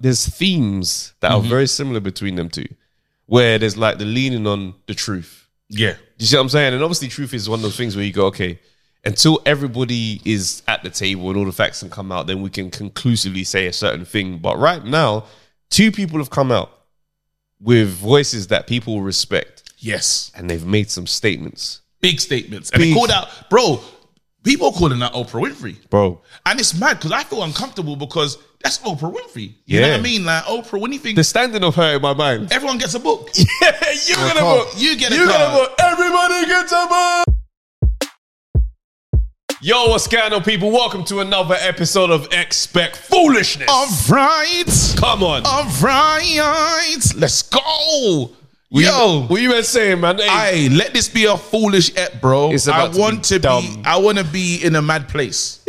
there's themes that are very similar between them two, where there's like the leaning on the truth. Yeah. You see what I'm saying? And obviously, truth is one of those things where you go, okay, until everybody is at the table and all the facts can come out, then we can conclusively say a certain thing. But right now, two people have come out with voices that people respect, Yes. and they've made some statements, Big statements. And Big- they called out, bro, people are calling out Oprah Winfrey. bro. And it's mad because I feel uncomfortable because that's Oprah Winfrey. You know Yeah. what I mean? Like Oprah, when you think The standing of her in my mind. everyone gets a book. you get a card. book. You get a You get a card. book. Everybody gets a book. Yo, what's going on, people? Welcome to another episode of Expect Foolishness. Um, right. Come on. All right. Let's go. What you- Yo. what you been saying, man? Hey, Hey, let this be a foolish ep, bro. It's I about to want be to be, dumb. I want to be in a mad place.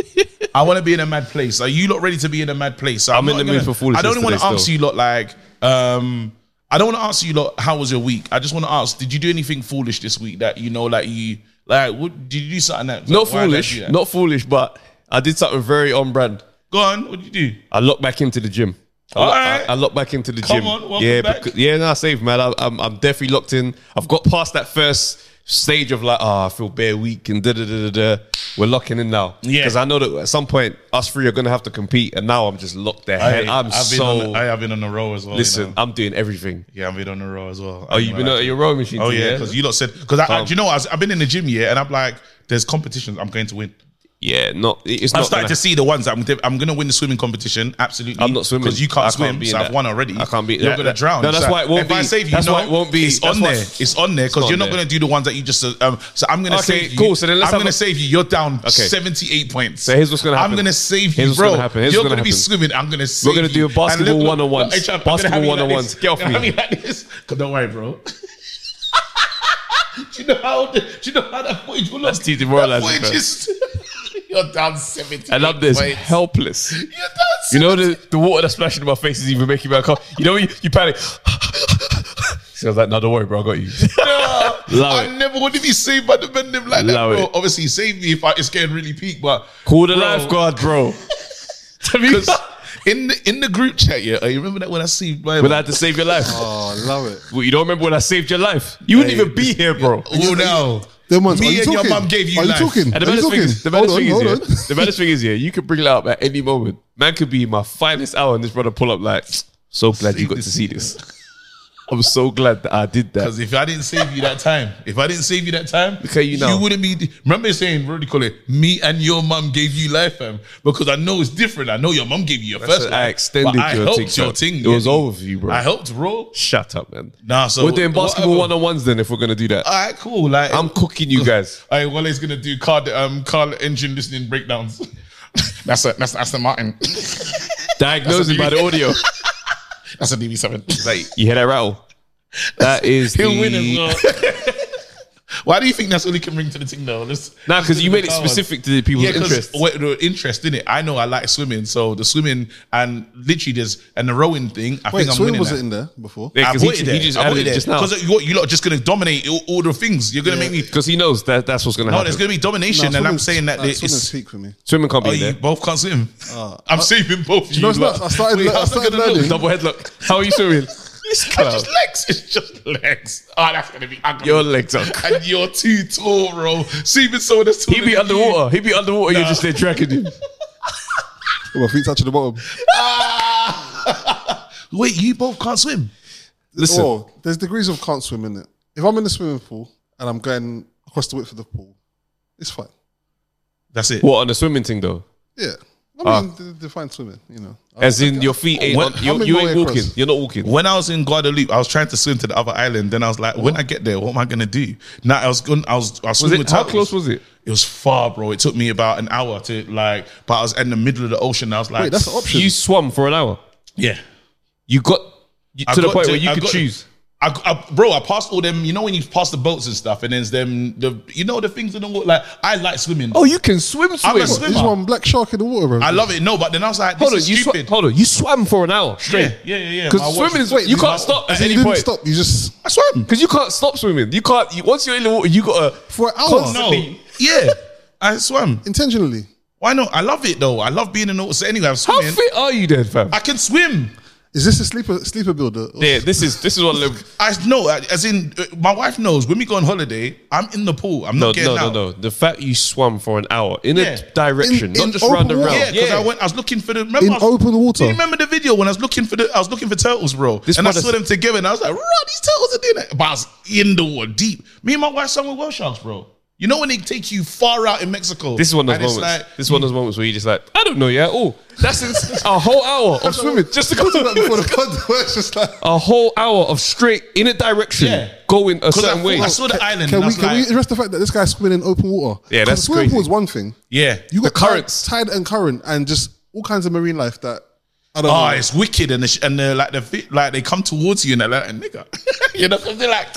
I want to be in a mad place. Are you lot ready to be in a mad place? So I'm in not the mood gonna- for foolishness I don't want to today ask still. you lot like um I don't want to ask you lot how was your week? I just want to ask did you do anything foolish this week that you know like you like what did you do something that not why did I foolish. do that? Not foolish, but I did something very on brand. Go on, what did you do? I locked back into the gym. I, All lo- right. I, I locked back into the Come gym. on, welcome yeah, back. becau- yeah, no, safe man. I, I'm, I'm definitely locked in. I've got past that first stage of like, ah, I feel bare weak and da da da da da. We're locking in now, Yeah. Because I know that at some point us three are gonna have to compete, and now I'm just locked there. Hey, and I'm I've been so on, I have been on the row as well. you listen. know. I'm doing everything. Yeah, I've been on the row as well. Oh, you've been at your row machine. Oh too, yeah, because you lot said because I, I Um, do you know I was, I've been in the gym yeah, and I'm like, there's competitions I'm going to win. yeah, not. It's I'm not. starting gonna- to see the ones that I'm de- I'm going to win the swimming competition. Absolutely, I'm not swimming. because you can't I can't swim. be in so I've that. won already. I can't be- You're that- going to that- drown. no, that's So why it won't if I be- save you, that's no, why it won't be- It's that's on why- there. It's on there on because you're not there. going to do the ones that you just. uh, Um, so I'm going to Okay, save you. cool. So then let's I'm have going a- to save you. You're down Okay. 78 points. So here's what's gonna I'm happen. going to save Here's you, what's bro. gonna happen. Here's You're what's going gonna to be happen. swimming. I'm going to save gonna do a you. And basketball look- one-on-ones. look, I'm gonna have Basketball you like one-on-ones. this. Get off I'm gonna me. have you like this. 'Cause Don't worry, bro. Do you know how? Do you know how that footage will look? That's too demoralizing, That bro. footage is- You're down 70. I love this. Helpless. You're down You 70. know the, the water that's splashing in my face is even making me uncomfortable. You know when you, you panic. so I was like, no, don't worry, bro, I got you. Love I it. never would have been saved by the men them like that, Love bro. it. Obviously, he saved me if I, it's getting really peak, but Call the Bro. lifeguard, bro. Tell me- 'cause in the in the group chat, yeah, I remember that when I saved my when I had to save your life. Oh, I love it. Well, you don't remember when I saved your life? You wouldn't Hey, even be here, bro. oh no, Them ones. Me are you and your talking? mum gave you Are you life. And talking? the Are you baddest thing talking? is, the baddest thing is hold here. on, hold The baddest thing is here. You can bring it up at any moment. Man could be in my finest hour, and this brother pull up like, so glad you got to see this. I'm so glad that I did that. because if I didn't save you that time, if I didn't save you that time, Okay, you know. wouldn't be. Remember saying, Rudy, call it me and your mum gave you life, fam, because I know it's different. I know your mum gave you your That's first. it. I life, extended but I your, helped thing, your bro. thing. It was yeah. over for you, bro. I helped, bro. Shut up, man. Nah, so We're doing basketball whatever. Uh, one on ones then if we're gonna do that. All right, cool. Like I'm cooking you guys. Hey, Wally's gonna do car um car engine listening breakdowns. that's a that's that's the Martin. Diagnosing by the audio. That's a DB seven. Like you hear that rattle? That is He'll the... win as well. e- Why do you think that's all he can bring to the thing though? Let's, Nah, because you made it Car ones. specific to the people's Yeah, because interest. the interest in it. I know I like swimming, so the swimming and literally there's and the rowing thing. I Wait, think I'm swimming winning. wasn't that. in there before. Yeah, I 'cause he, bought it ju- there. he just I bought added it it there just now. because you, you lot are just gonna dominate all, all the things. You're gonna Yeah. make me. Because he knows that that's what's gonna No, happen. there's gonna be domination, and I'm swimming's- saying that nah, it's- swimming's peak for me. Swimming can't Oh, be you there. both can't swim. I'm saving both you. know it's lot. not. uh, I started Wait, le- I how's that started gonna look? learning. Double headlock. How are you swimming? It's just legs. It's just legs. Oh, that's gonna be ugly. Your legs are. c- and you're too tall, bro. Steven someone that's taller He'd be than you. underwater. He'd be underwater. You're just there dragging him. My feet touching the bottom. Ah. Wait, you both can't swim. Listen, Oh, there's degrees of can't swim in it. If I'm in the swimming pool and I'm going across the width of the pool, it's fine. That's it. what on the swimming thing though? Yeah. Ah. I mean, they define swimming, you know. I- As in your feet ain't. When- on- you- I'm in You my ain't way walking. across. You're not walking. When I was in Guadeloupe, I was trying to swim to the other island. Then I was like, when I get there, what am I gonna do? Now I was going, I was, I was, Was swimming it, with how turtles. close was it? It was far, bro. It took me about an hour to like, but I was in the middle of the ocean. I was like, Wait, that's an option. You swam for an hour. yeah. You got you, to the got point to- where you I could got- choose. I, I, bro, I passed all them. You know when you pass the boats and stuff, and there's them. The you know the things in the water. Like I like swimming. Oh, you can swim, swim. I'm a There's swimmer. one black shark in the water, bro. I love it. No, but then I was like, this hold on, is you sw- stupid. hold on. You swam for an hour yeah, straight. yeah, yeah. yeah. Because My watch- swimming is wait, you can't stop at So you any didn't point. stop. You just I swam. Because Hmm. you can't stop swimming. You can't. You, once you're in the water, you gotta. for an hour No, Constantly. yeah, I swam. intentionally. Why not? I love it though. I love being in the water. So anyway, I'm How swimming. fit are you then, fam? I can swim. Is this a sleeper sleeper builder? Yeah, this is this is what Liv- I know, as in uh, my wife knows. When we go on holiday, I'm in the pool. I'm no, not no, getting no, out. no. The fact you swam for an hour in Yeah. a direction, In- not in just round open and round. Yeah, water. because I went. I was looking for the. Remember, Oh. In I was- open Do you water. remember the video when I was looking for the? I was looking for turtles, bro. This and I brother- saw them together, and I was like, "Bro, these turtles are doing that." But I was in the water, deep. Me and my wife swam with whale sharks, bro. You know when they take you far out in Mexico? This is one of and those it's moments. like- this is one of those moments where you're just like, I don't know, yeah. Oh, that's ins- a whole hour of swimming just to go Talking about before to the pod, where it's just like. a whole hour of straight in a direction Yeah. going a 'Cause I certain thought- way. I saw the island. and Can I we was can like, we address the fact that this guy's swimming in open water? Yeah, 'Cause that's swimming pool crazy. is one thing. Yeah. You got The currents. tide, tide and current, and just all kinds of marine life that I don't Oh, know. it's wicked, and the sh- and the, like the fi- like they come towards you and they're like, nigga, you know, 'cause they're like,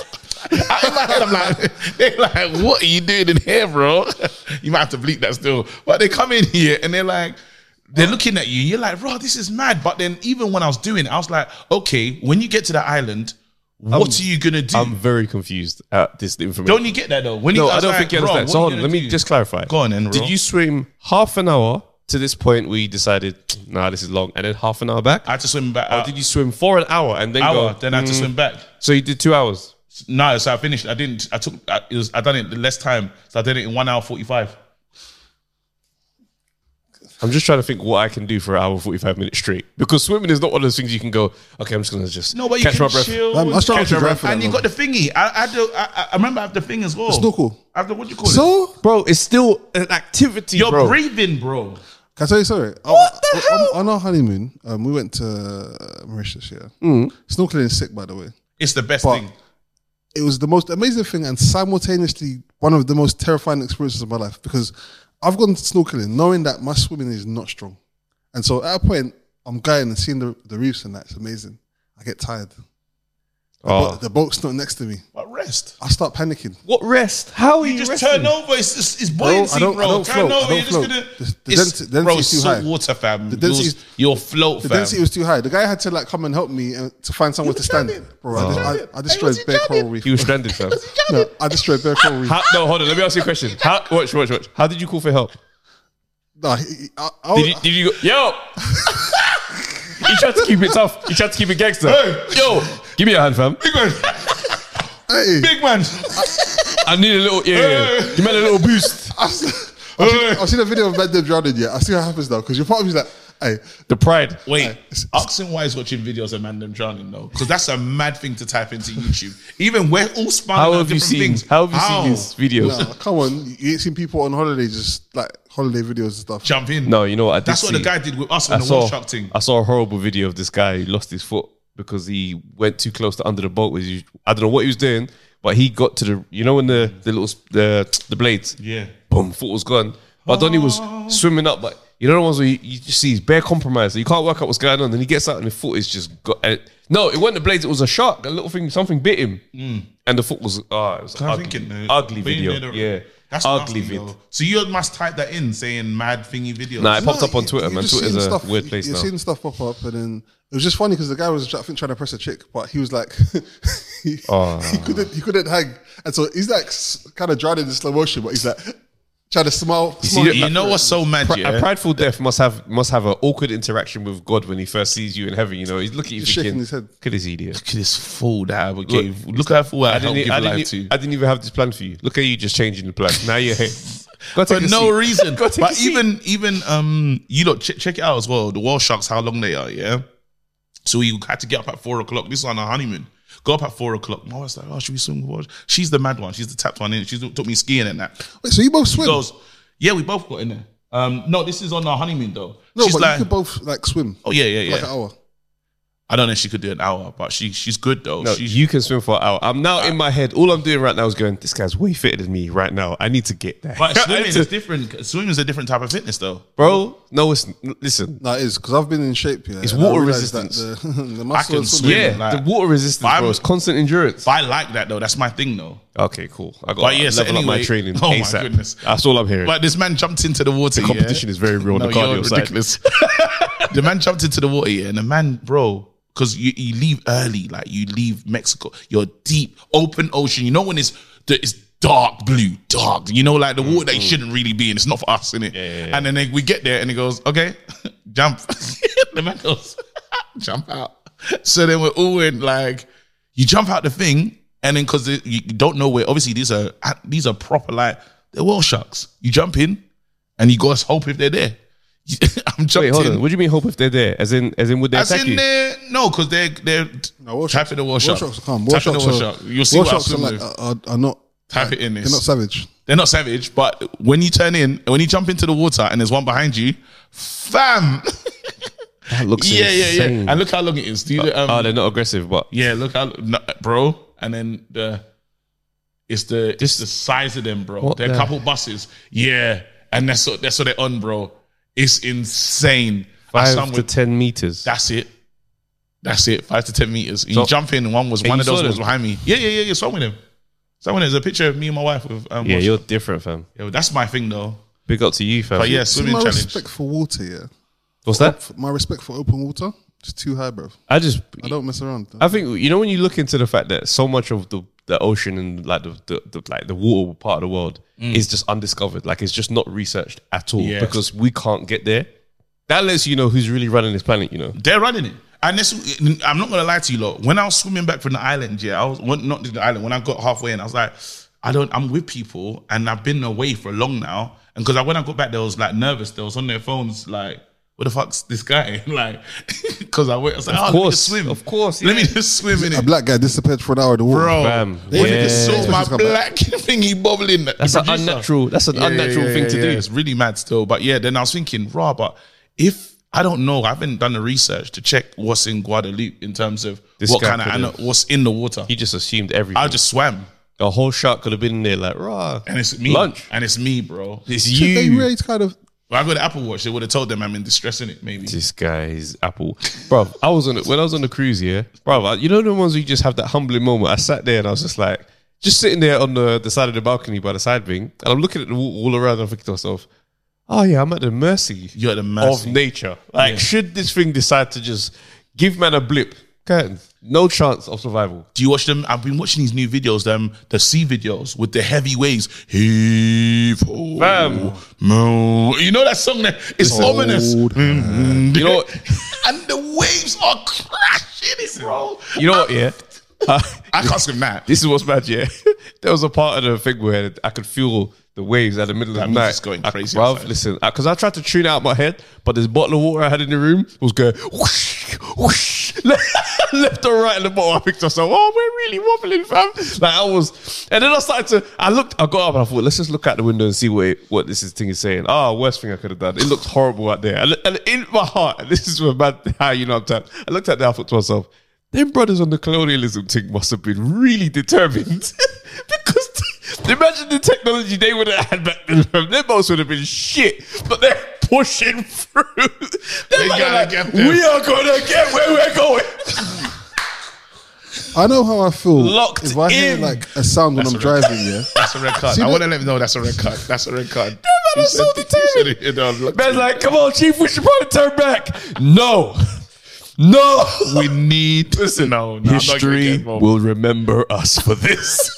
in my head, I'm like, they're like, what are you doing in here, bro? you might have to bleep that still, but they come in here and they're like, they're looking at you. You're like, bro, this is mad. But then even when I was doing, it, I was like, okay, when you get to the island, Um, what are you gonna do? I'm very confused at this information. don't you get that though? When you, no, I was don't like, think you "Bro, understand. what So are you hold on, gonna let me do?" just clarify. Go on then, bro. Did you swim half an hour to this point where you decided, nah, this is long, and then half an hour back? I had to swim back. or out. Oh, did you swim for an hour and then hour? go? Then I had to "Mm." swim back. So you did two hours. No, so I finished. I didn't. I took. I, it was. I done it less time. So I did it in one hour forty five. I'm just trying to think what I can do for an hour and 45 minutes straight because swimming is not one of those things you can go, okay, I'm just going to just No, but you catch can my breath. chill. Um, I struggled catch to your drive breath. for that and you got long. the thingy. I I, do, I I- I remember I have the thing as well. snorkel. I have the what do you call it? So Bro, it's still an activity. You're bro. breathing, bro. Can I tell you something? What the hell? On, our honeymoon, um, we went to uh, Mauritius. Yeah, Mm. snorkeling is sick, by the way. It's the best But thing. it was the most amazing thing, and simultaneously one of the most terrifying experiences of my life because I've gone snorkeling knowing that my swimming is not strong, and so at a point I'm going and seeing the, the reefs and that's amazing. I get tired. Oh. But the boat's not next to me. But rest. I start panicking. What rest? How are you, You just resting? turn over. It's it's, it's buoyancy, I bro. don't- I don't turn float. I over. don't You're just float. gonna. The- the it's, density- bro, density's too salt high. water, fam. density You'll, is- you'll float, The fam. density was too high. The guy had to like come and help me and to find somewhere to stand. Bro, I, just- I- I destroyed he bare coral drowning? reef. Oh. You were stranded, fam. No, I destroyed bare coral reef. How, no, hold on. Let me ask you a question. How, watch, watch, watch. How did you call for help? Nah, he- he- I, I, Did you, did you go, yo? you tried to keep it tough. You tried to keep it gangster. Yo, give me a hand, fam. Big man. Hey. Big man. I need a little, yeah, yeah. yeah. Give me a little boost. I've seen, I've seen- I've seen a video of Mad Deb drowning yet. I see what happens now because your part of me's like, hey, The pride. Wait, asking why he's watching videos of man them drowning though, because that's a mad thing to type into YouTube. Even we're all smiling. How at have you different seen? Things. How have you seen these videos? nah, come on, you- you ain't seen people on holiday just like holiday videos and stuff. Jump in. No, you know what? I did that's what the see. guy did with us I on the saw, wall shark thing. I saw a horrible video of this guy who lost his foot because he went too close to under the boat. With you, I don't know what he was doing, but he got to the you know when the the little sp- the the blades, Yeah. Ah. boom, foot was gone. But Donnie was swimming up, but you know the ones where you, you just see he's bare compromised. You can't work out what's going on. Then he gets out and the foot is just got. And no, it wasn't the blades. It was a shark. A little thing, something bit him, Mm. and the foot was. Oh, it was I'm ugly, thinking, uh, ugly being video. there, yeah, that's ugly ugly vid. video. So you must type that in, saying mad thingy videos. Nah, it popped up on you- Twitter, you man. just Twitter's seen a stuff- weird place You're now. seeing stuff pop up, and then it was just funny because the guy was, I think, trying to press a chick, but he was like, he, Ah. Oh. he couldn't, he couldn't hang, and so he's like kind of drowning in slow motion, but he's like trying to smile. smile see, you know what's so mad? Pri- yeah? A prideful death must have must have an awkward interaction with God when he first sees you in heaven. You know, he's looking at you He's shaking thinking, his head. "Look at this idiot." Look at this fool that I gave. Look how fool I, I helped didn't, e- give I, didn't life e- to. I didn't even have this plan for you. Look at you just changing the plan. Now you're here. Go for take a no seat. reason. Go take a but seat. even even um, you look check, check it out as well. The wall sharks, how long they are, yeah. So we had to get up at four o'clock. This is on our honeymoon. Go up at four o'clock. My wife's like, oh, should we swim? with whales? She's the mad one. She's the tapped one in. She took me skiing and that. Wait, so you both swim? Goes, yeah, we both got in there. Um, no, this is on our honeymoon though. no, She's but like, you could both like swim. oh yeah, yeah, yeah. Like an hour. I don't know if she could do an hour, but she she's good though. No, she's, you can swim for an hour. I'm now Ah. in my head. All I'm doing right now is going. This guy's way fitter than me right now. I need to get there. but I swimming need to- is different. Swimming is a different type of fitness though. bro. No, it's listen. No, it is because I've been in shape. Yeah, It's and I water realised that resistance. The, the muscle can and swim. swimming- Yeah, like- the water resistance, I'm- bro. It's constant endurance. But I like that though. That's my thing though. Okay, cool. I got But to yeah, level so up my anyway- training Oh my ASAP. goodness. That's all I'm hearing. But this man jumped into the water. yeah? Competition is very real on No, the you're cardio side. ridiculous. the man jumped into the water, yeah, and the man, bro, because you, you leave early, like you leave Mexico, you're deep, open ocean. You know when it's the, it's dark blue, dark. You know, like the water that Mm-hmm. you shouldn't really be in. It's not for us, innit? And then they, we get there, and he goes, "Okay, jump." the man goes, "Jump out." So then we're all in like, you jump out the thing, and then because you you don't know where. Obviously, these are these are proper like they're whale sharks. You jump in, and you gotta hope if they're there. I'm jumping. Wait, hold on. What do you mean hope if they're there? As in, as in, would they That's attack in you? there. No, because they're they're No, whale type in the whale War shark. sharks are calm. War Type in the sharks whale are, shark. You'll see war what I sharks are swim like with. are, are not. Type it in They're this. not savage. They're not savage, but when you turn in, when you jump into the water and there's one behind you, fam. That looks yeah, yeah, yeah. insane. And look how long it is. Do you, um, Oh, they're not aggressive, but yeah, look how, no, bro. And then the, it's the, it's the size of them, bro. What They're a the- couple buses. Yeah. And that's what, that's what they're on, bro. It's insane. And five some to were- ten meters. that's it. That's it. Five to ten meters. you jump in. One was one you of those saw was them? behind me. Yeah, yeah, yeah. yeah. Swam with him. Swam with him. There's a picture of me and my wife with. Um, yeah, yeah, you're different, fam. that's my thing though. Big up to you, fam. But yeah, See, swimming my challenge. respect for water, yeah. What's that? My respect for open water, it's too high, bro. I just, I don't mess around. I think you know when you look into the fact that so much of the the ocean and like the, the, the like the water part of the world is just undiscovered. Like it's just not researched at all Yeah. because we can't get there. That lets you know who's really running this planet. You know, They're running it. And this, I'm not gonna lie to you, lot. When I was swimming back from the island, yeah, I was well, not the island. When I got halfway in, I was like, I don't. I'm with people, and I've been away for long now. And because I, when I got back, they was like nervous. They was on their phones, like, "What the fuck's this guy?" like, because I went, I was like, "Oh, let me course, just swim." of course, let me yeah. just swim in a it. black guy disappeared for an hour in the water. bro. Bam. When Yeah. you saw my Expenses come back. black thingy bobbling, that's an unnatural. That's an unnatural thing to do. It's really mad still. But yeah, then I was thinking, raw, but if I don't know, I haven't done the research to check what's in Guadeloupe in terms of This what guy kind of could ana- have- what's in the water. You just assumed everything. I just swam, a whole shark could have been in there, like rah. and it's me, Lunch. and it's me, bro. It's They you. really kind of. When I got the Apple Watch, they would have told them I'm in distress in it, maybe. This guy's apple, bro. I was on it when I was on the cruise, yeah, bro. You know the ones where you just have that humbling moment. I sat there and I was just like, just sitting there on the, the side of the balcony by the side wing, and I'm looking at the water all around. And I'm thinking to myself, oh yeah, I'm at the mercy You're the of mercy. nature. Like, should this thing decide to just give man a blip, curtain, no chance of survival. Do you watch them? I've been watching these new videos, them the sea videos with the heavy waves. Heave, ho, Fam. mo. You know that song there? It's ominous. Hold Mm, You know what? and the waves are crashing, it's- bro. You know what? Yeah. Uh, I can't swim that. This is what's mad, yeah. there was a part of the thing where I could feel the waves at the middle of the was night. just going I- crazy bruv, outside. listen, because I, tried to tune out my head, but this bottle of water I had in the room was going whoosh, whoosh, left, left and right at the bottom. I picked myself, oh, we're really wobbling, fam. Like I was, and then I started to, I looked, I got up and I thought, let's just look out the window and see what it, what this is- thing is saying. Ah, worst thing I could have done. It looks horrible out there. And, and in my heart, and this is where mad, how you know I'm tired. I looked at that, I thought to myself, them brothers on the colonialism thing must have been really determined because imagine the technology they would have had back then. fam. Their boats would have been shit, but they're pushing through. They're They like, gotta like, get there. we are gonna get where we're going. I know how I feel. Locked if I hear in. like a sound when I'm driving, yeah. That's a red card. See I the- want to let him know that's a red card. That's a red card. man, I'm so determined. Man's like, come on, chief, we should probably turn back. No, no. we need. Listen, no, no, I'm not gonna get History involved. will remember us for this.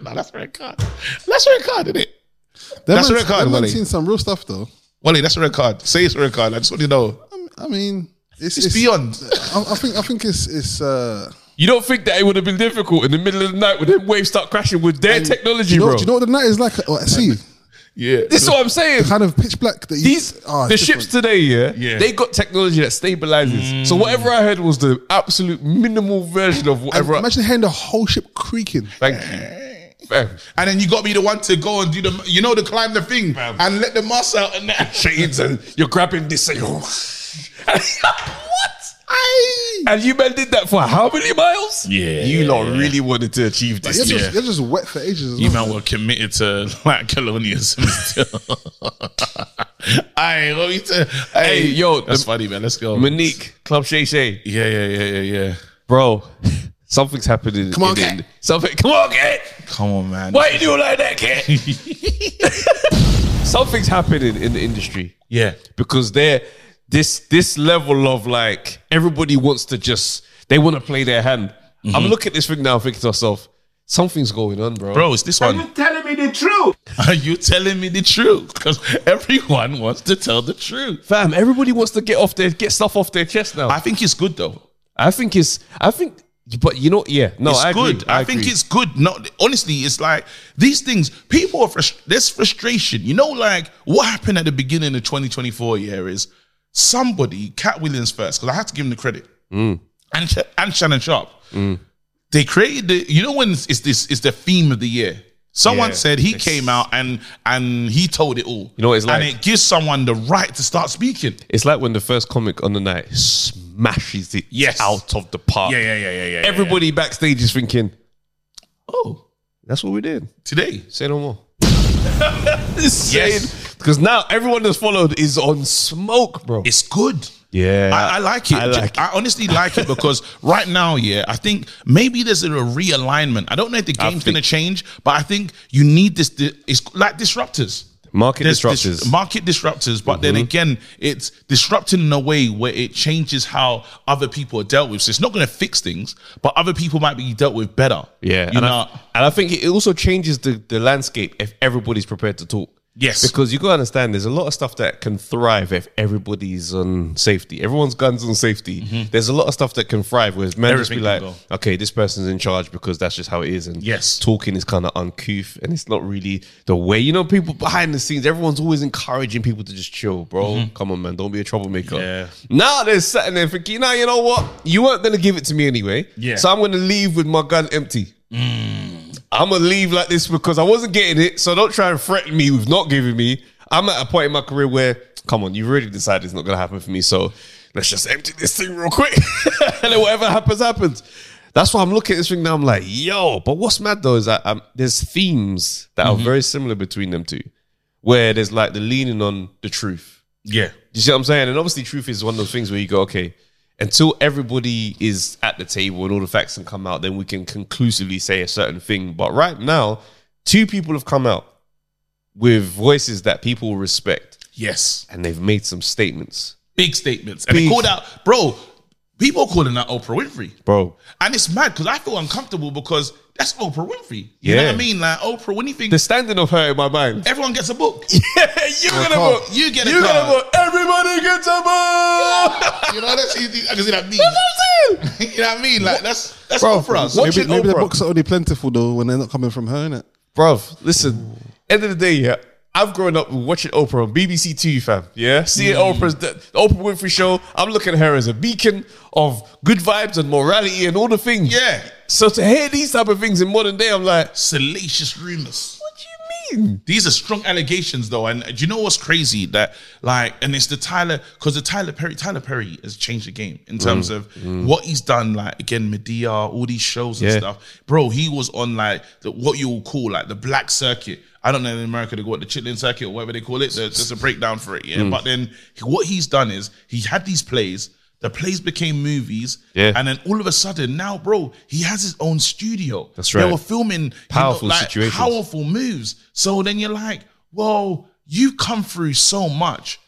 No, that's a red card. That's a red card, isn't it? Them That's a man's- red card, them man's Wally. seen some real stuff though. Wally, that's a red card. Say it's a red card. I just want to know. I mean, it's, It's beyond. I, I think I think it's it's. Uh, You don't think that it would have been difficult in the middle of the night when them waves start crashing with their technology, you know, bro? do you know what the night is like? Oh, I see, Yeah. this is what I'm saying. kind of pitch black. That you, These Ah, the it's ships different. today, yeah, Yeah. Mm. they got technology that stabilizes. So whatever I heard was the absolute minimal version of And whatever. I, Imagine hearing the whole ship creaking. thank you. Fam. And then you got me the one to go and do the, you know, to climb the thing and let the mast out and that. Shades and you're grabbing this and you're what? And you men did that for how many miles? Yeah. you lot really wanted to achieve You're, this. just, you're just wet for ages. as You well. man were committed to like colonialism. Aye, what we t- Hey, yo, that's the- funny, man. Let's go. Monique Club Shay Shay, yeah, yeah, yeah, yeah, yeah. bro, something's happening. Come on, in- Kat. something. Come on, Kat. Come on, man. Why you doing like that, Kat? something's happening in the industry. Yeah, because they're this this level of like everybody wants to just they want to Mm-hmm. play their hand. I'm looking at this thing now, thinking to myself, something's going on, bro. bro, it's this one. telling me the truth? Are you telling me the truth? Because everyone wants to tell the truth. Fam, everybody wants to get off their get stuff off their chest now. I I, think it's good though. think it's I think but you know, yeah, no, it's Oh, I agree, good. I, think agree. it's good. No, honestly, it's like these things. People are frust- there's frustration. You know, like what happened at the beginning of 2024 year is somebody, Cat Williams first, because I have to give him the credit, Mm. and Sh- and Shannon Sharp. They created the. You know when it's, it's this is the theme of the year. Someone Yeah. said he It's- came out and and he told it all. You know what it's like? and it gives someone the right to start speaking. it's like when the first comic on the night smashes it Yes. out of the park. Yeah, yeah, yeah, yeah, yeah. Everybody backstage is thinking, yeah. Oh, that's what we did. today. Say no more. Yes. Because now everyone that's followed is on smoke, bro. It's good. Yeah. I, I like it. I I, like it. honestly like it because right now, yeah, I think maybe there's a realignment. I don't know if the think- game's going to change, but I think you need this. di- It's like disruptors. Market There's dis- disruptors. Mm-hmm. market disruptors, but then again, it's disrupting in a way where it changes how other people are dealt with. So it's not going to fix things, but other people might be dealt with better. yeah. you And know. I, and I think it also changes the, the landscape if everybody's prepared to talk. Yes. Because you got to understand there's a lot of stuff that can thrive if everybody's on safety. Everyone's guns on safety. There's a lot of stuff that can thrive whereas men just be Mm-hmm. Everything like, can okay, this person's in charge because that's just how it is. And Yes. talking is kind of uncouth and it's not really the way. You know, people behind the scenes, everyone's always encouraging people to just chill, bro. Come on, man. Don't be a troublemaker. Mm-hmm. Yeah. Now they're sitting there thinking, now you know what? You weren't going to give it to me anyway. Yeah. So I'm going to leave with my gun empty. I'm gonna leave like this because I wasn't getting it. So don't try and threaten me with not giving me. I'm at a point in my career where, come on, you've already decided it's not gonna happen for me. So let's just empty this thing real quick, and then whatever happens, happens. That's why I'm looking at this thing now. I'm like, yo, but what's mad though is that um, there's themes that are very similar between them two, where there's like the leaning on the truth. yeah, Do you see what I'm saying? And obviously, truth is one of those things where you go, okay, until everybody is at the table and all the facts can come out, then we can conclusively say a certain thing. But right now, two people have come out with voices that people respect, yes. and they've made some statements, Big statements, and Big- they called out, bro. People are calling out Oprah Winfrey. bro. And it's mad because I feel uncomfortable because that's Oprah Winfrey. You know Yeah. what I mean? Like Oprah, when you think The standing of her in my mind. everyone gets a book, you get a book. you get a You car. get a book. Everybody gets a book. you know that's easy. I can see that meme. you know what I mean? Like that's that's Oprah. us. maybe, Watching maybe the Oprah. books are only plentiful though when they're not coming from her, innit? Bruv, listen, end of the day, yeah. I've grown up watching Oprah on BBC Two, fam. Yeah, seeing Oprah's the the Oprah Winfrey show. I'm looking at her as a beacon of good vibes and morality and all the things. Yeah, So to hear these type of things in modern day, I'm like, salacious rumors. what do you mean? These are strong allegations, though, and do you know what's crazy? That like, and it's the Tyler because the Tyler Perry, Tyler Perry has changed the game in Mm, terms of what he's done. Like again, Medea, all these shows and Yeah. stuff, bro. He was on like the, what you will call like the black circuit. I don't know in America they call it the chitlin circuit or whatever they call it. There's just a breakdown for it, yeah. Mm. But then what he's done is he had these plays. The plays became movies, Yeah. and then all of a sudden, now, bro, he has his own studio. That's They right. were filming you know, Powerful like, situations. powerful moves. So then you're like, well, you come through so much.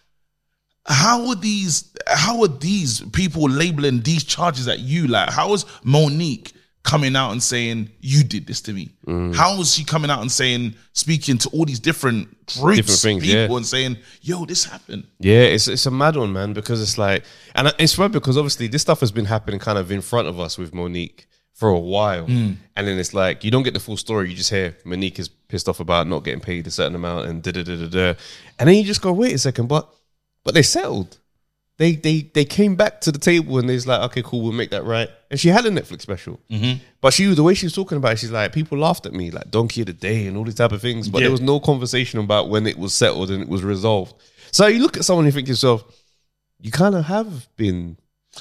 How are these? How are these people labeling these charges at you? Like, how is Monique coming out and saying you did this to me? Mm. How is she coming out and saying, speaking to all these different groups, Different things, people, yeah. and saying, yo, this happened? Yeah, it's it's a mad one, man, because it's like, and it's right because obviously this stuff has been happening kind of in front of us with Monique for a while, and then it's like you don't get the full story. You just hear Monique is pissed off about not getting paid a certain amount and da da da da da, and then you just go, wait a second, but but they settled. They they they came back to the table and they's like, okay, cool, we'll make that right. And she had a Netflix special, Mm-hmm. but she the way she was talking about it, she's like, people laughed at me, like donkey of the day and all these type of things. But there was no conversation about when it was settled and it was resolved. So you look at someone and you think to yourself, you kind of have been,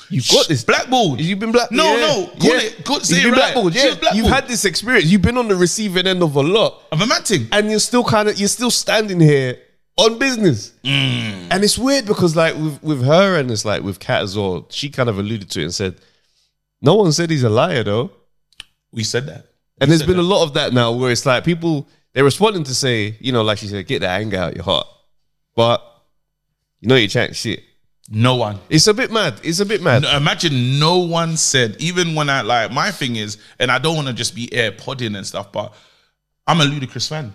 you've got this. blackballed. You've been black. No, yeah, no, call yeah. it. Call, say You've it been right. blackballed. She Yeah, was blackballed. you've had this experience. You've been on the receiving end of a lot I'm a mad thing. and you're still kind of you're still standing here on business. Mm. And it's weird because like with with her and it's like with Kat as well, she kind of alluded to it and said, No one said he's a liar though. We said that. And there's been a lot of that now where it's like people they're responding to say, you know, like she said, get that anger out your heart. But you know you chat shit. No one. It's a bit mad. It's a bit mad. No, imagine no one said, even when I like my thing is, and I don't want to just be air podding and stuff, but I'm a ludicrous fan.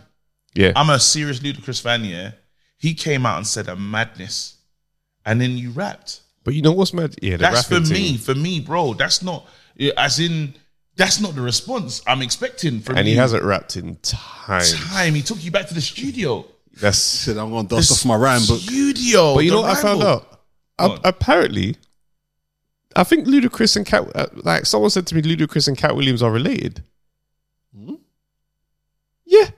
Yeah. I'm a serious Ludacris fan, yeah. He came out and said a madness, and then you rapped. But you know what's mad? Yeah, the That's for rapping thing. me, for me, bro. That's not yeah, as in that's not the response I'm expecting from And you. he hasn't rapped in time. time. He took you back to the studio. That's. Said I'm gonna dust off my rhyme book. Studio. But you the know what I rival. found out? A- What? apparently, I think Ludacris and Cat. uh, Like someone said to me, Ludacris and Cat Williams are related. Hmm? Yeah.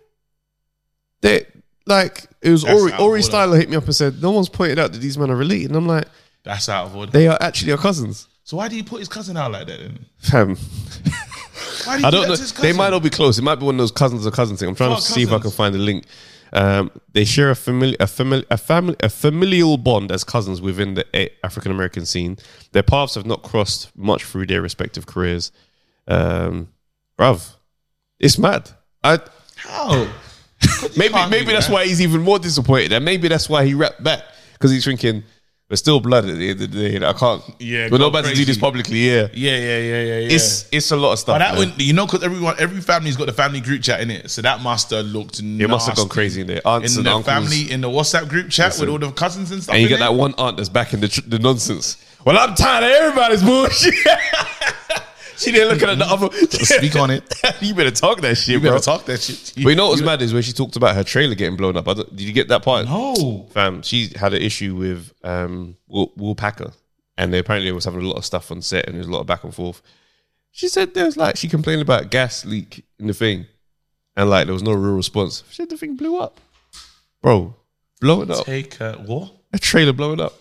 They like it was That's Ori. out of Ori order. Styler hit me up and said, "No one's pointed out that these men are related." And I'm like, That's out of order. "They are actually our cousins." so why do you put his cousin out like that then? Fam, Why do you I do don't that know. to his They cousin? might not be close. It might be one of those cousins or cousins thing. I'm trying Oh, to see if I can cousins. find a link. Um, they share a famili- a family, a family, a familial bond as cousins within the A- African American scene. Their paths have not crossed much through their respective careers. Um, bruv, it's mad. I, How? maybe can't maybe do that's that. why he's even more disappointed, and maybe that's why he rapped back because he's thinking we're still blood at the end of the day. and I can't. Yeah, we're go not about to crazy. do this publicly. Yeah, Yeah, yeah, yeah, yeah, yeah. it's it's a lot of stuff. but that man. would you know because everyone every family's got the family group chat in it. So that must have looked. it must have gone crazy in there. Aunts in and the uncles. family in the WhatsApp group chat with all the cousins and stuff. And you in get it. that one aunt that's back in the, tr- the nonsense. Well, I'm tired of everybody's bullshit. she didn't look at the other. Speak on it. you better talk that shit, You bro. better talk that shit. But you know what was mad is when she talked about her trailer getting blown up. I don't- did you get that part? No. Fam, she had an issue with um, Will, Will Packer, and they apparently was having a lot of stuff on set, and there was a lot of back and forth. She said there was like she complained about gas leak in the thing, and like there was no real response. She said the thing blew up, bro. Blowing up Take uh, what? a trailer blowing up.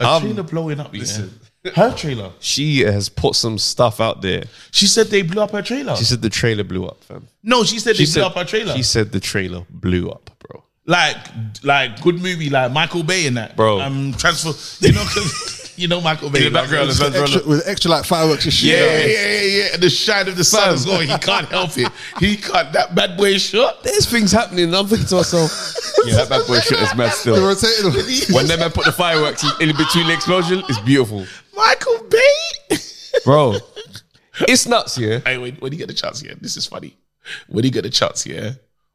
A Um, trailer blowing up. Listen, her trailer. she has put some stuff out there. She said they blew up her trailer. She said the trailer blew up, fam. no, she said She they said, blew up her trailer. She said the trailer blew up, bro. like, like good movie, like Michael Bay in that, Bro. Um, transfer. You know, 'cause- you know Michael Bay In the background like, is that- Extra, with extra like fireworks and shit. yeah, yeah, yeah, yeah, yeah. The shine of the sun is going. He can't help it. He can't. That bad boy is shot. There's things happening. and I'm thinking to myself, yeah, that bad boy shit is mad They still. rotated them. When that man put the fireworks in, in between the explosion, it's beautiful, Michael Bay. bro. It's nuts, yeah. Hey, when, when you get a chance, yeah, this is funny. When you get a chance, yeah,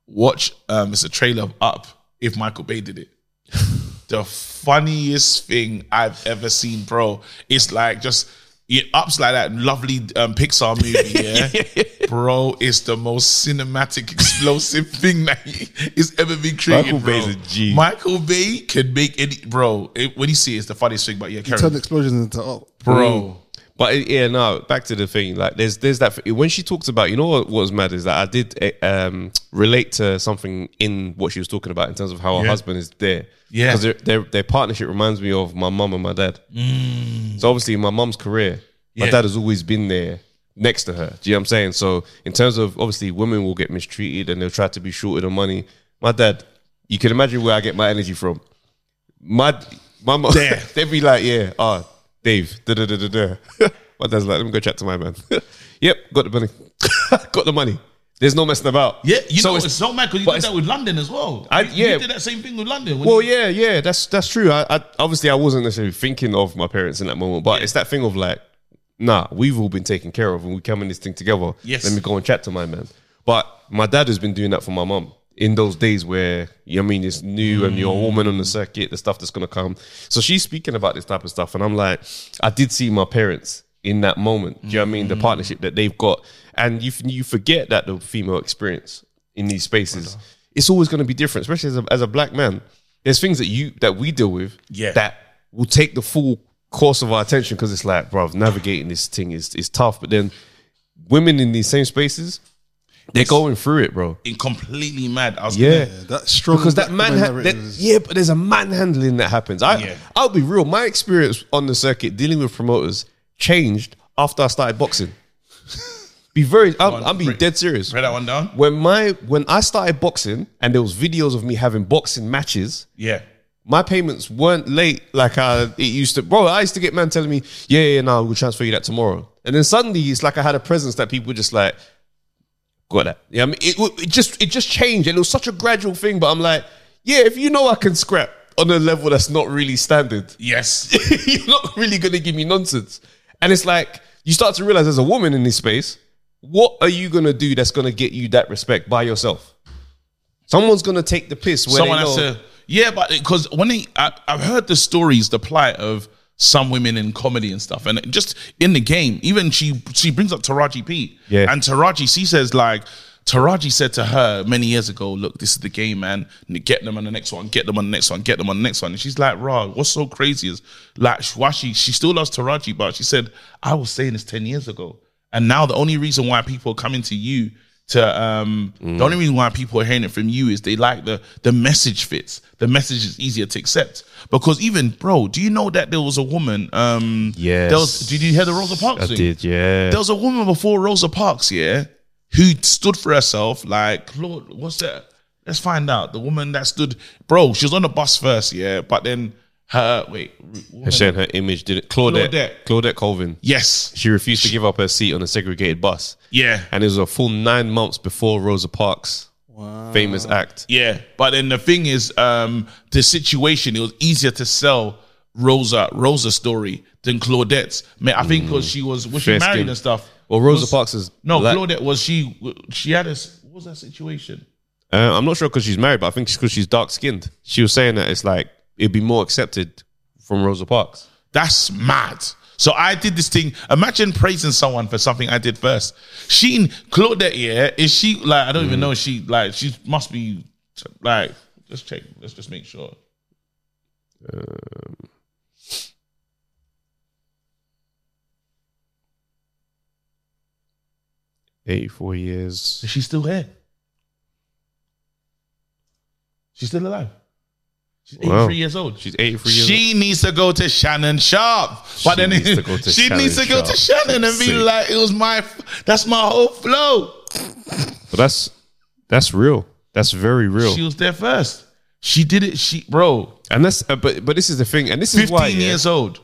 watch. Um, it's a trailer of Up. If Michael Bay did it, the funniest thing I've ever seen, bro. It's like just yeah, Up's like that lovely um, Pixar movie, yeah, bro. It's the most cinematic, explosive thing that is ever been created. Michael Bay's bro. a G. Michael Bay can make any, bro. It, when you see it, it's the funniest thing. But yeah, carry Turned on, explosions into oh. bro. But it- yeah, no. Back to the thing. Like, there's there's that when she talked about. You know what, what was mad is that I did eh, um, relate to something in what she was talking about in terms of how her husband is there. Yeah. because their, their their partnership reminds me of my mum and my dad. So obviously, my mum's career, my Yeah. dad has always been there next to her. Do you know what I'm saying? So in terms of obviously, women will get mistreated and they'll try to be shorted on money. My dad, you can imagine where I get my energy from. My my mum, There. they'd be like, yeah, ah, Dave, da da da da da. My dad's like, let me go chat to my man. yep, got the money, got the money. There's no messing about. Yeah, you So know it's- it's, so mad because you but did it's- that with London as well. I- You- yeah. you did that same thing with London. when Well, you- yeah, yeah, that's that's true. I, I obviously I wasn't necessarily thinking of my parents in that moment, but it's that thing of like, nah, we've all been taken care of, and we come in this thing together. Yes. let me go and chat to my man. But my dad has been doing that for my mum in those days where you know what I mean it's new and you're a woman on the circuit, the stuff that's gonna come. So she's speaking about this type of stuff, and I'm like, I did see my parents in that moment. Do you know what I mean? The partnership that they've got, and you f- you forget that the female experience in these spaces, it's always gonna be different, especially as a, as a black man. There's things that you that we deal with Yeah. that will take the full course of our attention because it's like, bruv, navigating this thing is is tough. But then women in these same spaces, they're going through it, bro. in completely mad. I was Yeah. gonna- That strong Because that man, black woman that, narrative is- yeah, but there's a manhandling that happens. I, Yeah. I'll be real. My experience on the circuit dealing with promoters changed after I started boxing. be very, I'm, I'm being break- dead serious. Read that one down. When my when I started boxing and there was videos of me having boxing matches, Yeah. my payments weren't late like I it used to. Bro, I used to get man telling me, yeah, yeah, no, we'll transfer you that tomorrow. And then suddenly it's like I had a presence that people were just like, got that. Yeah, I mean, it, w- it just it just changed, and it was such a gradual thing. But I'm like, yeah, if you know I can scrap on a level that's not really standard, Yes. you're not really gonna give me nonsense. And it's like you start to realize as a woman in this space, what are you gonna do that's gonna get you that respect by yourself? Someone's gonna take the piss. Where Someone they has know, to. Yeah, but because when they, I, I've heard the stories, the plight of some women in comedy and stuff, and just in the game, even she she brings up Taraji P. Yeah. and Taraji, she says like. Taraji said to her many years ago, "Look, this is the game, man. Get them on the next one. Get them on the next one. Get them on the next one." And she's like, "Raw, what's so crazy is like why she she still loves Taraji, but she said I was saying this ten years ago, and now the only reason why people are coming to you to um the only reason why people are hearing it from you is they like the the message fits the message is easier to accept because even bro do you know that there was a woman um Yes. there was, did you hear the rosa parks thing? yeah. there was a woman before rosa parks yeah who stood for herself like lord what's that let's find out the woman that stood bro she was on the bus first yeah but then her wait woman, Her shit and her image didn't. Claudette, Claudette. Claudette. Colvin. yes She refused to give up her seat on a segregated bus, yeah and it was a full nine months before Rosa Parks' famous act. Yeah, but then the thing is, um, the situation it was easier to sell Rosa Rosa's story than Claudette's. Man, I think because she was was she Fair married skin. and stuff. Well, Rosa Was- Parks is No, black. Claudette was she she had a s- what was that situation? Uh, I'm not sure because she's married, but I think it's because she's dark skinned. She was saying that it's like it'd be more accepted from Rosa Parks. That's mad. So I did this thing. Imagine praising someone for something I did first. She Claudette, yeah, is she like I don't even know. She like she must be like let's check. Let's just make sure. Eighty-four years. Is she still here? She's still alive. She's 83 Wow. years old. She's eighty-three years. she needs to go to Shannon Sharp. She But then needs to go to she needs to Shannon go to Sharp. Shannon and be Sick. like, it was my that's my whole flow. But that's that's real. That's very real. She was there first. She did it. She bro, and that's uh, but but this is the thing, and this is 15 why yeah, years old.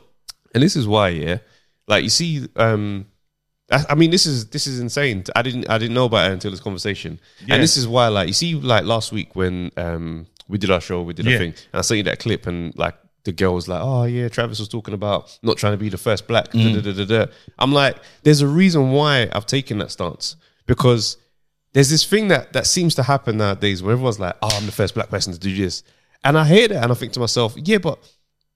and this is why yeah, like you see, um, I, I mean this is this is insane. I didn't I didn't know about it until this conversation, Yeah. and this is why like you see like last week when um we did our show we did Yeah. our thing and I sent you that clip and like. The girl was like, "Oh yeah, Travis was talking about not trying to be the first black." Mm. Da, da, da, da, da. I'm like, "There's a reason why I've taken that stance because there's this thing that that seems to happen nowadays where everyone's like, "Oh, I'm the first black person to do this," and I hear that and I think to myself, "Yeah, but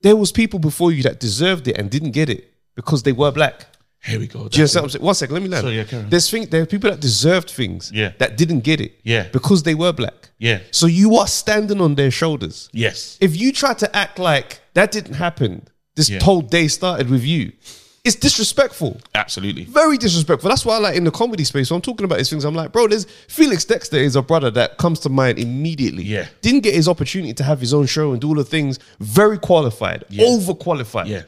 there was people before you that deserved it and didn't get it because they were black." Here we go. Do you understand what I'm saying? One second, let me learn. Sorry, yeah, carry on. There's thing, there are people that deserved things Yeah. that didn't get it Yeah. because they were black. Yeah. So you are standing on their shoulders. Yes. If you try to act like that didn't happen, this Yeah. whole day started with you, it's disrespectful Absolutely. very disrespectful. That's why, like in the comedy space, when I'm talking about these things, I'm like, bro, there's Felix Dexter is a brother that comes to mind immediately. Yeah. didn't get his opportunity to have his own show and do all the things. Very qualified, overqualified. Yeah.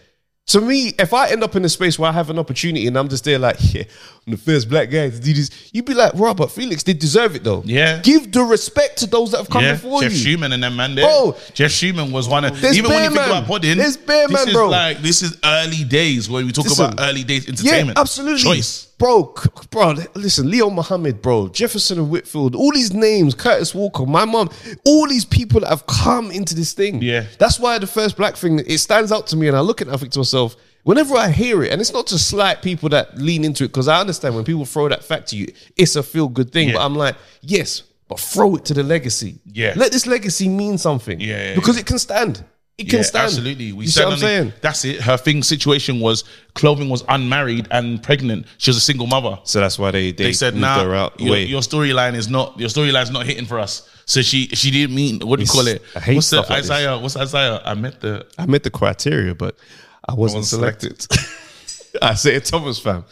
To me, if I end up in a space where I have an opportunity and I'm just there, like, yeah, I'm the first black guy to do this, you'd be like, Robert Felix did deserve it though. Yeah. give the respect to those that have come yeah, before Jeff you. Schumann and them man there. Bro. Jeff Schumann was one of There's even when you Bearman. think about Podding. There's Bearman, this is bro. Like this is early days when we talk Listen. about early days Yeah, entertainment. absolutely. Choice. Bro, c- bro, listen, Leo Muhammad, bro, Jefferson and Whitfield, all these names, Curtis Walker, my mom, all these people that have come into this thing. Yeah. That's why the first black thing, it stands out to me and I look at it, I think to myself, whenever I hear it, and it's not to slight people that lean into it, because I understand when people throw that fact to you, it's a feel good thing. Yeah. But I'm like, yes, but throw it to the legacy. Yeah. Let this legacy mean something. Yeah, yeah, Because it can stand. It can Yeah, stand. Absolutely. We you see what I'm stand on saying? it. That's it. Her thing situation was Clothing was unmarried and pregnant. She was a single mother. So that's why they, they, They said, moved her "Nah, out your, way. your storyline is not your storyline's not hitting for us." So she she didn't mean what do you It's- call it? I hate what's stuff the like this. Isaiah? What's Isaiah? I met the I met the criteria, but I wasn't, wasn't selected. I say it, Thomas fam.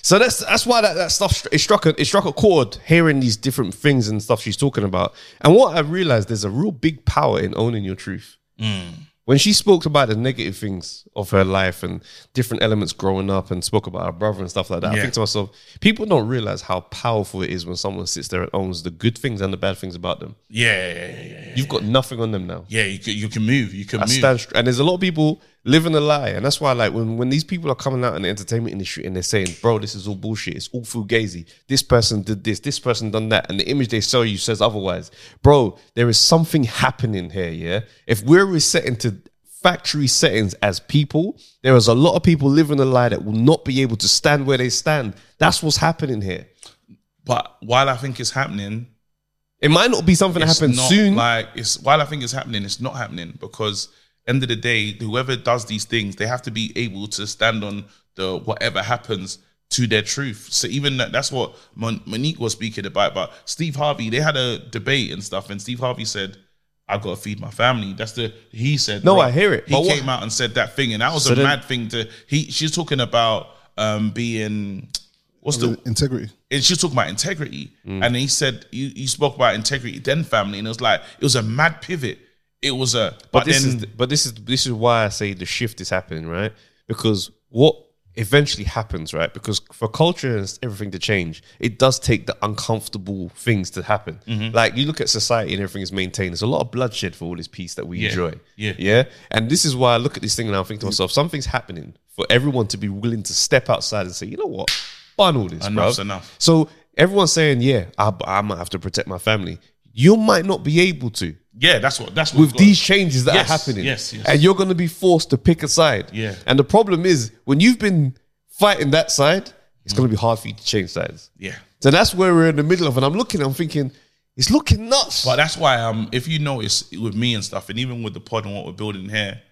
So that's that's why that, that stuff it struck a, it struck a chord hearing these different things and stuff she's talking about. And what I realized there's a real big power in owning your truth. Mm. When she spoke about the negative things of her life and different elements growing up and spoke about her brother and stuff like that, I Yeah. think to myself, people don't realize how powerful it is when someone sits there and owns the good things and the bad things about them. yeah yeah yeah yeah. You've got nothing on them now. yeah you, can- you can move. You can I move. stand str- and there's a lot of people living a lie, and that's why like when, when these people are coming out in the entertainment industry and they're saying, "Bro, this is all bullshit. It's all fugazi. This person did this. This person done that," and the image they sell you says otherwise. Bro, there is something happening here. Yeah, if we're resetting to factory settings as people, there is a lot of people living a lie that will not be able to stand where they stand. That's what's happening here. But while I think it's happening, It might not be something that It's happens not soon. Like it's while I think it's happening, it's not happening because end of the day, whoever does these things, they have to be able to stand on the whatever happens to their truth. So even that, that's what Mon- Monique was speaking about. But Steve Harvey, they had a debate and stuff, and Steve Harvey said. I've got to feed my family. That's the he said. No, bro. I hear it, He but what- came out and said that thing, and that was So a then- mad thing to. He she's talking about um being what's the Integrity. and she was talking about integrity. Mm. And he said, you, you spoke about integrity, then family. And it was like, it was a mad pivot. It was a, but but, this then, is but this is this is why I say the shift is happening, right? Because what eventually happens, right? Because for culture and everything to change, it does take the uncomfortable things to happen. Mm-hmm. Like you look at society and everything is maintained. There's a lot of bloodshed for all this peace that we enjoy. Yeah. Mm. Yeah. And this is why I look at this thing and I think to myself, something's happening for everyone to be willing to step outside and say, you know what? Bun all this. Enough's bruv. enough. So everyone's saying, yeah, I, I might have to protect my family. You might not be able to yeah, that's what, that's what with we've got. these changes that Yes, are happening. yes, yes. And you're going to be forced to pick a side. Yeah. And the problem is, when you've been fighting that side, it's going to be hard for you to change sides. Yeah. So that's where we're in the middle of. And I'm looking, I'm thinking, it's looking nuts. But that's why, um, if you notice with me and stuff, and even with the pod and what we're building here,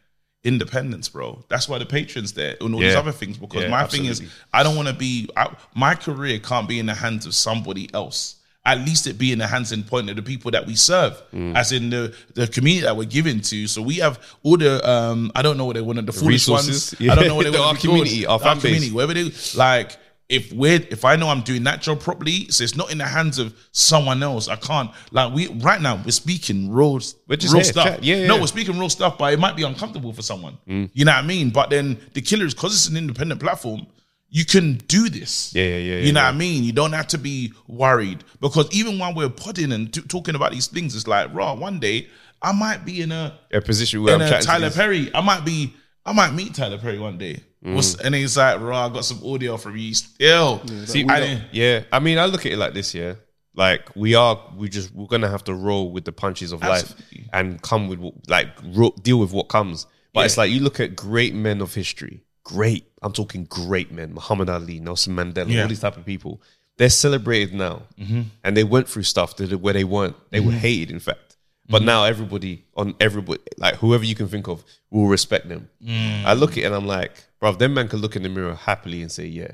independence, bro. That's why the patrons there and all these Yeah. other things. Because Yeah, my thing is, absolutely. I don't want to be. I, my career can't be in the hands of somebody else. At least it be in the hands and point of the people that we serve, Mm. as in the the community that we're given to. So we have all the um, I don't know what they wanted the, foolish resources. ones. I don't know what they Yeah. Our want to be called. community, our fan base. community, whatever they like. If we're if I know I'm doing that job properly, so it's not in the hands of someone else. I can't like we right now we're speaking real We're just real here, stuff. chat. Yeah, yeah, no, yeah. Mm. we're speaking real stuff, but it might be uncomfortable for someone. You know what I mean? But then the killer is because it's an independent platform. You can do this. Yeah, yeah, yeah, You yeah, know yeah. what I mean? You don't have to be worried because even while we're putting and t- talking about these things, it's like, raw. One day I might be in a a position where I'm and uh, chatting to Tyler these- Perry. I might be, I might meet Tyler Perry one day. Mm. What's- and he's like, "Bro, I got some audio from you still." See, I we didn't- don't- yeah. I mean, I look at it like this, yeah. Like we are, we just we're gonna have to roll with the punches of life Absolutely. and come with what- like ro- deal with what comes. But it's Yeah. like you look at great men of history, great. I'm talking great men, Muhammad Ali, Nelson Mandela, Yeah. Mm-hmm. all these type of people. They're celebrated now, and they went through stuff that where they weren't. They were hated, in fact. But Mm-hmm. now everybody on everybody, like whoever you can think of, will respect them. Mm. I look at it and I'm like, bruv, them man can look in the mirror happily and say, yeah.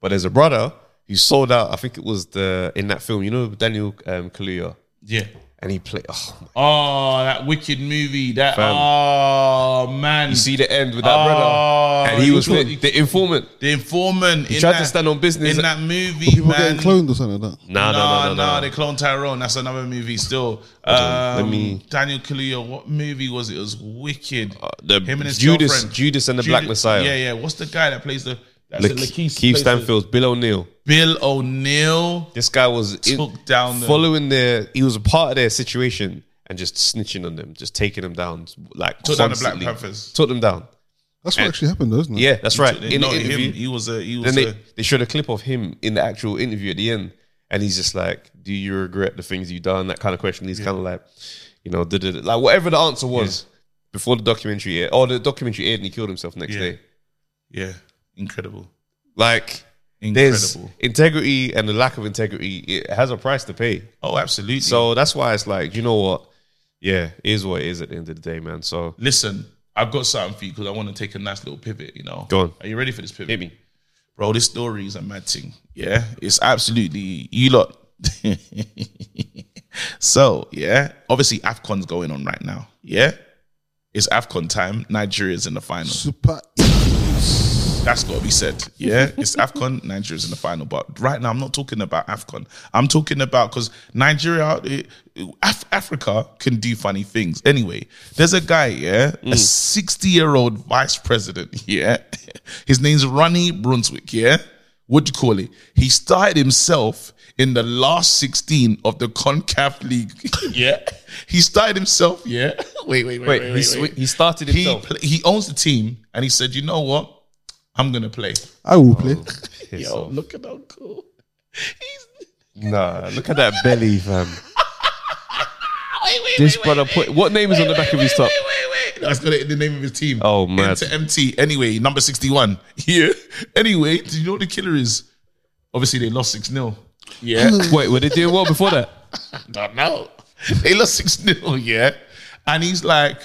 But there's a brother who sold out. I think it was the in that film, you know, Daniel um, Kaluuya, yeah. and he played. Oh, my- Oh, that wicked movie. That Fam. oh man, you see the end with that Oh, brother, and he you was thought- the, the informant. the informant. He in tried that, to stand on business. in that movie, People man. getting cloned or something like that. Nah, nah, nah, nah, They nah. cloned Tyrone. That's another movie still. on, Um, let me- Uh, Daniel Kaluuya. What movie was it? It was wicked. The Judas, Judas, and the Black Judas- Messiah. Yeah, yeah. What's the guy that plays the? That's Look, it, Lakeith Keith plays the- Stanfield, Bill O'Neill. Bill O'Neill. This guy was in- Took down the- following their. He was a part of their situation and just snitching on them, just taking them down, like Took down the Black constantly. Panthers. Took them down. That's what actually happened, though, isn't it? Yeah, that's right. In no, the interview, him. He was a. He was then a. they, they showed a clip of him in the actual interview at the end, and he's just like, "Do you regret the things you've done?" That kind of question. He's kind of like, you know, da, da, da, like whatever the answer was before the documentary aired, or the documentary aired, and he killed himself next Yeah. day. Yeah, incredible. Like, there's Incredible. integrity and the lack of integrity. It has a price to pay. Oh, absolutely. So So that's why it's like, you know what? Yeah, it is what it is at the end of the day, man. So listen, I've got something for you because I want to take a nice little pivot. You know, Go on. Are you ready for this pivot? hit me. bro, this story is a mad thing. Yeah, it's absolutely you lot. so yeah, obviously Afcon's going on right now. Yeah, it's Afcon time. Nigeria's in the final. Super. That's got to be said. Yeah, it's AFCON. Nigeria's in the final. But right now, I'm not talking about AFCON. I'm talking about because Nigeria, it- Af- Africa can do funny things. Anyway, there's a guy, yeah, a 60 year old vice president, yeah. His name's Ronnie Brunswick, yeah. What do you call it? He started himself in the last 16 of the CONCAF League. yeah. He started himself, yeah. Wait, wait, wait. Wait, wait, he, wait, sw- wait. he started He, himself. pl- he owns the team and he said, you know what? I'm going to play. I will play. Piss Yo, off. look at Uncle. He's Nah, look at that belly, fam. wait, wait, This wait, brother wait, put. What name is on the back of his top? Wait, wait, wait. That's gonna the name of his team. Oh, mad. Into MT. Anyway, number sixty-one. Yeah. Anyway, do you know what the killer is? Obviously, they lost six 0 Yeah. Wait, were they doing well before that? Don't know. They lost 6 0, yeah. And he's like,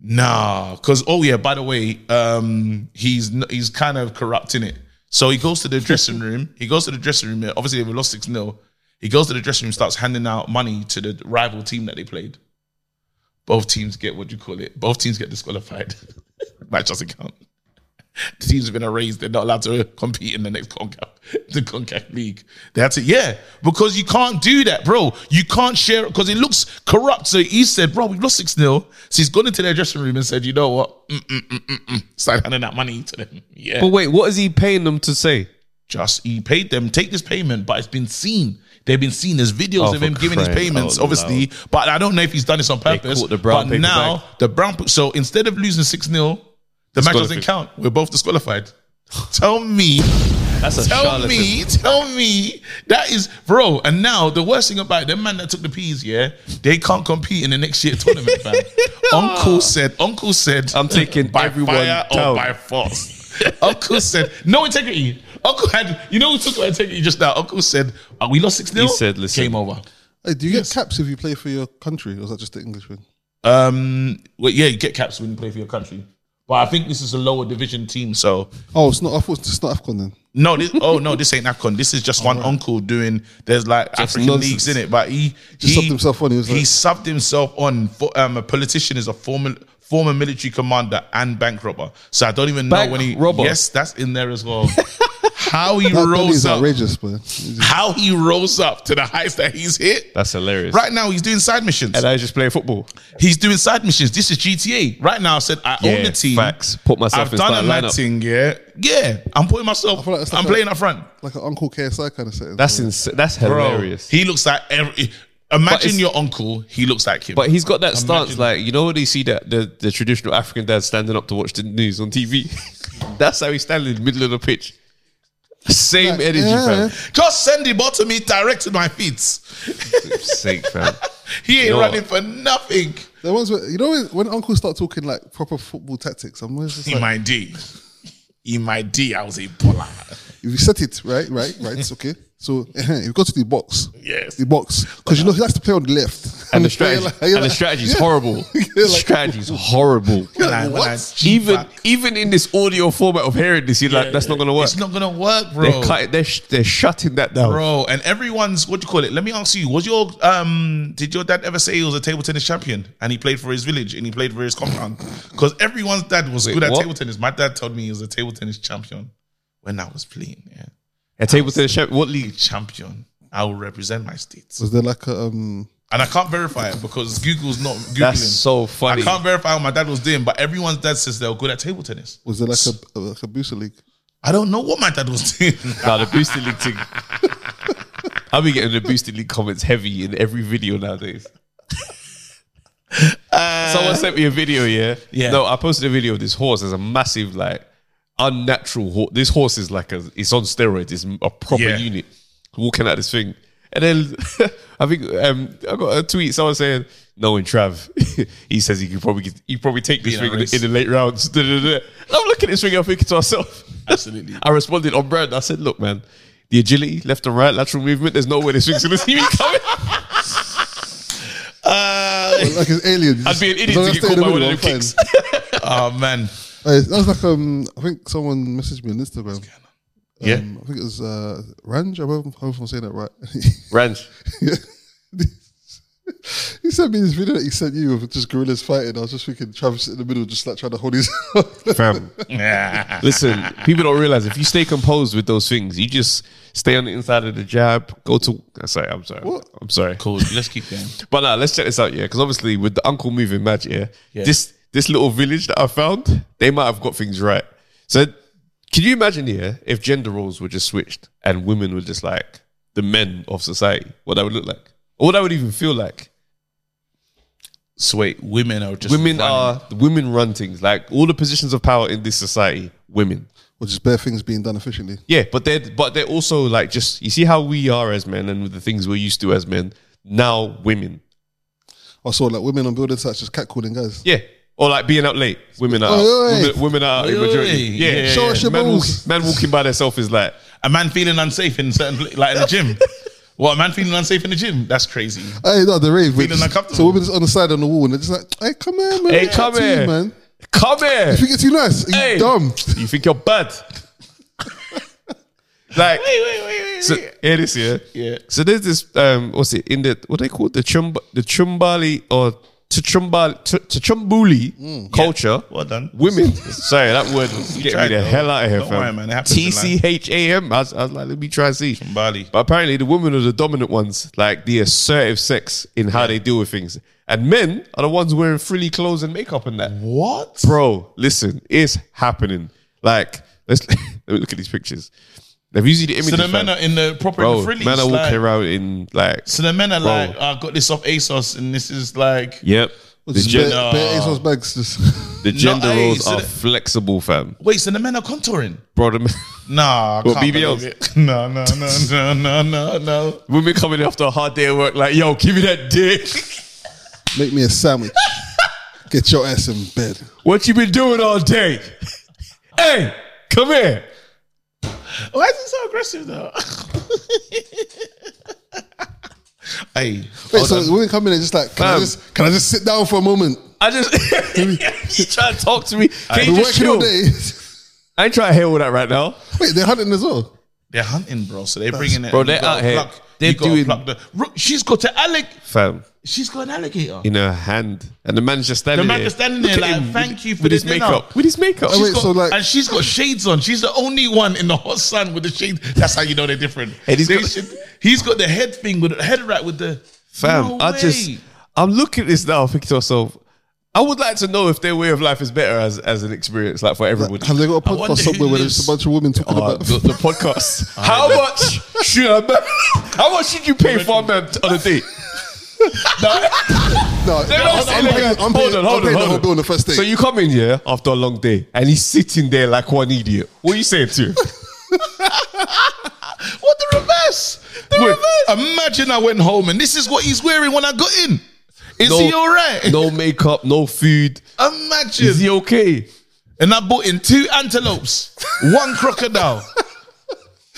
nah. Because, oh, yeah, by the way, um, he's n- he's kind of corrupting it. So he goes to the dressing room. He goes to the dressing room. yeah, Obviously, they lost 6 0. He goes to the dressing room, starts handing out money to the rival team that they played. Both teams get what do you call it? Both teams get disqualified. Match doesn't count. The teams have been erased. They're not allowed to compete in the next CONCACAF, the CONCACAF league. They had to, yeah, because you can't do that, bro. You can't share because it looks corrupt. So he said, bro, we've lost 6 0. So he's gone into their dressing room and said, you know what? Mm, Mm-mm-mm-mm-mm. Start handing that money to them. Yeah. But wait, what is he paying them to say? Just he paid them, take this payment, but it's been seen. They've been seen. There's videos Oh, of him for giving his crying payments, out obviously. But I don't know if he's done this on purpose. caught the brown but paper now the brown. pa- So instead of losing six 0 the match doesn't Disqualified. count. We're both disqualified. tell me, That's a tell me, tell me that is bro. And now the worst thing about it, the man that took the peas, yeah, they can't compete in the next year tournament. fam. Uncle said, Uncle said, I'm taking by everyone fire down. or by force. Uncle said, no integrity. Uncle had, you know, we talked about integrity just now. Uncle said, uh, we lost 6 0. He said, listen. Game over. Hey, do you get caps if you play for your country, or is that just the English one? Um, well, yeah, you get caps when you play for your country. But I think this is a lower division team. So, Oh, it's not. I thought it's not Afcon then. no, this, oh, no, this ain't AFCON. This is just one uncle doing, there's like African nonsense. leagues in it. But he, Just he subbed himself on, he was he like- subbed himself on. For, um, a politician is a former former military commander and bank robber. So I don't even know Bank when he. robber? Yes, that's in there as well. How he That belly rose is up. outrageous, man. It's just- how he rose up to the heights that he's hit. That's hilarious. Right now, he's doing side missions. And I was just playing football. He's doing side missions. This is GTA. Right now, I said I own Yeah, the team. facts. Put myself I've in done a starting mad lineup. thing. Yeah, yeah. I'm putting myself. feel like that's I'm like playing a- up front. Like an Uncle KSI kind of setting. That's ins- that's Bro, hilarious. he looks like every. But it's- Imagine your uncle. He looks like him. but he's got that stance, like you know when you see that the, the traditional African dad standing up to watch the news on TV. that's how he's standing in the middle of the pitch. Same energy, yeah. fam. Just send the ball to me direct to my feet. Sake, fam. He ain't You know what? running for nothing. The ones where, you know when, when uncles start talking like proper football tactics, I'm always just In like, my D. In my D, I was a baller. if you set it right, right, right, it's okay. So if you go to the box, Yes. the box, because you know he likes to play on the left, And the you're strategy, like- you're and the like- strategy's yeah. horrible. You're The like- strategy's horrible. When I- when What? I cheat Even back. even in this audio format of hearing this, you're like, that's not gonna work. It's not gonna work, bro. they're, cut, they're, sh- they're shutting that down. Bro, and everyone's what do you call it? Let me ask you, was your um did your dad ever say he was a table tennis champion and he played for his village and he played for his compound? Because everyone's dad was good at what? table tennis. My dad told me he was a table tennis champion when I was playing, yeah. A table tennis champ. What league? Champion. I will represent my state. Was there like a um? And I can't verify it because Google's not Googling. That's so I funny. can't verify what my dad was doing, but everyone's dad says they were good at table tennis. Was there like a like a booster league? I don't know what my dad was doing. Nah, the boosted league thing. I'll be getting the boosted league comments heavy in every video nowadays. Someone sent me a video, yeah? Uh, Yeah. No, I posted a video of this horse. There's a massive, like, unnatural horse. This horse is like a, it's on steroids. It's a proper Yeah. unit walking at this thing. And then I think um, I got a tweet. Someone saying, "Knowing Trav, he says he could probably get, he probably take this Be in a thing in race. the, in the late rounds." Da, da, da. I'm looking at this thing. I'm thinking to myself, Absolutely. I responded on brand. I said, look, man, the agility, left and right, lateral movement, there's no way this thing's going to see me coming. Uh, Like an alien. I'd be an idiot As long to as get I stay caught in the by one middle, of them I'm kicks. fine. oh man. Uh, That was like um. I think someone messaged me on Instagram. Yeah. Um, I think it was uh, Ranj. I hope, hope I'm saying that right. Ranch. he sent me this video that he sent you of just gorillas fighting. I was just thinking Travis in the middle, just like trying to hold his. Fam. Yeah. Listen, people don't realize if you stay composed with those things, you just stay on the inside of the jab, go to. I'm sorry, I'm sorry. I'm sorry. Cool. Let's keep going. But now let's check this out, yeah. Because obviously, with the uncle moving match, yeah, Yeah. this this little village that I found, they might have got things right. So, can you imagine, yeah, if gender roles were just switched and women were just like the men of society, what that would look like, or what that would even feel like? So wait, women are just Women running. are women run things like all the positions of power in this society, women. or just bare things being done efficiently. Yeah, but they're but they're also like just you see how we are as men and with the things we're used to as men now women. I saw like women on building sites just catcalling guys. Yeah. Or like being out late. Women are Oi, oi. women, women are out in Oi, oi. majority. Yeah. Yeah, Show us your man, walk- balls. man walking by themselves is like a man feeling unsafe in certain pla- like in the gym. What a man feeling unsafe in the gym? That's crazy. Hey, no, the rave. Feeling Feeling uncomfortable. So women just on the side on the wall, and they're just like, "Hey, come here, man. Hey, Chat come to you, here. man. Come here. If you get too nice, you Hey. dumb." You think you're bad? like, wait, wait, wait. so, hear this, yeah? Yeah. So there's this, um, what's it, in the, what they call it? the chumba, the chumbali or Tchumbali, Tch- Tchumbuli Mm. culture. well done. Women, sorry, that word was getting me tried, the though. hell out of here, Don't fam. worry, man, it happens in T life. C H A M. I was, I was like, let me try and see. Bali. But apparently, the women are the dominant ones, like the assertive sex in how they deal with things, and men are the ones wearing frilly clothes and makeup and that. What? Bro, listen, it's happening. Like, let's let me look at these pictures. They've usually the images. So the men fam. are in the proper Bro, frillies. men are walking like- around in like. So the men are Bro. like, I got this off ASOS, and this is like. Yep. The, Just gen- Ah. bare, bare ASOS bags. Just the gender No, hey, roles so are the- flexible, fam. Wait, so the men are contouring? Bro, the men, Nah, I What, can't BBLs? believe it. No, no, no, no, no, no, no. women coming after a hard day of work, like, yo, give me that dick. make me a sandwich. get your ass in bed. What you been doing all day? hey, come here. Why is it so aggressive though? hey, Wait, hold so on. women come in and just like, can I Fam. just can I just sit down for a moment? I just you trying to talk to me. Can I've you been just working chill? all day. I ain't trying to hear all that right now. Wait, they're hunting as well. they're hunting, bro. So they're bringing it. Bro, and you they're gotta out here. pluck- They're you gotta doing- pluck the- Ro- she's got an allic. Fam, She's got an alligator. in her hand. And the man's just standing The man there. just standing Look there at like, him "Thank with- you for With the his dinner." makeup. With his makeup. Oh, She's wait, got- so like- and she's got shades on. She's the only one in the hot sun with the shades. That's how you know they're different. And he's They got- should- he's got the head thing with the head wrap with the Fam, No I just, way. I'm looking at this now, thinking to myself, I would like to know if their way of life is better as, as an experience, like for everybody. Have they got a I wonder podcast who somewhere where there's lives- just a bunch of women talking Uh, about? the, the podcast. How much should I? How much should you pay for a man on a date? No. no, They're I'm- not I'm saying paying- that. I'm Hold on, hold on, paying- I'm paying the whole hold bill on. on the first So date. you come in here after a long day, and he's sitting there like one idiot. What are you saying to him? What the reverse? The Wait. reverse. Imagine I went home and this is what he's wearing when I got in. Is No- he all right? No makeup, no food. Imagine. Is he okay? and I bought in two antelopes, one crocodile.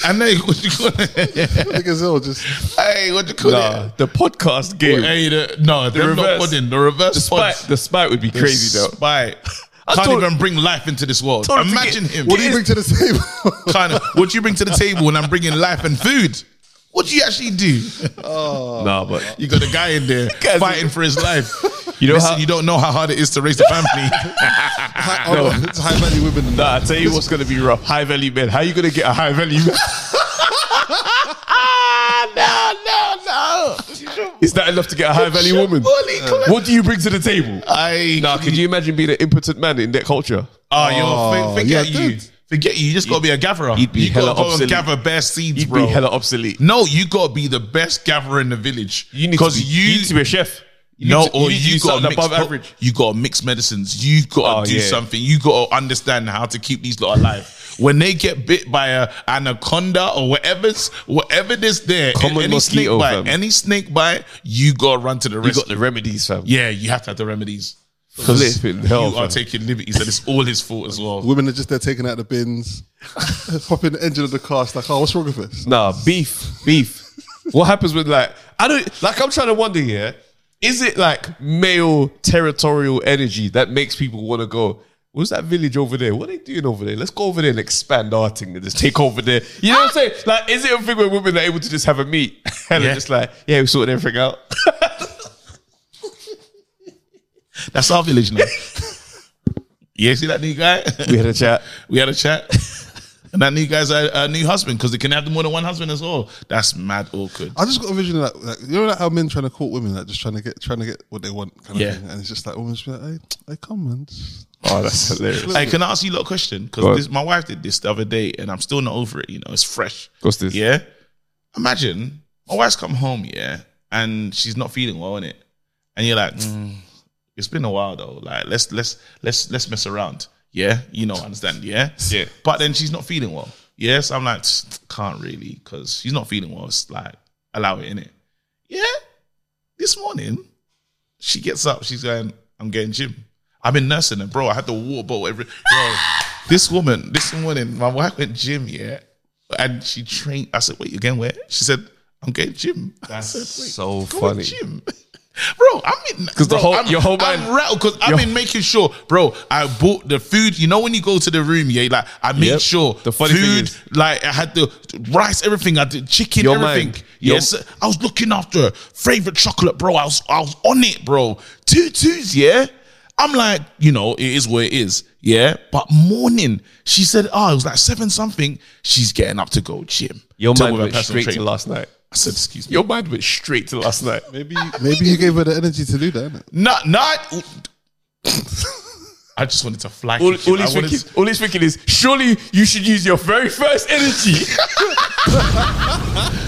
And then what you call it? Like as well, just hey, what you call Nah, it? the podcast game. Hey, the, no, the reverse. not podding. The reverse the spite, pods. the spite would be crazy though. Spite. I Can't told- even bring life into this world. Told him to Imagine get- him. what do you bring to the table? Kind of, what do you bring to the table when I'm bringing life and food? What do you actually do? Nah, but You got a guy in there Guys, fighting for his life. You know You know, Listen, how- you don't know how hard it is to raise a family. High- oh, no, it's high value women. Ah, nah, I tell you what's gonna be rough. High value men. How you gonna get a high value man? ah, no, no, no. Is that enough to get a high value woman? Surely, come on. What do you bring to the table? I Nah, could you imagine being an impotent man in that culture? Oh, yo, Oh, f- forget yeah, you. dude. Forget you. You just gotta be a gatherer. he'd be you hella gotta go obsolete. and gather bare seeds, You'd bro. be hella obsolete. no, you gotta be the best gatherer in the village. You need because to be, you, you need to be a chef. You no, need to, or need to you, do got something to mix, above pro- average. You got to mix medicines. You got Oh, to do yeah. something. You got to understand how to keep these lot alive. when they get bit by a anaconda or whatever's whatever this there, Common any snake mosquito, bite, fam. any snake bite, you got to run to the You rescue. got the remedies, fam. yeah, you have to have the remedies. Flipping hell, you are fam. taking liberties, and it's all his fault as well. Women are just there taking out the bins, popping the engine of the car. It's like, oh, what's wrong with this? Nah, beef, beef. what happens with like I don't like I'm trying to wonder here, is it like male territorial energy that makes people want to go? What's that village over there? What are they doing over there? Let's go over there and expand our thing and just take over there. You know Ah! what I'm saying? Like, is it a thing where women are able to just have a meet and Yeah. they're just like, yeah, we sorted everything out? That's our village now. yeah, see that new guy? we had a chat. we had a chat. And that new guy's a, a new husband because they can have more than one husband as well. That's mad awkward. I just got a vision of like, like you know like how men trying to court women, like just trying to get trying to get what they want, kind of Yeah. thing. And it's just like women just be like, hey, hey come man. Just- Oh, that's hilarious. Hey, can I ask you a little question? on. Because my wife did this the other day, and I'm still not over it. You know, it's fresh. What's this? Yeah. Imagine my wife's come home, yeah, and she's not feeling well in it, and you're like, "Mm, it's been a while though. Like, let's let's let's let's mess around. Yeah, you know, I understand. Yeah, Yeah. But then she's not feeling well. Yes, I'm like, "Tsk, can't really because she's not feeling well. It's like allow it in it. Yeah. This morning, she gets up. She's going, I'm getting gym. I've been nursing her, bro. I had the water bottle every. Bro, this woman, this morning, my wife went gym, yeah, and she trained. I said, wait, again, where? She said, I'm going gym. That's I said, "Wait, so go funny. gym. Bro, I'm in 'Cause the bro, whole- I'm, your whole I'm mind- rattled because I've your- been making sure, bro. I bought the food. You know when you go to the room, yeah, like I made Yep. sure The funny thing food, is- like I had the rice, everything, I did chicken, Your everything. mind, your- yes, I was looking after her. favorite chocolate, bro. I was I was on it, bro. Two twos, yeah. I'm like, you know, it is what it is, yeah. But morning, she said, oh, it was like seven something. She's getting up to go gym. Your Talk mind with her went personal straight to trainer. last night. I said, excuse me. Your mind went straight to last night. Maybe maybe you gave her the energy to do that. Innit? Not, not. I just wanted to fly. All, kick him. all, I he's wanted thinking, to- all he's thinking is, surely you should use your very first energy.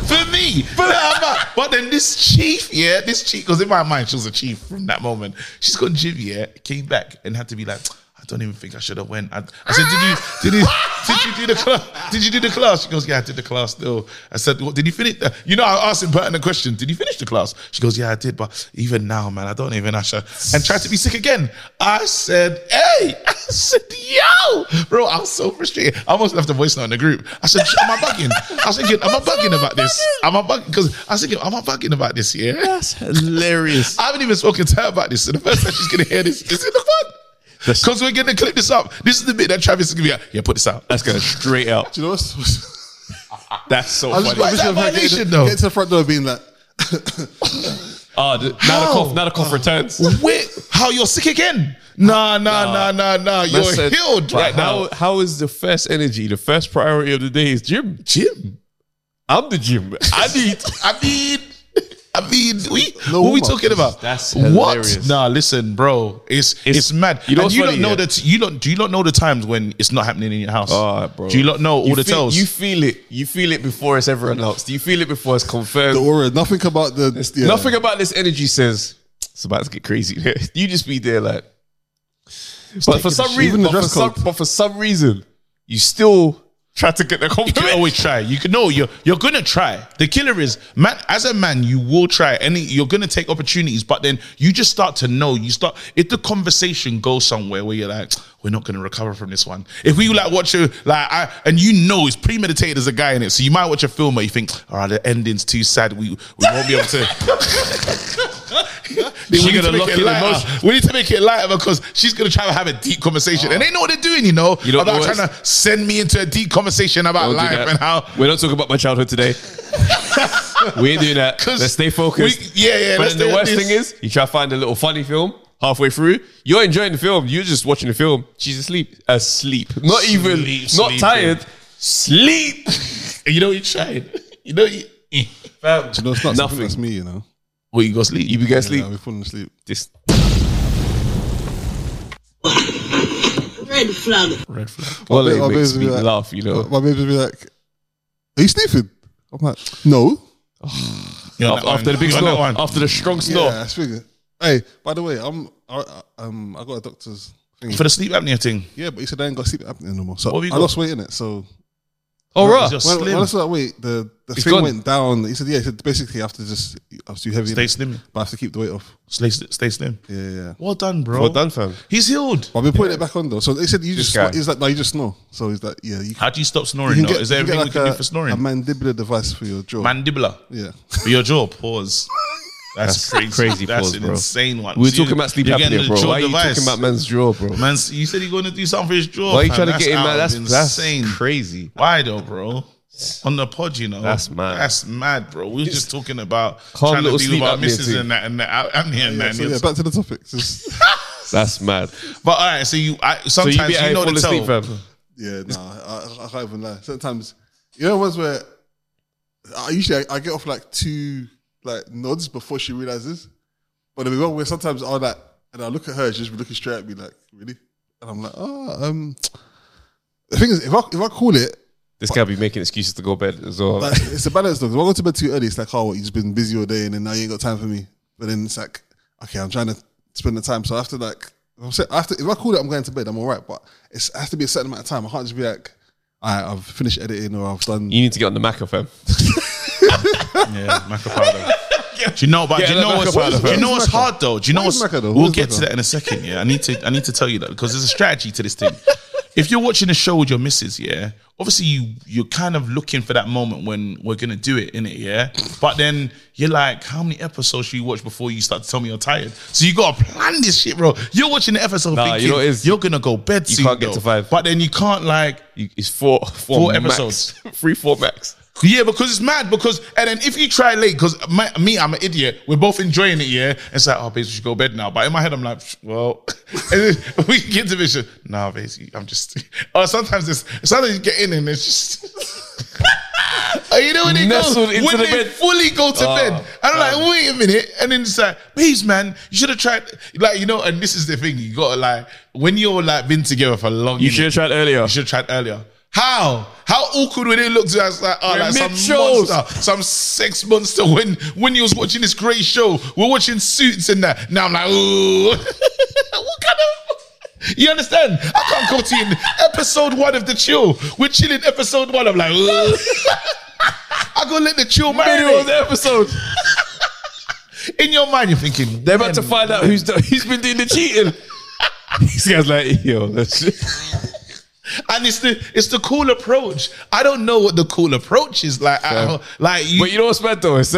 for me. But, I'm not- but then this chief, yeah, this chief, because in my mind she was a chief from that moment. She's gone gym, yeah, came back and had to be like, I don't even think I should have went. I, I said, did you, did you, did you do the class? Did you do the class? She goes, yeah, I did the class still. I said, what, did you finish? The, you know, I asked him pertinent question. Did you finish the class? She goes, yeah, I did. But even now, man, I don't even, I should, and tried to be sick again. I said, hey, I said, yo, bro, I was so frustrated. I almost left a voice note in the group. I said, am I bugging? I was thinking, am I bugging about this? Am I bugging? Because I was thinking, am I bugging about this? Yeah. That's hilarious. I haven't even spoken to her about this. So the first time she's gonna hear this is in the fun. Because we're gonna clip this up. This is the bit that Travis is gonna be like, yeah, put this out. That's going straight out. Do you know what's? That's so I just funny. Why is picture that of her violation, getting- though? Getting to the front door and being like, Ah, the- now the How? cough, now the cough returns. Wait, how you're sick again? Nah, nah, nah, nah, nah. You're healed But right how, now. How is the first energy, the first priority of the day is gym? Jim. I'm the gym. I need. I mean, I mean, we No what we warm-up. talking about? That's what? hilarious. Nah, listen, bro, it's it's, It's- mad. you know and what's you funny, don't know yeah? that you don't do you not know the times when it's not happening in your house, Ah, bro. Do you not know all You the feel, tells? You feel it. You feel it before it's ever announced. You feel it before it's confirmed. the aura, nothing about the. Yeah. Nothing about this energy says it's about to get crazy. you just be there like. But for some shit. reason, Even the but for dress some, code. but for some reason, you still try to get the you can compliment. always try. You can no, you're you're gonna try. The killer is man. As a man, you will try. Any you're gonna take opportunities, but then you just start to know. You start if the conversation goes somewhere where you're like, we're not gonna recover from this one. If we like watch a like, I, and you know it's premeditated as a guy in it, so you might watch a film where you think, all right, the ending's too sad. We we won't be able to. You We're need gonna to make lock it it lighter. emotional. We need to make it lighter because she's gonna try to have a deep conversation, and they know what they're doing. You know, You don't about know trying to send me into a deep conversation about Don't do life that. and how We're not talking about my childhood today. we ain't doing that. 'Cause Let's stay focused. we- yeah, yeah, But let's then the stay on worst this. thing is, you try to find a little funny film halfway through. You're enjoying the film. You're just watching the film. She's asleep. Asleep. Not even. Sleep, not sleeping. tired. Sleep. And you know you tried. You know you. eh. Do you know, it's not Nothing. something that's me. You know, Well, you go sleep. You be going to sleep. yeah, we're falling asleep. This. Red flag. Red flag. Well, I'll it be- makes I'll me be like- laugh. You know. My baby would be like, "Are you snooping?" I'm like, "No." After, after the big snore. After the strong snore. Yeah, that's bigger. Hey, by the way, I'm I, I- um I got a doctor's thing. for the sleep apnea thing. yeah, but he said I ain't got sleep apnea no more. So What have I you got? lost weight in it. So Oh, right. Just when, slim. when I saw that weight, the the It's thing gone. went down. He said, yeah, he said basically I have to just I was too heavy. Stay innit? slim. but I have to keep the weight off. Stay, stay slim. Yeah, yeah. yeah. Well done, bro. Well done, fam. He's healed. But I've been putting it back on though. So they said you just guy. snore. he's like no, you just snore. So he's like yeah, you, How do you stop you snoring? though? Is there you anything we like can a, do for A snoring? mandibular device for your jaw. Mandibular. yeah, For your jaw. Pause. That's, crazy. crazy That's pause, an bro. insane one. We were So you- talking about sleep you're getting apnea, the bro. jaw Why are you device. talking about man's jaw, bro? Man, you said you're going to do something for his jaw. Why are you fam. trying to That's get him out mad? That's, of that's insane. crazy. Why though, bro? On the pod, you know. That's mad. That's mad, bro. We were just talking about Calm trying to little deal with sleep our apnea missus thing. and that and that. I'm here, yeah. man. So yeah, back to the topic. Just, That's mad. But all right, so you I, So sometimes you, be, you, I know fall the asleep, tell. fam. Yeah, no, I, I can't even lie. Sometimes, you know, ones where I usually I, I get off like two like nods before she realizes, but there'll be one where sometimes I'll like and I look at her, she's just looking straight at me like, really, and I'm like, oh, um. The thing is, if I if I call it, This guy be making excuses to go bed as well. like, it's a balance though. 'cause If I go to bed too early, it's like, oh, what, you've just been busy all day, and then now you ain't got time for me. But then it's like, okay, I'm trying to spend the time, so I have to like, I'm saying, I have to, if I call it, I'm going to bed, I'm all right, but it's, it has to be a certain amount of time. I can't just be like, all right, I've finished editing or I've done. you need to get on the Mac of him. Yeah, maca powder. Do you know? But Yeah, do that you know maca what's powder, do you fam. know what's Where's maca? hard though? Do you know Where's what's maca, though? we'll Where's get to maca? that in a second. Yeah, I need to I need to tell you that because there's a strategy to this thing. if you're watching a show with your missus, yeah, obviously you you're kind of looking for that moment when we're gonna do it, in it, yeah. But then you're like, how many episodes should you watch before you start to tell me you're tired? So you gotta plan this shit, bro. You're watching the episode Nah, thinking you know what it is? you're gonna go bed soon. can't get though. to five. But then you can't like You- It's four, four, Four max. episodes. three, four max. yeah, because it's mad. Because and then if you try late, because me, I'm an idiot. We're both enjoying it, yeah. It's like, oh, babe, we should go to bed now. But in my head, I'm like, "Psh, well, and then we get to vision. Nah, babe, I'm just. Or sometimes it's sometimes you get in and it's just. Oh, you know when they Nestled go into when the they bed. fully go to Oh, bed, and I'm like, wait a minute, and then it's like, babes, man, you should have tried, like, you know. And this is the thing, you gotta like when you're like been together for long, You innit? should have tried earlier. You should have tried earlier. How? How awkward would it look to us like, oh, We're like some mid-shows. monster, some sex monster when when you was watching this great show, we're watching suits and that. Now I'm like, ooh, what kind of? You understand? I can't go to you in episode one of the chill. We're chilling episode one. I'm like, ooh. I gotta let the chill Middle of marinate. the episode. In your mind, you're thinking They're about to find out who's done- who's been doing the cheating. These guys like, yo, let's and it's the it's the cool approach. I don't know what the cool approach is like. I, don't- like you, But you know what's mad though? It's,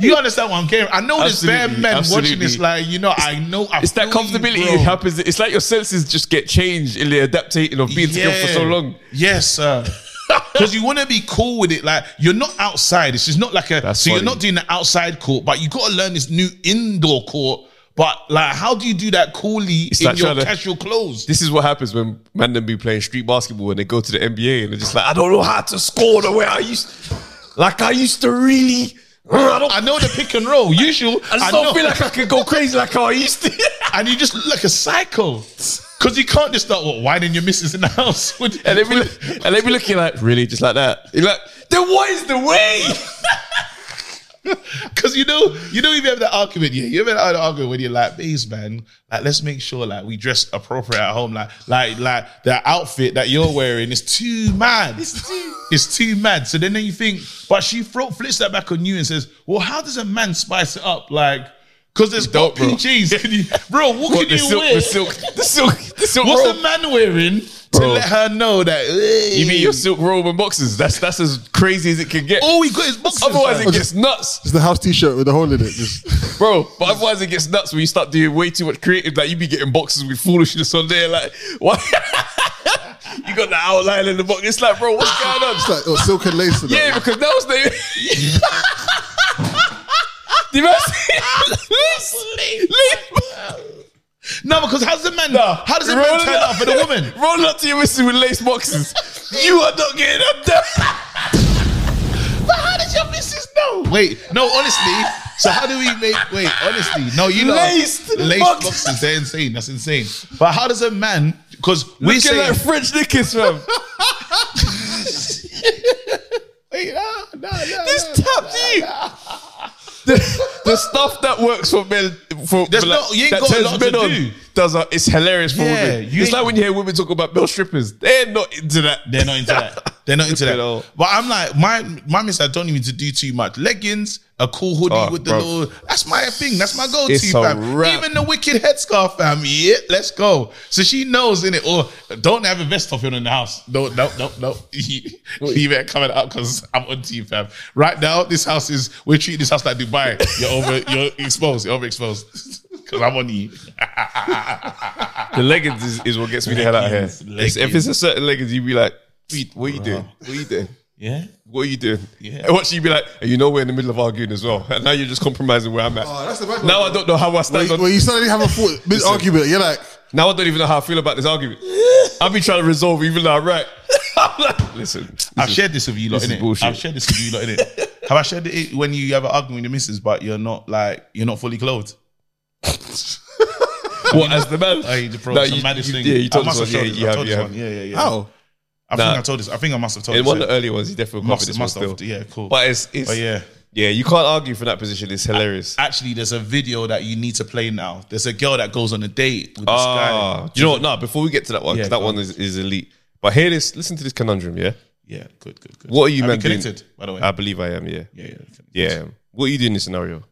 You understand what I'm getting? I know there's bare Absolutely, men watching absolutely. this, like you know, I know. I it's that feel you, comfortability. bro. It happens. It's like your senses just get changed in the adapting of being together for so long. Yes, sir. Because you want to be cool with it. Like you're not outside. It's just not like a. That's so you're funny. not doing the outside court, but you got to learn this new indoor court. But like, how do you do that coolly in like your trying to- casual clothes? This is what happens when man them be playing street basketball and they go to the NBA and they're just like, I don't know how to score the way I used, like I used to really. I don't. I know the pick and roll. Usual. I just I know. don't feel like I can go crazy like how I used to. and you just look like a psycho. Because you can't just start what why didn't your missus in the house. and and they be look- and they be looking like really just like that. You're like, then what is the way? Because you know, you know, you have that argument, yeah. You have that argument when you're like, "Babe, man, like, let's make sure like we dress appropriate at home. Like, like, like the outfit that you're wearing is too mad. It's too, mad." So then, then you think, but she throw, flips that back on you and says, "Well, how does a man spice it up? Like, because there's got don't, bro. PJs, Can you- bro. What, What, can the you silk, wear? the silk, the silk, the silk What's robe. a man wearing to Bro. let her know that hey, You mean your silk robe and boxes? That's that's as crazy as it can get. all we got is boxes? Otherwise, fam. it gets nuts. It's the house T-shirt with a hole in it. Just, bro. But otherwise, it gets nuts when you start doing way too much creative. Like you be getting boxes with foolishness on there. Like why? you got the outline in the box. It's like, bro, what's going on? it's like oh, silk and lace. And Yeah, that. because that was the. Did I see? no, because how's the man? How does a man Rolling turn up for the woman? Roll up to your missus with lace boxes. you are not getting up there. But how did your missus know? Wait, no, honestly. So how do we make? Wait, honestly, no, you know, Laced laced box- boxes. They're insane. That's insane. But how does a man? Because we Look at say, that French knickers, fam. wait, no, no, no, This no. tapped you. the, the stuff that works for men, for, There's for not- you ain't that got a turns lot to men on, do. Does a, it's hilarious for Yeah, women. you It's like ain't- when you hear women talk about male strippers. They're not into that. They're not into that. They're not into Look at that. all. But I'm like, my my miss, I don't need to do too much. Leggings, a cool hoodie Oh, with the bro. little. That's my thing. That's my go-to, It's a fam. wrap. Even the wicked headscarf, fam. Yeah, let's go. So she knows in it. Or don't have a vest off here in the house. No, no, no, no. you better coming up because I'm on to you, fam. Right now, this house is we're treating this house like Dubai. You're over. You're exposed. You're overexposed. Because I'm on E. you. The leggings is, is what gets me the hell out of here. It's- Leggings, If it's a certain leggings, you be like, "Dude, what are you doing? What are you doing? Yeah. What are you doing? Yeah. And watch you be like, and you know we're in the middle of arguing as well, and now you're just compromising where I'm at. Oh, that's the bad now one. I don't know how I stand. Where, on, where you suddenly have a thought, mid argument. You're like, now I don't even know how I feel about this argument. I've been trying to resolve, even though I'm right. I'm like, Listen, I've shared this with you lot, this is innit? bullshit. I've shared this with you lot, innit? have I shared it when you have an argument with your missus, but you're not like you're not fully clothed? what as the man? Hey, bro, No, it's the you- maddest you- thing. Yeah, you I told us must one. have Yeah, told this. you I have, told you this one. have. Yeah, yeah, yeah. how? I Nah. think I told this. I think I must have told In this. one of yeah. the earlier ones, he definitely Must- copied this one must have, still. yeah, cool. But it's, it's But yeah. yeah, you can't argue from that position. It's hilarious. Actually, there's a video that you need to play now. There's a girl that goes on a date with this Ah, guy. you know what? Nah, before we get to that one, 'cause Yeah, that go one is, is elite. But hear this, listen to this conundrum, yeah? Yeah, good, good, good. What are you Have men doing? connected? By the way, I believe I am, yeah. yeah, yeah. Yeah. I am. What are you doing in this scenario?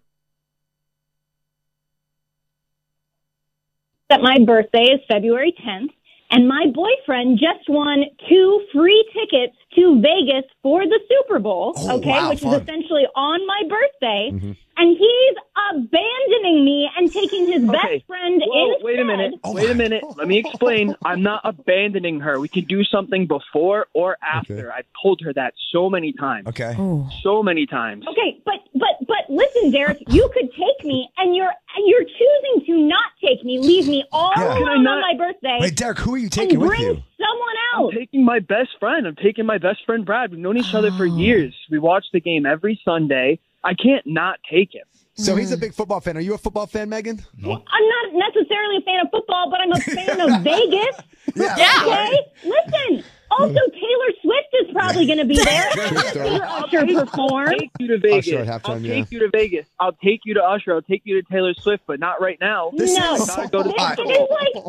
that my birthday is February 10th And my boyfriend just won two free tickets to Vegas for the Super Bowl, okay, Oh, wow, which fun. is Mm-hmm. essentially on my birthday. And he's abandoning me and taking his best friend Whoa, instead. wait a minute. Oh wait a my- minute. Let me explain. I'm not abandoning her. We can do something before or after. I've told her that so many times. Okay. So many times. Okay, but but but listen, Derek, you could take me, and you're and you're choosing to not take me, leave me all Yeah. How can I alone not- on my birthday, Wait, Derek, who are you taking and with bring you? someone I'm else. taking my best friend. I'm taking my best friend Brad. We've known each other for Oh. years. We watch the game every Sunday. I can't not take him. So he's a big football fan. Are you a football fan, Megan? I'm not necessarily a fan of football, but I'm a fan of Vegas. Yeah. Okay, listen. Also, Taylor Swift is probably going to be there. I'm going to see her Usher perform. I'll take you to Vegas. Usher at halftime, I'll take yeah. you to Vegas. I'll take you to Usher. I'll take you to Taylor Swift, but not right now. This no, is- this- Go to- it is like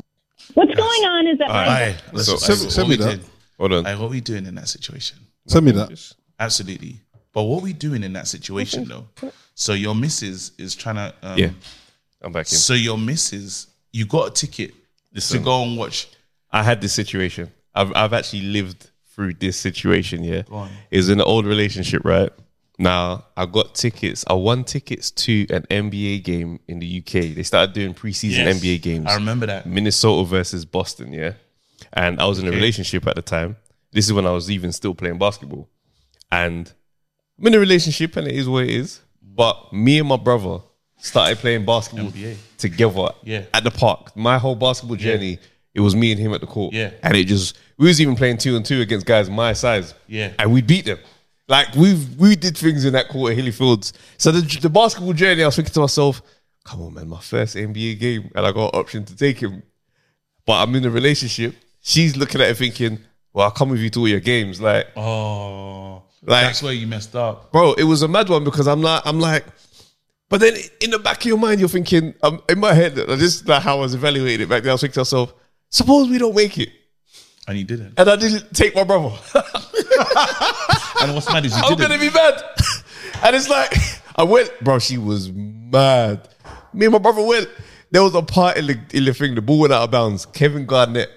what's going on is that All my right. Let's- So, let's- so, send- what send we me that. did. hold on. Like, what we doing in that situation? Send me that. Absolutely. But what we doing in that situation though? So your missus is trying to. Um, Yeah. I'm back in. So your missus, you got a ticket Listen. to go and watch. I had this situation. I've I've actually lived through this situation. Yeah, on. it was in an old relationship, right? Now I got tickets. I won tickets to an NBA game in the UK. They started doing preseason Yes. NBA games. I remember that. Minnesota versus Boston. Yeah, and I was in a relationship at the time. This is when I was even still playing basketball, and I'm in a relationship, and it is what it is. But me and my brother started playing basketball NBA. together Yeah. at the park. My whole basketball journey, it was me and him at the court. Yeah. And it just we was even playing two and two against guys my size. Yeah. And we beat them. Like we've we did things in that court at Hilly Fields. So the, the basketball journey, I was thinking to myself, come on, man, my first NBA game, and I got an option to take him. But I'm in a relationship. She's looking at it thinking, well, I'll come with you to all your games. Like, Oh, Like- that's where you messed up. bro, it was a mad one because I'm like, I'm like, but then in the back of your mind, you're thinking, um, in my head, this is like how I was evaluating it back then. I was thinking to myself, suppose we don't make it, And you didn't. and I didn't take my brother. And what's mad is you I'm didn't. gonna be mad, and it's like I went, bro. She was mad. Me and my brother went. There was a part in the, in the thing. The ball went out of bounds. Kevin Garnett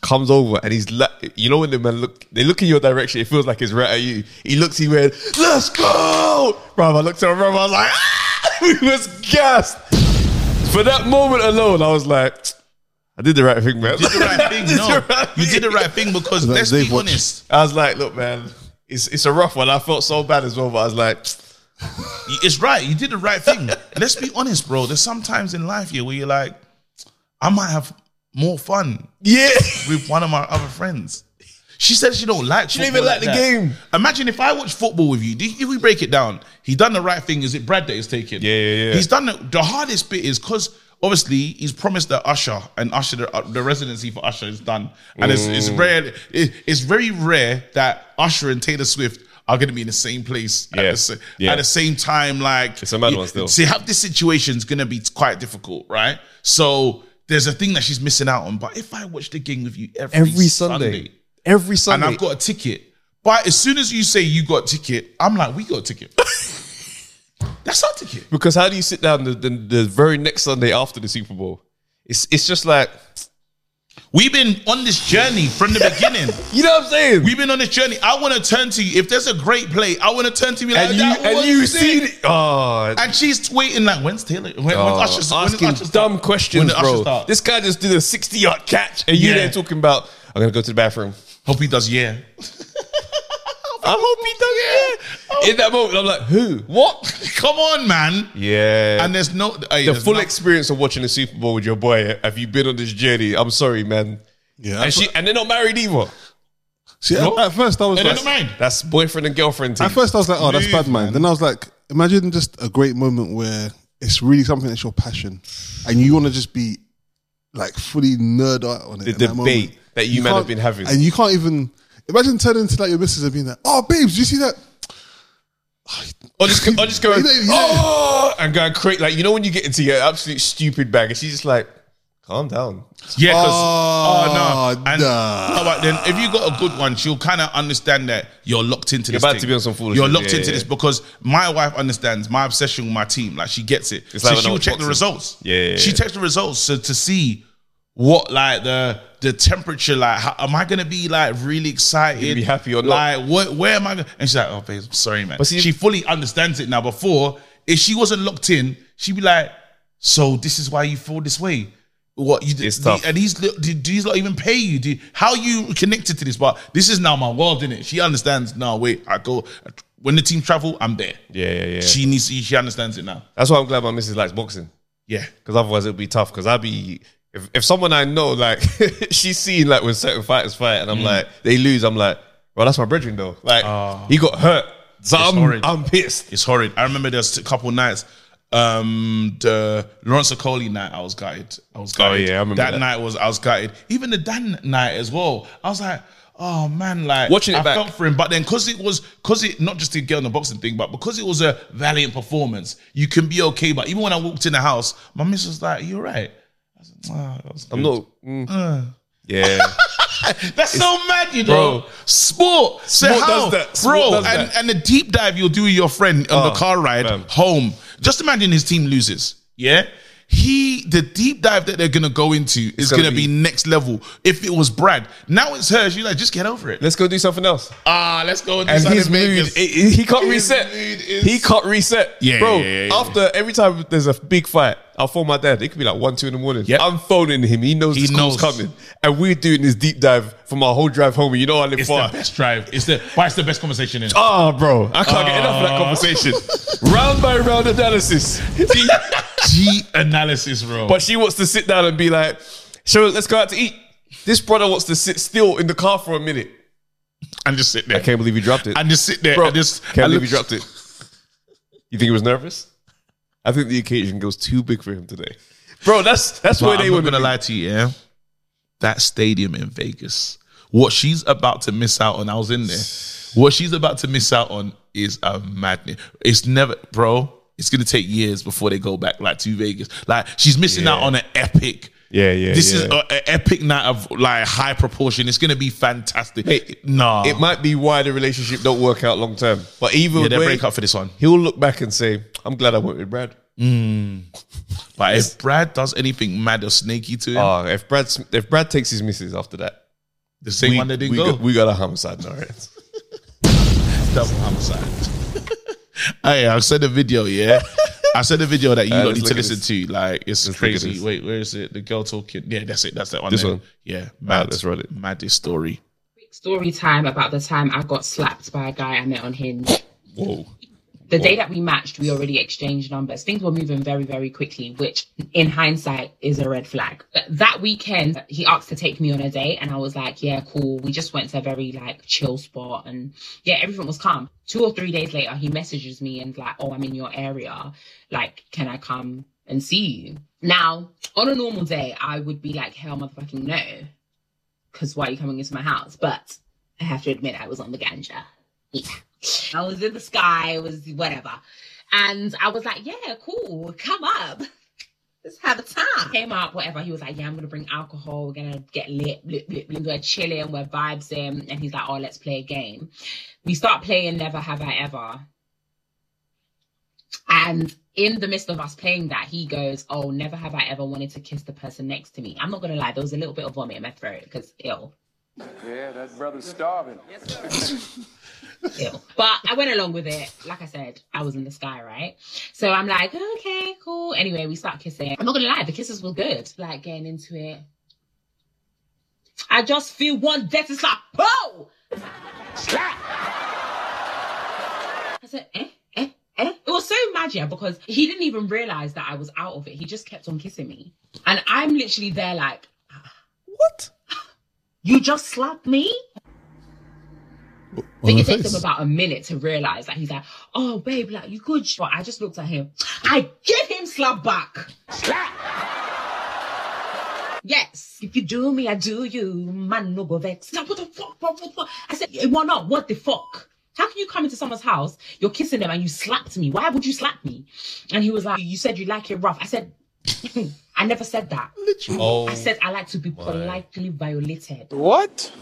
comes over and he's like, you know when the man look, they look in your direction. It feels like it's right at you. He looks. He went, let's go, bro. I looked at my brother. I was like, ah! we was gassed. For that moment alone, I was like, I did the right thing, man. You did the right thing. Did No, the right you thing. did the right thing because That let's they be watch- honest. I was like, look, man, it's it's a rough one. I felt so bad as well, but I was like. It's right. You did the right thing. Let's be honest, bro. There's sometimes in life here where you're like, I might have more fun Yeah. with one of my other friends. She said she don't like. She don't even like the game. Imagine if I watch football with you. do you- If we break it down, he done the right thing. Is it Brad that is taking? Yeah, yeah, yeah. He's done the, the hardest bit is because obviously he's promised that Usher and Usher the, uh, the residency for Usher is done, and it's, it's Mm. rare. It, it's very rare that Usher and Taylor Swift. Are going to be in the same place at, Yeah, the, sa- yeah. at the same time. Like It's a mad you- one still. See how this situation's gonna be quite difficult, right? So there's a thing that she's missing out on. But if I watch the game with you every, Every Sunday, Sunday. Every and Sunday. I've got a ticket, but as soon as you say you got a ticket, I'm like, we got a ticket. That's our ticket. because how do you sit down the, the, the very next Sunday after the Super Bowl? It's it's just like We've been on this journey from the beginning. you know what I'm saying. We've been on this journey. I want to turn to you. If there's a great play, I want to turn to you. Like, and you that was and you it. see it. Oh, And she's waiting like, when's Taylor? When, when oh, Usher's, when asking dumb Usher's start? When questions, the Usher bro. start? This guy just did a 60 yard catch, and you Yeah. there talking about I'm gonna go to the bathroom. Hope he does. Yeah. I hope he does. Yeah. In that moment, I'm like, who? What? Come on, man. Yeah. And there's no hey, the there's full no- experience of watching the Super Bowl with your boy. Have you been on this journey? I'm sorry, man. Yeah. And she and they're not married either. See, at, at first I was And like, then the mind. That's boyfriend and girlfriend. At team. first, I was like, "Oh, that's Move, bad, man." Then I was like, "Imagine just a great moment where it's really something that's your passion, and you want to just be like fully nerd out on it." The in that moment. debate that you might have can't- been having. and you can't even imagine turning to like your missus and being like, "Oh, babes, you see that?" Or just, or just going, You know, you know- oh, and going crazy. Like, you know, when you get into your absolute stupid bag, and she's just like, calm down. Yeah, because Oh, oh, no, and nah. how about then if you got a good one, she'll kind of understand that you're locked into this. about thing. to be on some foolishness. You're locked Yeah, into yeah, this yeah. because my wife understands my obsession with my team. Like she gets it, It's so like when I she'll was check the boxing. results. Yeah, yeah, she yeah. checks the results so to see what like the the temperature like how, am I gonna be like really excited be happy or not? like what where am I gonna and she's like oh babe I'm sorry man see- she fully understands it now before if she wasn't locked in she'd be like so this is why you feel this way what you It's the- tough. and these li- do, do these not even pay you do how you connected to this but this is now my world in it she understands no wait I go when the team travel I'm there Yeah, yeah, yeah. she needs she understands it now That's why I'm glad my missus likes boxing. yeah Because otherwise it'd be tough. Because I'd be if, if someone I know like she's seen like when certain fighters fight Mm. and I'm like they lose, I'm like, well that's my brethren though. Like Ah. he got hurt. So I'm, horrid. I'm pissed. It's horrid. I remember there's a couple nights. Um, the Lawrence Okoli night, I was gutted. I was gutted. Oh, yeah, I remember that. night was I was gutted. Even the Dan night as well. I was like, oh man, like Watching it I back. felt for him. But then because it was because it not just to get on the boxing thing, but because it was a valiant performance, you can be okay. But even when I walked in the house, my miss was like, "You're right." I was like, "Ah, that was I'm good." not mm. Uh. Yeah. That's so mad, you know. Bro. Sport. So Sport how, does that. Sport bro? does that. and, and the deep dive you'll do with your friend on Oh, the car ride fam. home. Just imagine his team loses. Yeah. He the deep dive that they're gonna go into is gonna gonna, be, be- next level. If it was Brad, now it's her. She's like, just get over it. Let's go do something else. Ah, let's go. do and something his mood, Vegas. it, it- he can't His reset. mood is- He can't reset. Yeah, bro. yeah, yeah, yeah. After every time there's a big fight, I'll phone my dad. It could be like one, two in the morning. Yep. I'm phoning him. He knows He this call's knows. coming, and we're doing this deep dive from our whole drive home. And you know I live It's far. the best drive. It's the why it's the best conversation in. Ah, bro, I can't get enough of that Ah. conversation. round by round analysis. Deep, deep analysis, bro. But she wants to sit down and be like, "Sure, let's go out to eat." This brother wants to sit still in the car for a minute. and just sit there. I can't believe you dropped it. And just sit there. Bro, and just can't and believe he look- dropped it. You think he was nervous? I think the occasion goes too big for him today, bro. That's that's But where they I'm were not gonna lie to you, yeah. That stadium in Vegas, what she's about to miss out on, I was in there. What she's about to miss out on is a madness. It's never, bro. It's gonna take years before they go back like to Vegas. Like she's missing out on an epic. Yeah, yeah, This is yeah. a- an epic night of like high proportion. It's gonna be fantastic. Hey, nah, It might be why the relationship don't work out long term, but either yeah, they way, break up for this one. he'll look back and say, "I'm glad I went with Brad." But if Brad does anything mad or snaky to him, Ah, if Brad if Brad takes his missus after that, the same we, one that didn't we go, got, we got a homicide in our hands. double homicide. hey, I sent a video, yeah. I sent a video that you Uh, don't let's need to look at listen to. Like it's look at crazy. this. Wait, where is it? The girl talking. Yeah, that's it. That's that one. This there. one? Yeah, mad. let's run it. Maddest story. story time about the time I got slapped by a guy I met on Hinge. Whoa. The day that we matched, we already exchanged numbers. Things were moving very, very quickly, which in hindsight is a red flag. But that weekend, he asked to take me on a date, and I was like, yeah, cool. We just went to a very like chill spot, and yeah, everything was calm. Two or three days later, he messages me and like, oh, I'm in your area. Like, can I come and see you? Now, on a normal day, I would be like, hell, motherfucking no. Because why are you coming into my house? But I have to admit, I was on the ganja. Yeah. I was in the sky, it was whatever. And I was like, yeah, cool, come up. Let's have a time. Came up, whatever. He was like, yeah, I'm gonna bring alcohol, we're gonna get lit, lit, lit, lit. we're chilling, we're vibesing. And he's like, oh, let's play a game. We start playing Never Have I Ever. And in the midst of us playing that, he goes, Oh, never have I ever wanted to kiss the person next to me. I'm not gonna lie, there was a little bit of vomit in my throat because ill. Yeah, that brother's starving. Ew. But I went along with it. Like I said, I was in the sky, right? So I'm like, okay, cool. Anyway, we start kissing. I'm not gonna lie, the kisses were good. Like getting into it. I just feel one death is like, whoa! Slap! I said, eh, eh, eh. It was so magic because he didn't even realize that I was out of it. He just kept on kissing me. And I'm literally there like, What? you just slapped me? I think it takes him about a minute to realize that he's like, oh, babe, like, you good. But I just looked at him. I give him slap back. Slap! Yes. If you do me, I do you. Man, no go vex. He's like, what the fuck, what, what, what? I said, "Eh, why not? What the fuck? How can you come into someone's house, you're kissing them and you slapped me? Why would you slap me? And he was like, you said you like it rough. I said, Hmm. I never said that. Oh, I said I like to be politely violated. What?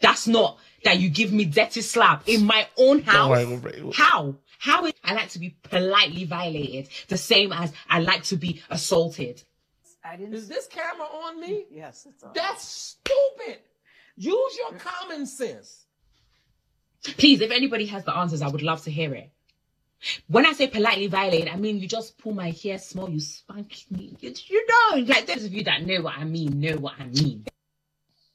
That's not that you give me dirty slap in my own house? worry, we'll break- we'll- How? How is I like to be politely violated the same as I like to be assaulted? I didn't. Is this camera on me? Yes, it's on. That's stupid. Use your common sense. Please, if anybody has the answers, I would love to hear it. When I say politely violate, I mean you just pull my hair small, you spank me. You, you know, like those of you that know what I mean, know what I mean.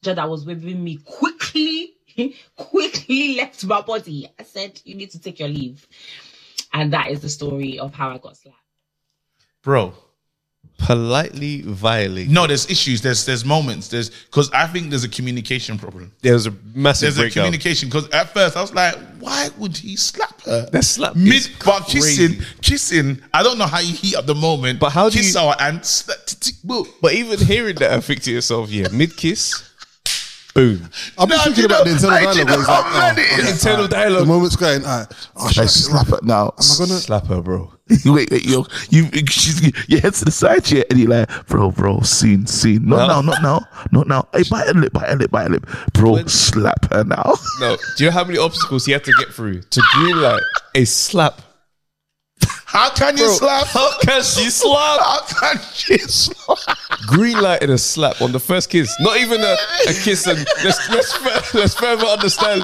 Judge that was waving me quickly, quickly left my body. I said, You need to take your leave. And that is the story of how I got slapped. bro. Politely violate. No, there's issues. There's there's moments. There's because I think there's a communication problem. There's a massive There's a breakdown. communication because at first I was like, why would he slap her? That slap mid is but crazy. kissing, kissing. I don't know how you heat up the moment, but how do kiss you- her and sla- t- t- boom. But even hearing that, I think to yourself, yeah, mid kiss, boom. I'm just thinking about the internal dialogue. where it's like, oh, okay, Internal alright. The dialogue. moment's going. All right. Oh, should I slap it now. Am I gonna? Slap her, bro. wait, wait, yo, you, she's, your head's to the side here, and you're like, bro, bro, scene, scene. No. Not now, not now, not now. Hey, bite her lip, bite her lip, bite her lip. Bro, slap her now. No, do you know how many obstacles he had to get through to do like a slap? How can you Bro, slap? How can she slap? How can she slap? Green light and a slap on the first kiss. Not even a, a kiss. And let's let's, fur- let's further understand.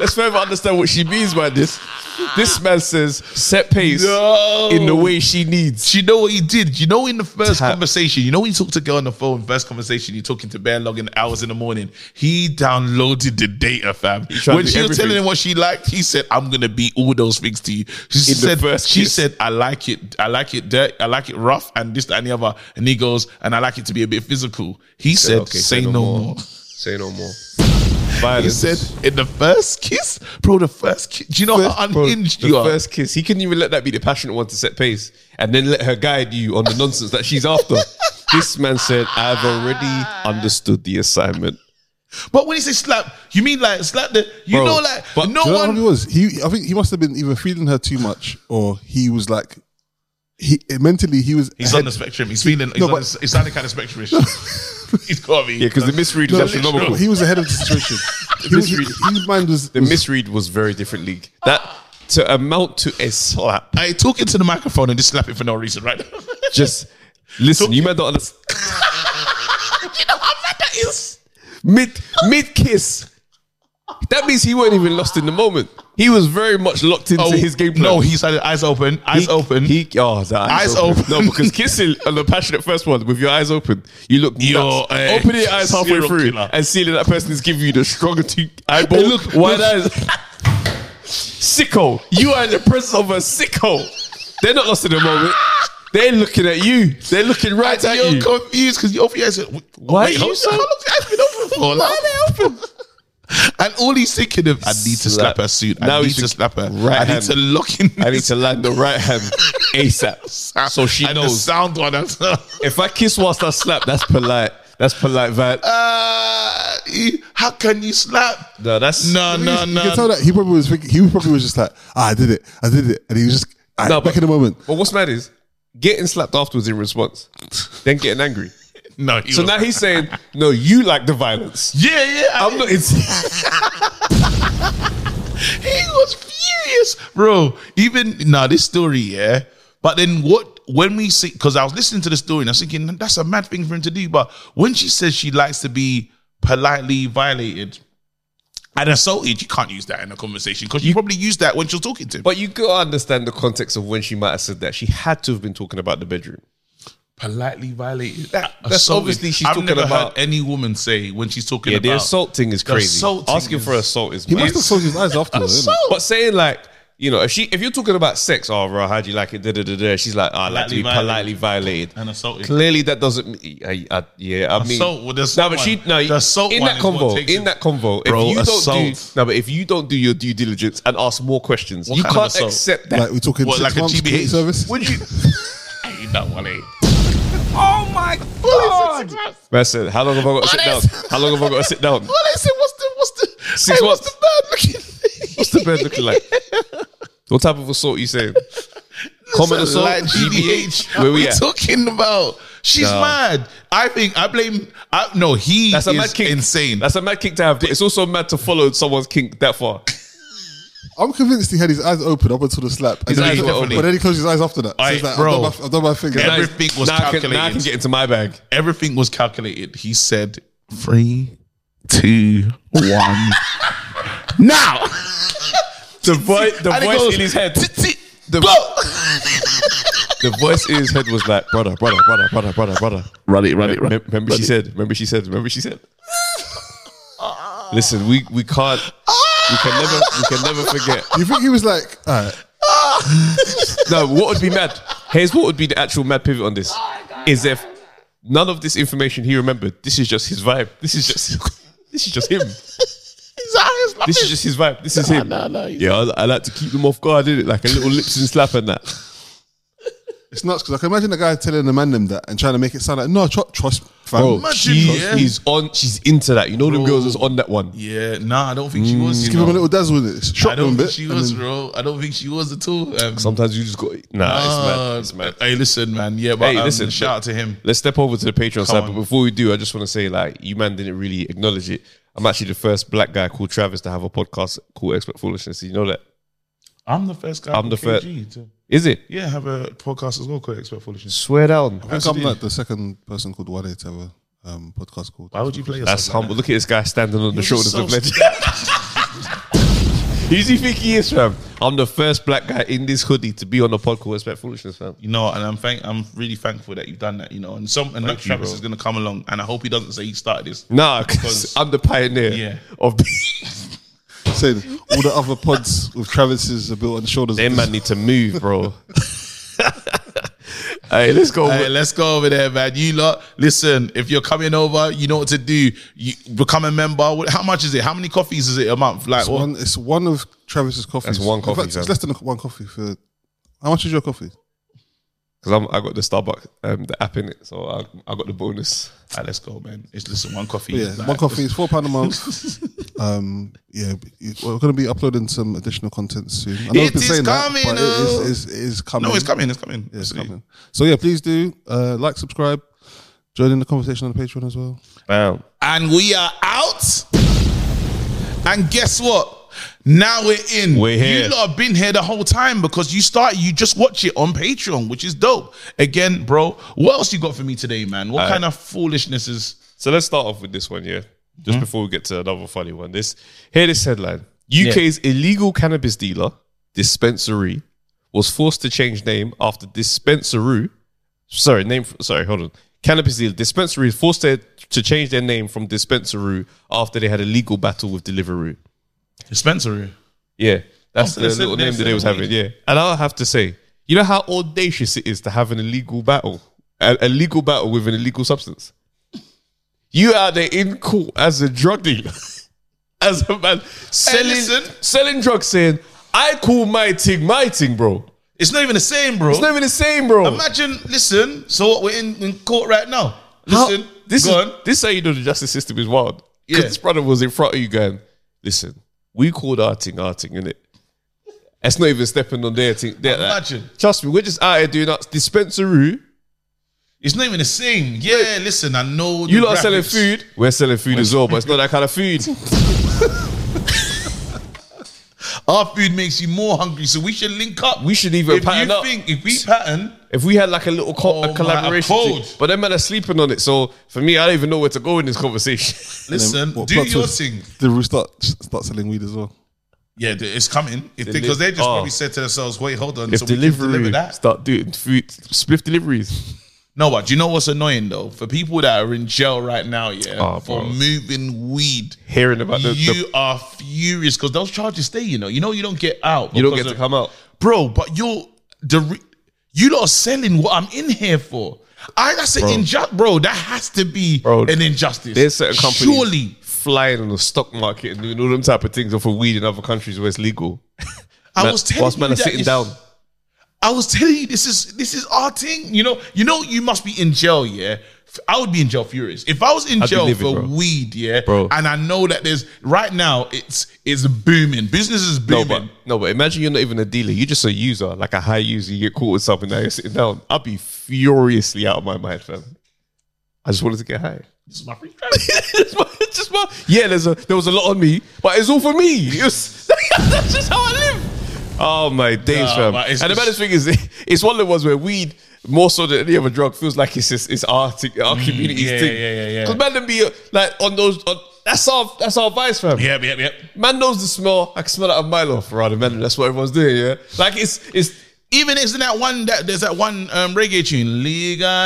Let's further understand what she means by this. This man says set pace No. in the way she needs. Do you know what he did? Do you know in the first Tap. conversation, you know when you talk to a girl on the phone, first conversation, you're talking to Bear Log in hours in the morning. He downloaded the data, fam. tried to When do she was everything. telling him what she liked, he said, I'm gonna be all those things to you. She In the said, first She kiss. said, I like it, I like it dirt, I like it rough, and this, that, and the other. And he goes, and I like it to be a bit physical. He said, okay, say, no, more. Say no more. He Violence. said, in the first kiss, bro, the first kiss. Do you know how Bro, unhinged the you are? first kiss. He couldn't even let that be the passionate one to set pace, and then let her guide you on the nonsense that she's after. this man said, "I've already understood the assignment." But when he say slap, you mean like slap the you Bro, know like but no Do you know what one it was? He, I think he must have been either feeling her too much, or he was like, he mentally he was. He's ahead- on the spectrum. He's feeling he's, No, on but- the, he's on the kind of spectrum. he's gotta be Yeah, because the misread was No, astronomical. He was ahead of the situation. he was, misread- his mind was. the was- misread was very different league. That to amount to a slap, I talk into the microphone and just slap it for no reason, right? just listen. You might not understand. you know how mad that is. mid mid kiss. That means he wasn't even lost in the moment. He was very much locked into his game plan. Oh, No, he's had it eyes open, eyes He- open. He, oh, the eyes, Eyes open. open. No, because kissing on the passionate first one with your eyes open, you look You're nuts. a Open your eyes halfway serial through killer. and see that that person is giving you the stronger two eyeball. Hey, look, wide look. eyes. sicko. You are in the presence of a sicko. They're not lost in the moment. They're looking at you. They're looking right at you're you. confused because you open your eyes. Why wait, are how- you so- How long's your eyes been open for? Why are they open? And all he's thinking of, I need to Slap. slap her soon. I Now need he's to thinking, slap her. right I need hand. to lock in. I need this- to land the right hand ASAP. So she and The knows. sound on her. If I kiss whilst I slap, that's polite. That's polite, Van. uh, he- how can you slap? No, that's No, You no, can- You no. can tell that he probably was. Thinking, he was probably was just like, ah, I did it, I did it, and he was just ah, No, back but- in the moment. But what's mad is getting slapped afterwards in response, then getting angry. No, he So was- now he's saying, "No, you like the violence. yeah, yeah. I I'm not." It's, he was furious, bro. Even now, this story, yeah. But then what? When we see, because I was listening to the story and I was thinking that's a mad thing for him to do. But when she says she likes to be politely violated and assaulted, you can't use that in a conversation because you, probably use that when you're talking to him. but you gotta understand the context of when she might have said that. She had to have been talking about the bedroom. politely violated. That- that's obviously she's I've talking never about- heard any woman say when she's talking Yeah, about the assault thing is the crazy. assault thing Asking is- for assault is. He must have sold his eyes afterwards. isn't it? But saying like, you know, if she, if you're talking about sex, oh, bro, how do you like it? Da, da, da, da. She's like, oh, I like to be Politely politely violated. and assaulted. Clearly, that doesn't. mean- I, I, yeah, I mean, Assault with the no, but she assault no one. The assault in one that is what convo. takes In it. that convo, Bro, if you don't assault. do no, but if you don't do your due diligence and ask more questions, What you kind of can't assault? accept that. Like we're talking What, six like a months GBH? community service. Would you? Hey, no, Wally. Oh my What is god! it, six months? Man said, how long have I got to sit down? What is- How long have I got to sit down? What is it? What's the what's the Six hey, what's months. the bird looking? What's the bed looking like? What type of assault you saying? Comment us all. Like GBH. Where we we at? talking about? She's No. mad. I think I blame. I, no, he That's a is mad kick. insane. That's a mad kick to have, but it's also mad to follow someone's kink that far. I'm convinced he had his eyes open up until the slap. And His then eyes he- were open. But then he closed his eyes after that. So Aight, it's like, bro. I've done my, I've done my thing. Everything was now I can- now I can calculated. get into my bag. Everything was calculated. He said three, two, one. now The, voi- the And it voice goes, in his head. The, the voice in his head was like, brother, brother, brother, brother, brother, brother. Run it, run it, run Remember, she said, remember she said, remember she said. Listen, we, we can't, we can never, we can never forget. You think he was like, all right, No, what would be mad? Here's what would be the actual mad pivot on this: is if none of this information he remembered. This is just his vibe. This is just this is just him. His eyes like This is just his vibe. This is him. Nah, nah, he's- Yeah, I, I like to keep them off guard, innit? Like a little lips and slap and that. it's nuts. Because I can imagine the guy telling the man them that and trying to make it sound like, no, tr- trust, fam. Bro, Imagine, she yeah. Oh. is on. She's into that. You know, the Bro. girls is on that one. Yeah, nah, I don't think she Mm. was. you Give him a know. little dazzle with it. I Shock him a don't bit. think she and was, then- bro. I don't think she was at all. Um, Sometimes you just got nah. uh, it's mad. It's mad. Hey, listen, man. Yeah, but Hey, um, listen, shout out but- to him. Let's step over to the Patreon side, but on. before we do, I just want to say, like, you man didn't really acknowledge it. I'm actually the first black guy called Travis to have a podcast called Expert Foolishness. You know that? I'm the first guy. I'm from the fir- KG to- Is it? Yeah, have a podcast as well called Expert Foolishness. Swear down. I think I'm like the second person called Wade to have a um, podcast called. Why would you play yourself? That's like humble. Look at this guy standing on the shoulders so of legend. Who's he think he is, fam? I'm the first black guy in this hoodie to be on the podcast called Expert Foolishness, fam. you know, and I'm thank I'm really thankful that you've done that, you know. And some and like you, Travis bro. is gonna come along and I hope he doesn't say he started this. Nah, Because- because I'm the pioneer Yeah. of. Saying all the other pods with Travis's are built on the shoulders. Them of man need to move, bro. hey, let's go. Hey, let's go over there, man. You lot, listen, if you're coming over, you know what to do. You become a member. What- How much is it? How many coffees is it a month? Like It's what? one, it's one of Travis's coffees. That's one In coffee, fact, fam. it's less than one coffee. For how much is your coffee? Because I got the Starbucks, um, the app in it, so I, I got the bonus. Alright, let's go, man. It's listen, Oh, one coffee. But yeah, is like- one coffee is four pound a month. um, yeah, but you- we're going to be uploading some additional content soon. I know It we've been is saying coming, that, but it oh. is, is, is coming. No, it's coming, it's coming. Yeah, it's Absolutely. coming. So yeah, please do uh, like, subscribe, join in the conversation on the Patreon as well. Bam. And we are out. And guess what? Now we're in. We're here. You lot have been here the whole time because you start. You just watch it on Patreon, which is dope. Again, bro. What else you got for me today, man? Uh, What kind of foolishness is? So let's start off with this one, yeah. Just before we get to another funny one, this here this headline: UK's illegal cannabis dealer dispensary was forced to change name after dispensary. Sorry, name. Sorry, hold on. Cannabis dealer dispensary is forced to, to change their name from dispensary after they had a legal battle with Deliveroo. Dispensary. Yeah, that's so the they said- little they name that said they was what having. Yeah, and I'll have to say, you know how audacious it is to have an illegal battle, a, a legal battle with an illegal substance. You are there in court as a drug dealer, as a man selling listen. selling drugs, saying, "I call my thing my thing, bro." It's not even the same, bro. It's never the same, bro. Imagine. Listen. So what? We're in, in court right now. How- Listen. Oh, this go is on. this is how you know the justice system is wild. Because Yeah. this brother was in front of you going, "Listen, we called our thing our thing, innit? That's not even stepping on their thing. Their, that. Imagine. Trust me, we're just out here doing that dispensary. It's not even the same. Yeah. Listen. I know. the You lot are selling graphics. food. We're selling food as well, but it's not that kind of food. Our food makes you more hungry, so we should link up. We should even if pattern you up. think if we pattern. If we had like a little co- Oh my, a a collaboration, thing, code. but them men are sleeping on it. So for me, I don't even know where to go in this conversation. Listen, What, do plot your twist? thing. Did we start start selling weed as well? Yeah, th- it's coming. Because Deli- they just Oh. probably said to themselves, "Wait, hold on." if so we can delivery that. start doing food spliff deliveries, No, but do you know what's annoying though? For people that are in jail right now, yeah, Oh, for bro. moving weed, hearing about the, the- you are furious because those charges stay. You know, you know you don't get out. you don't because get to of- come out. bro. But you're the re- you lot are selling what I'm in here for. I that's an injustice, bro. That has to be Bro, an injustice. There's certain companies Surely, flying on the stock market and doing all them type of things off of weed in other countries where it's legal. I Man- was telling whilst you man are that sitting it's- down. I was telling you, this is this is our thing. You know, you know, you must be in jail, yeah, I would be in jail furious. If I was in I'd be jail livid, for bro. weed, yeah, Bro. and I know that there's right now it's it's booming. Business is No, booming. but no, but imagine you're not even a dealer. You're just a user, like a high user. You get caught with something now you're sitting down. I'd be furiously out of my mind, fam. I just wanted to get high. This is my free Just my- just my- yeah, there's a there was a lot on me, but it's all for me. It was- that's just how I live. Oh my days, Nah, fam! but it's and the baddest just- thing is, it's one of the ones where weed more so than any other drug feels like it's just, it's our t- our community's Mm, yeah, thing. yeah, yeah, yeah. Because man, them be uh, like on those. On, that's our that's our vice, fam. Yep, yep, yep. Man knows the smell. I can smell it a mile off, rather man. That's what everyone's doing. Yeah, like it's it's Even isn't that one that there's that one um, reggae tune,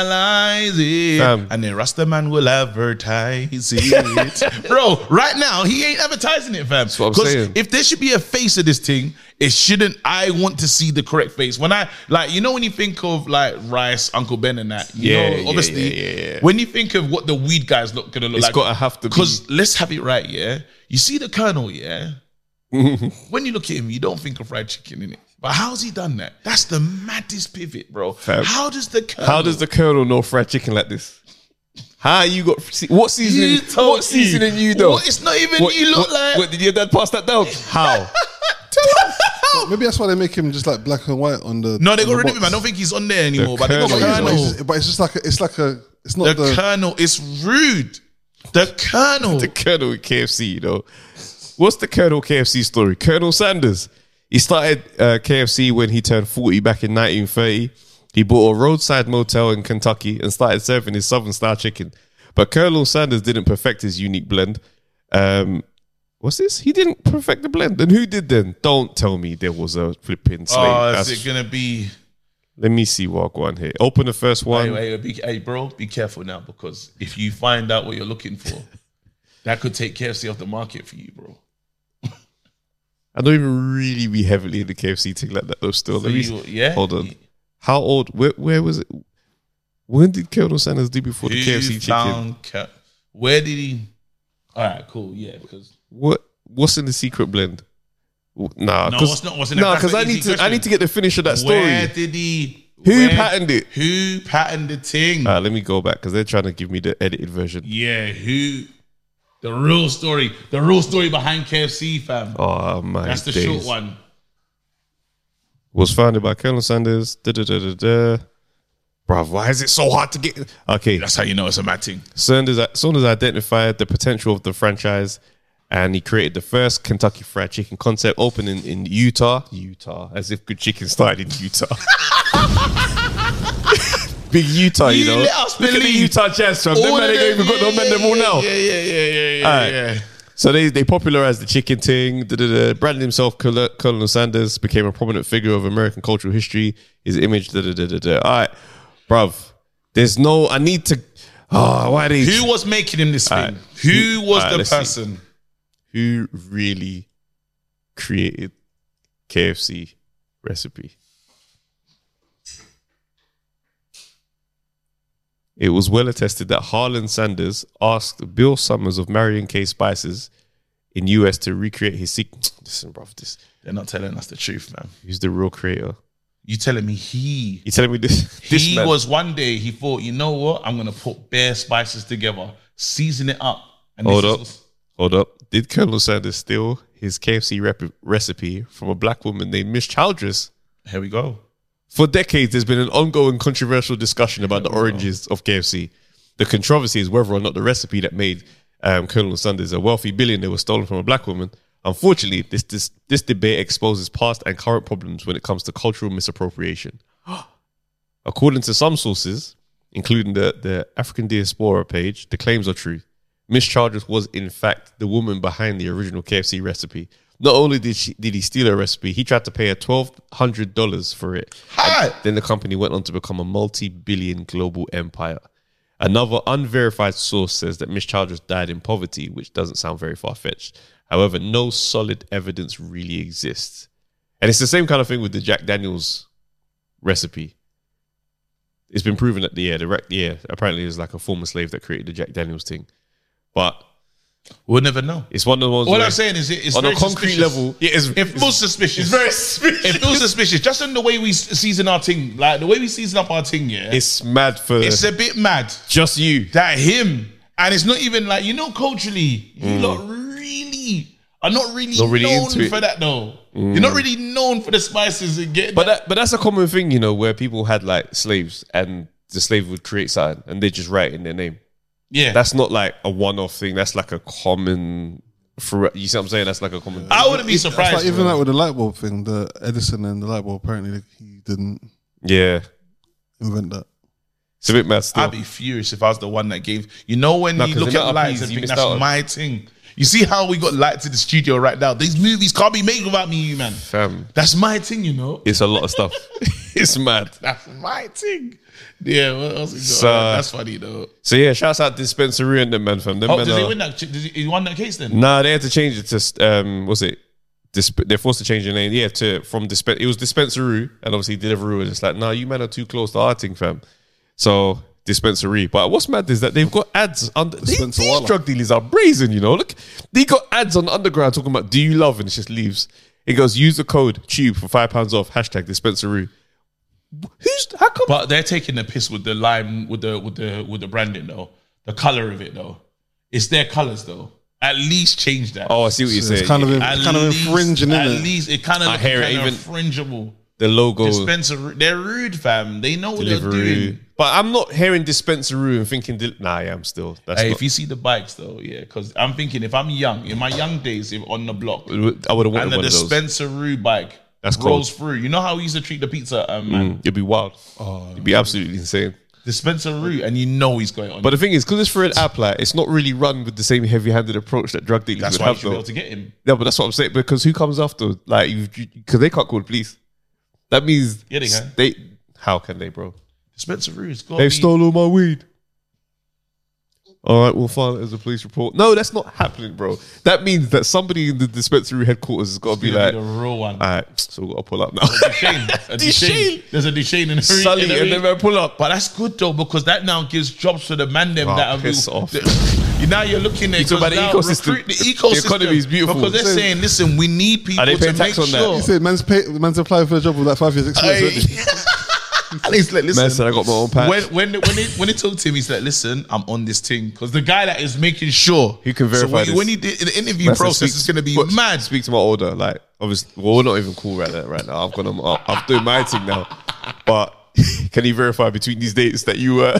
legalize it, Fam. and then Rasta man will advertise it, bro. Right now he ain't advertising it, fam. what I'm 'Cause saying. If there should be a face of this thing, it shouldn't. I want to see the correct face when I like you know when you think of like Rice, Uncle Ben, and that. You Yeah, know, yeah, obviously yeah, yeah, yeah. when you think of what the weed guys look gonna look It's like, gotta have to be- because let's have it right, yeah. You see the Colonel, yeah when you look at him, you don't think of fried chicken in it. But how's he done that? That's the maddest pivot, bro. How does the colonel, how does the colonel know fried chicken like this? How you got what You seasoning? told What seasoning me. you though? What- it's not even you look what- like- What, did your dad pass that down? How? Oh, Maybe that's why they make him just like black and white on the. no? They on the got rid of box. him. I don't think he's on there anymore. The but they got colonel. But it's- colonel. but it's, just, but it's just like a, it's like a it's the, not the, colonel. It's rude. The colonel. Oh, the Colonel in KFC, you know. What's the Colonel KFC story? Colonel Sanders. He started uh, KFC when he turned 40 back in 1930. He bought a roadside motel in Kentucky and started serving his Southern style chicken. But Colonel Sanders didn't perfect his unique blend. Um, what's this? He didn't perfect the blend. And who did then? Don't tell me there was a flipping slave. oh, That's- is it gonna be? Let me see what I got on here. Open the first one. Hey, hey, be, hey, bro, be careful now because if you find out what you're looking for, that could take KFC off the market for you, bro. I don't even really be heavily in the KFC thing like that though. Still, So Let me- you- yeah? Hold on. How old? Where, where was it? When did Colonel Sanders do before the Who KFC chicken? found Ca- Where did he? All right, cool. Yeah, because What? What's in the secret blend? W- Nah, No, 'cause- what's not- what's in it? nah, That's because an I easy need to. I question. need to get the finish of that Where story. did he? Who where- patterned it? Who patterned the thing? Uh, let me go back because they're trying to give me the edited version. yeah, who? The real story. The real story behind KFC, fam. Oh my That's the days. short one. Was founded by Colonel Sanders. Da da da da da. Bruv, why is it so hard to get? Okay, That's how you know it's a mad thing. Saunders, Saunders identified the potential of the franchise and he created the first Kentucky Fried Chicken concept opening in Utah. Utah, as if good chicken started in Utah. Big Utah, you, You know. let us Look at the believe Utah Jazz, fam. Them All man of ain't them, even got yeah, no men them all yeah, now. Yeah, yeah, yeah, yeah, yeah. Alright. yeah. So they, they popularized the chicken thing. Da, da, da. Branded himself, Col- Colonel Sanders became a prominent figure of American cultural history. His image, da, da, da, da, da. all right, bruv. There's no. I need to. Oh, why they Who was making him this thing? Alright. Who was Alright, the let's see. person? who really created KFC recipe. It was well attested that Harlan Sanders asked Bill Summers of Marion K. Spices in US to recreate his sequence. Listen, bruv, this They're not telling us the truth, man. who's the real creator? You telling me he? You telling me this? this he man- was one day he thought, you know what? I'm gonna put bare spices together, season it up. And Hold this up. is- Hold up. Did Colonel Sanders steal his KFC rep- recipe from a black woman named Miss Childress? Here we go. For decades, there's been an ongoing controversial discussion about the origins of KFC. The controversy is whether or not the recipe that made um, Colonel Sanders a wealthy billionaire was stolen from a black woman. Unfortunately, this, this, this debate exposes past and current problems when it comes to cultural misappropriation. According to some sources, including the, the African Diaspora page, the claims are true. Miss Childress was, in fact, the woman behind the original KFC recipe. Not only did she did he steal her recipe, he tried to pay her twelve hundred dollars for it. Hi. Then the company went on to become a multi-billion global empire. Another unverified source says that Miss Childress died in poverty, which doesn't sound very far-fetched. However, no solid evidence really exists. And it's the same kind of thing with the Jack Daniels recipe. It's been proven that the yeah, the rec- yeah, apparently it was like a former slave that created the Jack Daniels thing. But We'll never know. It's one of those. What I'm saying is, it- it's on very a concrete suspicious. level. Yeah, it's, it feels suspicious. It's very suspicious. It feels suspicious. Just in the way we s- season our thing, like the way we season up our thing, yeah. It's uh, mad for. It's a bit mad. Just you. That him. And it's not even like, you know, culturally, you Mm. lot really are not really, Not really known into it. for that though. Mm. You're not really known for the spices and getting But that, but that's a common thing, you know, where people had like slaves and the slave would create something and they just write in their name. Yeah. That's not like a one off thing. That's like a common for you see what I'm saying? That's like a common I wouldn't be It's- it's surprised, like even bro. like with the light bulb thing, the Edison and the light bulb. Apparently, like, he didn't Yeah. invent that. It's a bit mad still. I'd be furious if I was the one that gave. You know when No, you 'cause look they're not at lights appeased, and you think missed that's out on- my thing. You see how we got lights in the studio right now. These movies can't be made without me, man. Fam. That's my thing, you know. It's a lot of stuff. it's mad. That's my thing. Yeah, what else we got? So- that's funny though. So yeah, shouts out Dispensary and them man fam. Them Oh, men did they are- win that? Did he, he won that case then? Nah, they had to change it to um, what's it? Disp- they're forced to change the name. Yeah, to from dispen. It was Dispensary, and obviously Deliveroo was just like, nah, you men are too close to our thing, fam. So Dispensary. But what's mad is that they've got ads on these, these drug dealers are brazen. You know, look, they got ads on Underground talking about do you love, and it just leaves. It goes use the code tube for five pounds off hashtag Dispensary. Who's how come? But they're taking the piss with the lime, with the with the with the branding though, the color of it though. It's their colors though. At least change that. Oh, I see what you're So it's saying. kind of in- At kind of infringing, At innit? least it kind of I hear it, kind of even- infringeable. The logo. Dispenser, they're rude, fam. They know what they're Deliveroo. doing. But I'm not hearing Dispensary and thinking, del- nah, I am still. That's Hey, not- if you see the bikes though, yeah, because I'm thinking if I'm young, in my young days, if on the block, I would have wanted and the one of those. dispensary bike That's rolls cold. through. You know how we used to treat the pizza, um, man. Mm, it'd be wild. it'd be absolutely insane. Dispensary, and you know he's going on. But the thing is, because it's for an app, like, it's not really run with the same heavy-handed approach that drug dealers that's would why you have. should be able Though. to get him. Yeah, but that's what I'm saying. Because who comes after? Like, because they can't call the police. That means Yeah, they can. They how can they, bro? Dispensary is got They've stolen all my weed. All right, we'll file it as a police report. No, that's not happening, bro. That means that somebody in the dispensary headquarters has got to be gonna like be the real one. All right, so we got to pull up now. a Duchesne. There's a Duchesne in the Sully, and then pull up. But that's good though because that now gives jobs to the man them Oh, that are piss off. You now you're looking at You talk about the now ecosystem. recruit The The ecosystem. economy is beautiful. because they're So- saying, listen, we need people Are they to paying make tax on that? sure. He said, "Man's pay, man's applied for a job with like five years experience." already." At least like, listen. Man said I got my own patch. When when when he, when he talked to him, he's like, "Listen, I'm on this thing because the guy that is making sure He can So verify when, this. when he did the interview That's a process, speak- is going to be but mad. Speak to my older, like obviously, well, we're not even cool right now. Right now, I've gone. I'm, I'm doing my thing now. But can you verify between these dates that you were?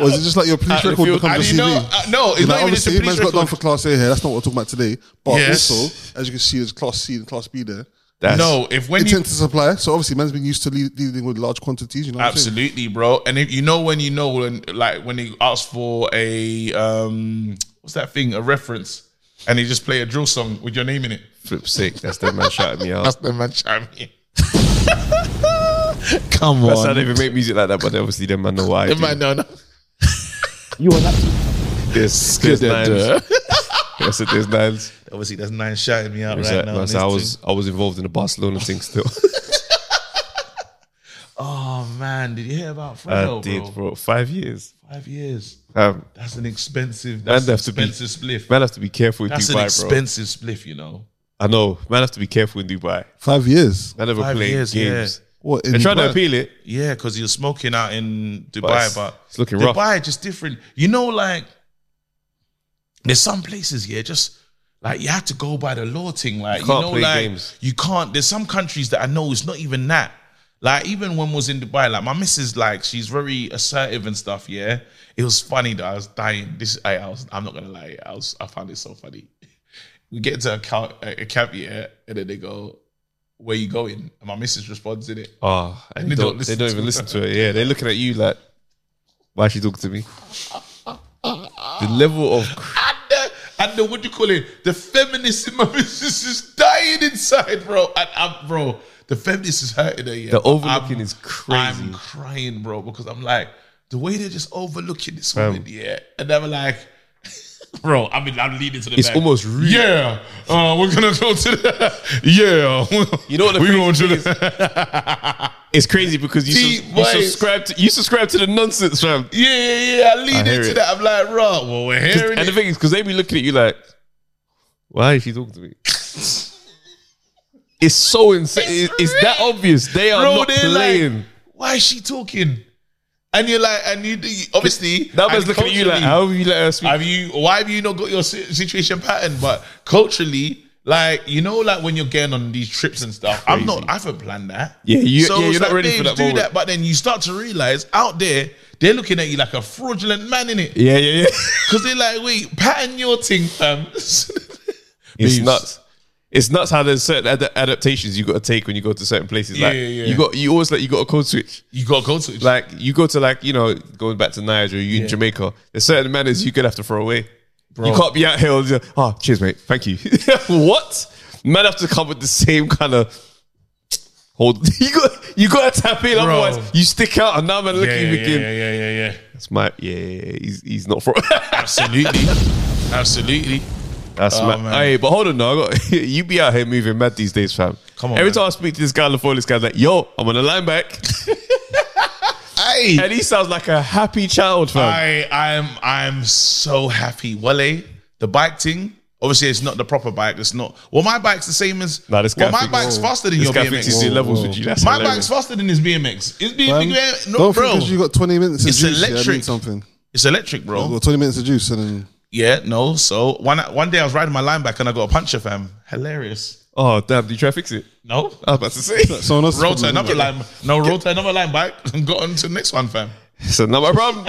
Or is it just like your police Out in the record field. becomes And your you CV? know- uh, no, it's You're not like, even just the obviously, police man's got done record. for class A here. That's not what we're talking about today. But Yes. also, as you can see, there's class C and class B there. That's- No, if when you- intent to supply, so obviously, man's been used to le- dealing with large quantities. You know, what I'm saying? Absolutely, bro. And if you know when you know when like when he asks for a um what's that thing, a reference, and he just play a drill song with your name in it. Flip sick. That's the man shouting me out. That's the man chime in. Come That's on. how they even make music like that. But obviously, them man know why. It might not know. You are not. There's, there's nines. I said there's nines. Obviously, there's nine shouting me out It was right like- now. man on said I this was I was involved in the Barcelona thing still. thing. Oh man, did you hear about Fredo, I did, bro? bro. Five years. Five years. Um, That's an man expensive. That's an have to be expensive spliff. man have to be careful in That's Dubai, an bro. expensive spliff, you know. I know. Man have to be careful in Dubai. Five years. Man never Five played years, games. yeah. What, in They're trying to Dubai? appeal it. Yeah, because he was smoking out in Dubai, but it's- it's looking rough. Dubai just different. You know, like there's some places, yeah, just like you have to go by the law thing. Like you, Can't know, play like games. you can't. There's some countries that I know it's not even that. Like even when we was in Dubai, like my missus, like she's very assertive and stuff. Yeah, it was funny that I was dying. This I, I was. I'm not gonna lie. I was. I found it so funny. We get to a, ca- a camp, yeah, and then they go, "Where you going?" And my missus responds in it. Oh, and They they don't don't, they listen don't to even her. listen to it. Yeah, they're looking at you like, why is she talking to me? The level of and the, and the what do you call it? The feminist in my business is dying inside, bro. And I'm, bro, the feminist is hurting her. Yeah, The But overlooking I'm- is crazy. I'm crying, bro, because I'm like the way they're just overlooking this Fam. woman, yeah, and they're like. Bro, I mean, I'm leading to the. It's back. almost rude. Yeah, uh, we're gonna go to the. Yeah, You know what the we crazy going to thing the. It's crazy because you, See, sus- you boy. subscribe to you subscribe to the nonsense, fam. Yeah, yeah, yeah. I lean I hear into it. that. I'm like, raw. Well, we're hearing And the it. thing is, because they be looking at you like, why is she talking to me? it's so insane. It's, it's that obvious. They are Bro, not they're playing. Like, Why is she talking? And you're like, and you you- obviously That man's and looking at you like, culturally, how have you let her speak? Have you? Why have you not got your si- situation pattern? But culturally, like you know, like when you're getting on these trips and stuff, I'm not. I haven't planned that. Yeah, you- yeah, you're it's not ready for babes, that Do moment. that, but then you start to realize out there they're looking at you like a fraudulent man in it Yeah, yeah, yeah. because they're like, wait, pattern your thing, fam. it's Babes. nuts. It's nuts how there's certain ad- adaptations you got to take when you go to certain places. Like Yeah, yeah, yeah. you got, you always like you got a code switch. you got to go to it. Like you go to like you know going back to Niger, you in Jamaica. There's certain manners you could have to throw away. You can't be out here. and just, Oh, cheers, mate. Thank you. what? Man have to come with the same kind of hold. You got you got to tap in, Bro. otherwise you stick out. And now man look yeah, at you yeah, again. yeah, yeah, yeah, yeah. That's my yeah. yeah, yeah. He's he's not from. Absolutely, absolutely. That's Oh, my. man. Hey, but hold on, no, I got you be out here moving mad these days, fam. Come on, Every man. time I speak to this guy on the phone, this guy's like, "Yo, I'm on the line back," Hey, and he sounds like a happy child, fam. I I'm I'm so happy. Wale, the bike thing. Obviously, it's not the proper bike. It's not. Well, my bike's the same as. Nah, this guy well, my thinks- bike's faster than this your guy thinks he's BMX. in levels with you. That's my hilarious. bike's faster than his BMX. It's Man, BMX. No, don't bro. think because you got 20 minutes of It's juice, yeah, I need electric. something. it's electric, I've bro. got 20 minutes of juice and then Yeah, no. So one one day I was riding my line back and I got a puncher, fam. Hilarious. oh damn! Did you try to fix it? No. I was about to say. someone else. Roll to another line. No, roll to another line bike and got on to the next one, fam. so not my problem.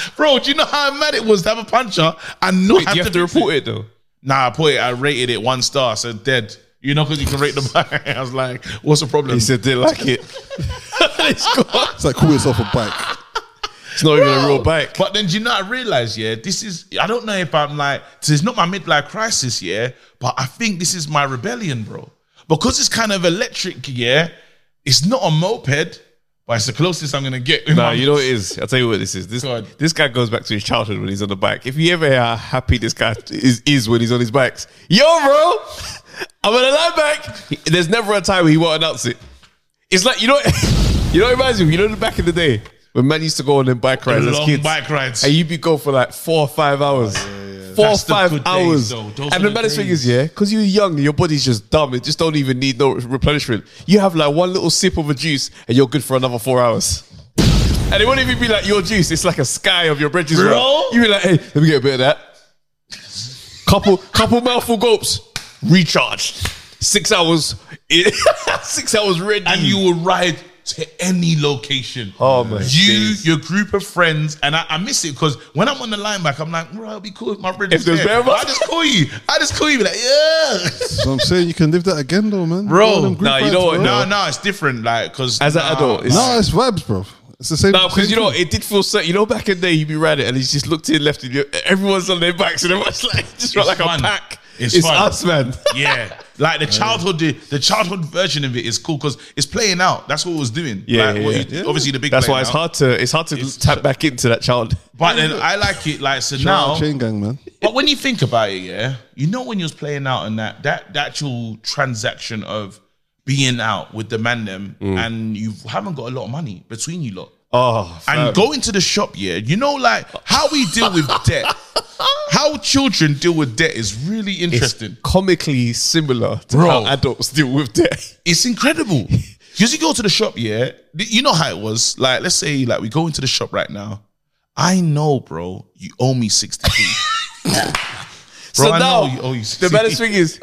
Bro, do you know how mad it was to have a puncher and not Wait, do you have to fix report it though? Nah, I put it. I rated it one star, so dead. You know, because you can rate the bike. I was like, what's the problem? He said they like it. it's, got- It's like call yourself a bike. it's not even a real bike. But then, do you know, I realized, yeah, this is, I don't know if I'm like, this is not my midlife crisis, yeah, but I think this is my rebellion, bro. Because it's kind of electric, yeah, it's not a moped, but it's the closest I'm going to get. Nah, you know what it is. I'll tell you what this is. This Go on. this guy goes back to his childhood when he's on the bike. If you ever hear how happy this guy is, is when he's on his bikes, yo, bro, I'm on a lineback. He- There's never a time where he won't announce it. It's like you know, you know, what it reminds me. of? You know, the back in the day when man used to go on them bike rides as long kids, bike rides. and you'd be going for like four or five hours. Four That's the or five good days, hours. though. and Those were the the baddest thing days. is, yeah, because you're young, your body's just dumb. It just don't even need no replenishment. You have like one little sip of a juice and you're good for another four hours. And it won't even be like your juice. It's like a sky of your bridges. Bro. You be like, hey, let me get a bit of that. Couple, couple mouthful gulps. Recharged. Six hours. Six hours ready. and you will ride to any location. Oh, my You, days. your group of friends, and I, I miss it because when I'm on the line back, I'm like, bro, it'll be cool if my brother. If there's bare of us. I just call you. I just call you. Be like, yeah. So I'm saying you can live that again though, man. Bro, Go on them group nah, you rides, know what, bro. No, no, it's different. Like, because As an adult, it's- No, it's vibes, bro. It's the same. No, because same you know thing. it did feel so. You know, back in the day, you'd be riding, and he's just looked in left, and you- everyone's on their backs, and everyone's like, just felt like It's fun. a pack. It's It's, fun. us, man. yeah, like the childhood, the, the childhood version of it is cool because it's playing out. That's what it was doing. Like, what you- Obviously, the big. That's playing why it's out. hard to it's hard to tap back into that child. But then I like it. Like so Shout out now, chain gang, man. But when you think about it, yeah, you know when you was playing out and that that the actual transaction of being out with the man them and you haven't got a lot of money between you Mm. lot. Oh, And going to the shop, yeah, you know like how we deal with debt. How children deal with debt is really interesting. comically similar to Bro. how adults deal with debt. It's, incredible. Because you go to the shop, yeah, th- you know how it was. Like, let's say like we go into the shop right now. I know, bro, you owe me 60 Bro, so I now know you owe you the 60p. baddest thing is,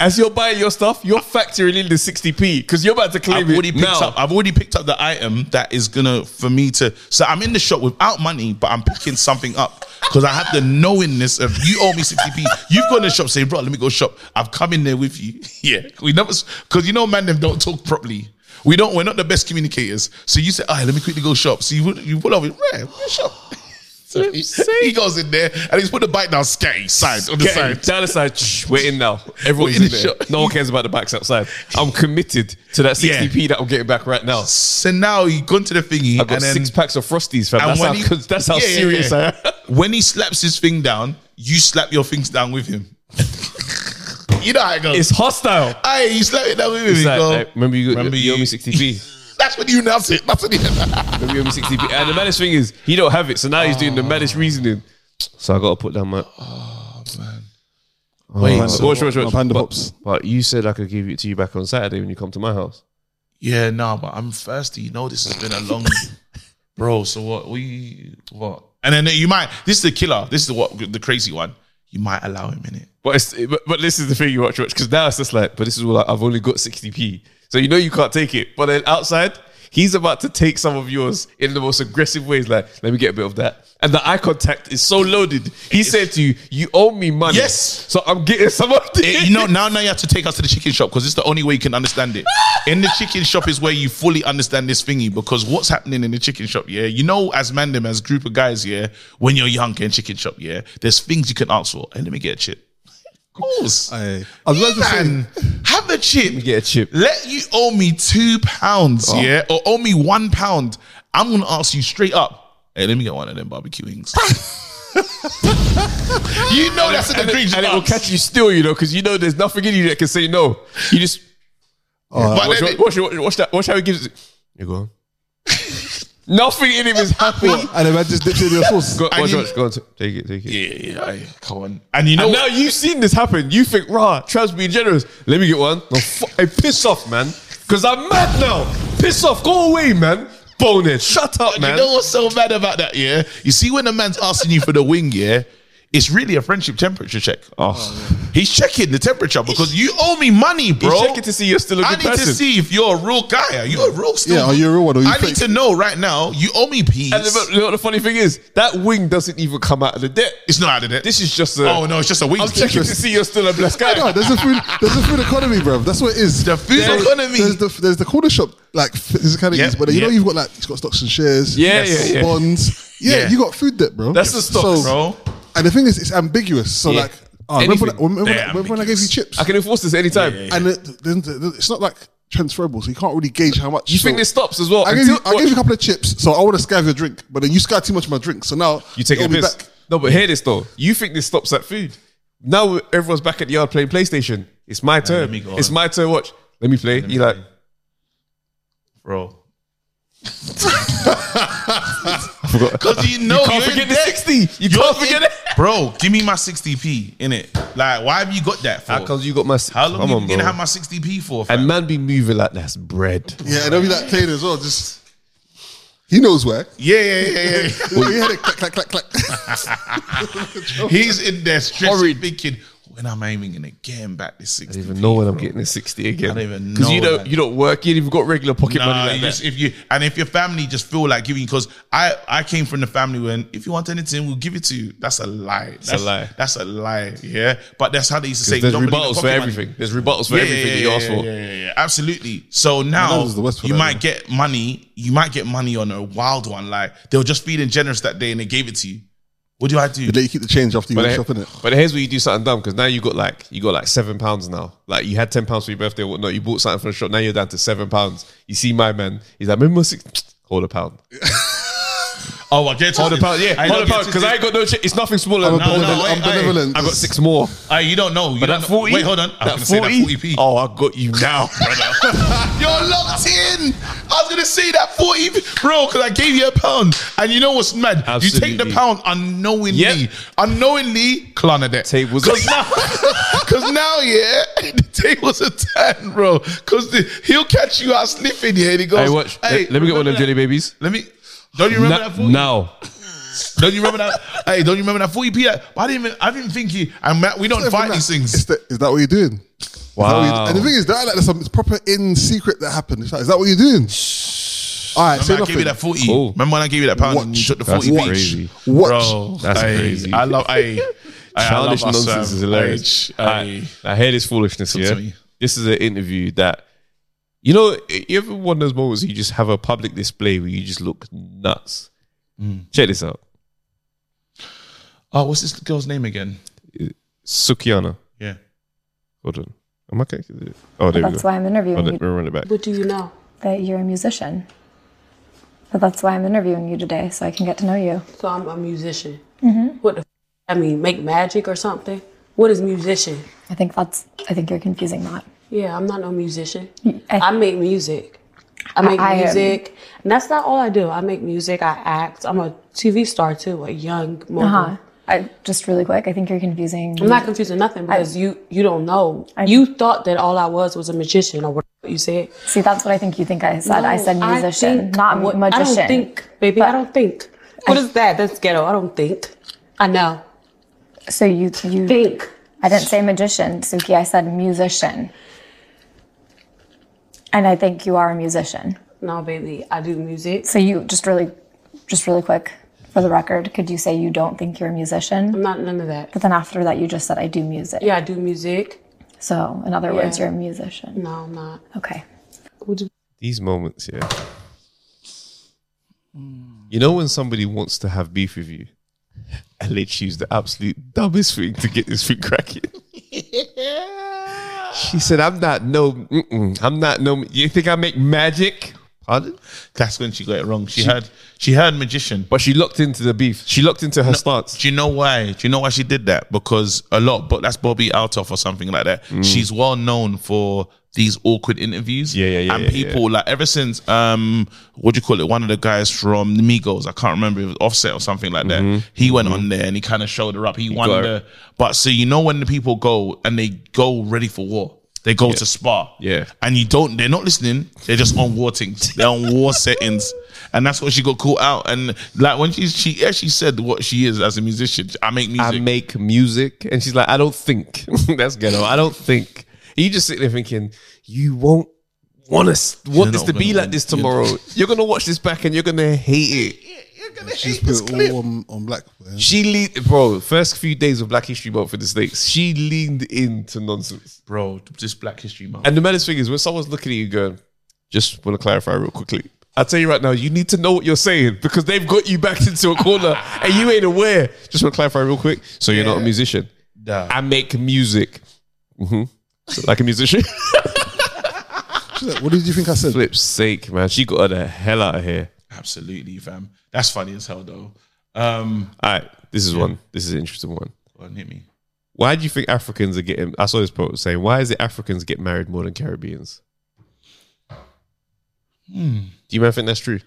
as you're buying your stuff, you're factoring in the sixty p because you're about to claim I've already it picked now. up. I've already picked up the item that is gonna for me to. So I'm in the shop without money, but I'm picking something up because I have the knowingness of you owe me sixty p. You've gone in the shop saying, "Bro, let me go shop." I've come in there with you. Yeah, we never because you know, man, them don't talk properly. We don't. We're not the best communicators. So you say, "Ah, let me quickly go shop." So you would- you pull over, yeah, go shop. So he, he goes in there and he's put the bike down, scatty side on the Get in, side. down the side. shh, We're in now. Everyone's in in, the there. shop. No one cares about the backs outside. I'm committed to that Yeah. 60p that I'm getting back right now. So now he gone to the thingy I've got and then six packs of Frosties, fam. And That's when how, he- cause that's how Yeah, yeah, serious yeah. I am. when he slaps his thing down, you slap your things down with him. you know how it goes. It's hostile. Aye, you slap it down with him. It's you like, go, like, remember you, Remember you, you owe me you- 60p. That's That's when you announce it. That's when you WM60. And the maddest thing is, he don't have it, so now he's doing the maddest reasoning. So I got to put down my. Oh, Oh, Wait, man, so- watch, watch, watch. I'll hand the But, but you said I could give it to you back on Saturday when you come to my house. Yeah, nah, but I'm thirsty. You know, this has been a long, bro. So what? We what? And then you might. This is the killer. This is the what? The crazy one. You might allow him in it. But, it's, but but this is the thing you watch, watch, because now it's just like, but this is all I- I've only got 60p, so you know you can't take it. But then outside, he's about to take some of yours in the most aggressive ways. Like, let me get a bit of that, and the eye contact is so loaded. He said to you, "You owe me money." Yes. So I'm getting some of Eh, this. you know, now now you have to take us to the chicken shop because it's the only way you can understand it. In the chicken shop is where you fully understand this thingy because what's happening in the chicken shop, yeah, you know, as man them, as group of guys, yeah, when you're young in chicken shop, yeah, there's things you can ask for. Hey, let me get a chip. Of course. I, was about to say- have a chip. Let get a chip. Let you owe me two pounds, Oh. yeah, or owe me one pound. I'm gonna ask you straight up. Hey, let me get one of them barbecue wings. you know that's an and, it- egregious and it will ask. catch you still, you know, because you know there's nothing in you that can say no. You just But watch, then watch, watch, it- watch, watch that. Watch how he gives it. You go on. nothing in him is happy. And then I just dipped it in your sauce. Go, And watch, you- watch, go on, t- take it, take it. Yeah, yeah, I, come on. And you know, And what? now you've seen this happen. You think, rah, Trav's being generous. Let me get one. No, fu- hey, piss off, man. Because I'm mad now. Piss off. Go away, man. Bonehead. Shut up, man. you know what's so bad about that? Yeah, you see, when a man's asking you for the wing, yeah, it's really a friendship temperature check. Oh, he's checking the temperature because you owe me money, bro. He's checking to see you're still a good I need person. to see if you're a real guy. Are you a real? Still? Yeah, are you a real one or you I need fake? to know right now. You owe me peas. and the, you know what the funny thing is, that wing doesn't even come out of the debt. It's not out of there. This is just a. oh no, it's just a wing. I'm checking to see you're still a blessed guy. No, there's a food, there's a food economy, bro. That's what it is. The food So economy. There's the there's the corner shop like physicalities, Yep, but then you know yep. you've got like it's got stocks and shares, Yeah, you've got yeah, yeah. bonds, yeah, Yeah. You got food debt, bro. That's the stocks, bro. And the thing is, it's ambiguous. So Yeah. like, oh, remember, when, Anything. remember, They're remember when I gave you chips? I can enforce this anytime. And it, then the- it's not like transferable, so you can't really gauge how much. You think this stops as well? I gave, Until- you, I gave you a couple of chips, so I want to scav your drink, but then you scav too much of my drink, so now You take it a me piss. back. No, but hear this though. You think this stops at food? Now everyone's back at the yard playing PlayStation. It's my turn. me go It's on. my turn. Watch. Let me play. You like? bro. I forgot. Because you know, you can't you're forget in the debt. sixty. You You're can't in- forget it. bro. Give me my 60p in it. Like, why have you got that for? How come you got my? How long Come you on, gonna bro. have my 60p for? fam? And man be moving like that's bread. Yeah, and they'll be like playing as well. Just he knows where. yeah, yeah, yeah, yeah. We had it clack clack clack clack. He's in there stressed, Horrid. thinking, when am I even gonna get him back this I 60? don't even know when I'm getting the sixty again. I don't even because you know, don't man. you don't work. You ain't even got regular pocket Nah, money like you that. just- if you and if your family just feel like giving, because I I came from the family when if you want anything, we'll give it to you. That's a lie. That's lie. That's a lie. Yeah, but that's how they used to say. there's don't believe in rebuttals for pocket money. everything. There's rebuttals for everything that you ask for. yeah, yeah, yeah, yeah. Absolutely. So that now was the worst for you that, might yeah. get money. You might get money on a wild one. Like they were just feeling generous that day and they gave it to you. What do I do? Let you keep the change after you But, went he- shopping it. but here's where you do something dumb because now you got like you got like seven pounds now. Like you had ten pounds for your birthday or whatnot. You bought something from the shop. Now you're down to seven pounds. You see my man. He's like, remember six? Hold a pound. Oh, I get Hold a pound. Yeah, I hold a don't get pound because I ain't got no. Ch- it's nothing smaller. I'm than a benevolent- no, wait, I'm hey, benevolent. I got six more. Hey, you don't know. You But don't that know. forty. Wait, hold on. I That was gonna say that 40p. Oh, I got you now. You're locked in. I was gonna say that 40, bro, because I gave you a pound. And you know what's mad? You take Absolutely. the pound unknowingly. Yep. Unknowingly, Clonadet. Tables Because are- now, 'cause now, yeah, the tables are turned, bro. Because he'll catch you out slipping, yeah, and he hey, goes, watch. let, let me get one of them remember jelly babies. that- Let me. Don't you remember Na- that 40? now, Don't you remember that? hey, don't you remember that 40p? Like, I didn't even, I didn't think you, and Matt, we don't fight these things. Is that, is that what you're doing? Is that what you- Wow. and the thing is, that like, there's some it's proper in secret that happened. It's like, is that what you're doing? All right, say Remember I gave you nothing. that 40. Cool. Remember when I gave you that pound and Watch. you took the That's 40 beach? crazy. Watch. Bro, That's aye, crazy. I love I, I childish love us, nonsense um, is hilarious. aye, aye. I, I hear this foolishness. Talk to Yeah, me. this is an interview that you know. You ever one of those moments you just have a public display where you just look nuts. Check this out, Oh, what's this girl's name again? Sukiana. Yeah. Hold on, am I connected? to- Oh, there we That's go. why I'm interviewing Run you. it, run it back. What do you know? That you're a musician. But that's why I'm interviewing you today, so I can get to know you. So I'm a musician. Mm-hmm. What the? F- I mean, make magic or something. What is musician? I think that's. I think you're confusing that. Yeah, I'm not no musician. I- I make music. I make I- I am- music. and that's not all I do. I make music. I act. I'm a TV star too, a young mogul. Uh-huh. I, just really quick, I think you're confusing. I'm not confusing nothing because you you don't know. you thought that all I was was a magician or whatever you said. See, that's what I think you think I said. I No, said I musician, think not what- magician. I don't think, baby. I don't think. What is that? That's ghetto. I don't think. I know. So you you think? I didn't say magician, Suki. I said musician. And I think you are a musician. No, baby. I do music. So you just really, just really quick for the record, could you say you don't think you're a musician? I'm not none of that. But then after that, you just said I do music. Yeah, I do music. So in other words, Yeah. you're a musician. No, I'm not. Okay. These moments, yeah. You know when somebody wants to have beef with you, and they choose the absolute dumbest thing to get this thing cracking. She said, "I'm not no, mm-mm, I'm not no. You think I make magic? Pardon? That's when she got it wrong. She, heard she heard magician, but she locked into the beef. She locked into her stance. Do you know why? Do you know why she did that? Because a lot, but that's Bobby Altoff or something like that. Mm. She's well known for these awkward interviews. Yeah, yeah, yeah. And yeah, people like ever since um, what do you call it? One of the guys from the Migos, I can't remember if it was Offset or something like that. He went on there and he kind of showed her up. Mm-hmm. He, won got the, but so you know when the people go and they go ready for war. They go to spa. Yeah. And you don't, they're not listening. They're just on war things. They're on war settings. And that's what she got caught out. And like when she she actually said what she is as a musician. I make music. I make music. And she's like, I don't think. That's ghetto. I don't think. You just sit there thinking, you won't want us want You're this not to be gonna like want- this tomorrow. You're gonna watch this back and you're gonna hate it. She's put it all on, on black. She leaned, bro. First few days of Black History Month for the States, she leaned into nonsense, bro. This Black History Month. And the maddest thing is, when someone's looking at you going, just want to clarify real quickly. I tell you right now, you need to know what you're saying because they've got you backed into a corner and you ain't aware. Just want to clarify real quick. So you're not a musician. I make music. hmm like a musician. what did you think I said? Flip's sake, man. She got her the hell out of here. Absolutely, fam. That's funny as hell though. Um All right. This is one. This is an interesting one. Go on, hit me. Why do you think Africans are getting? I saw this post saying, why is it Africans get married more than Caribbeans? Hmm. Do you man think that's true?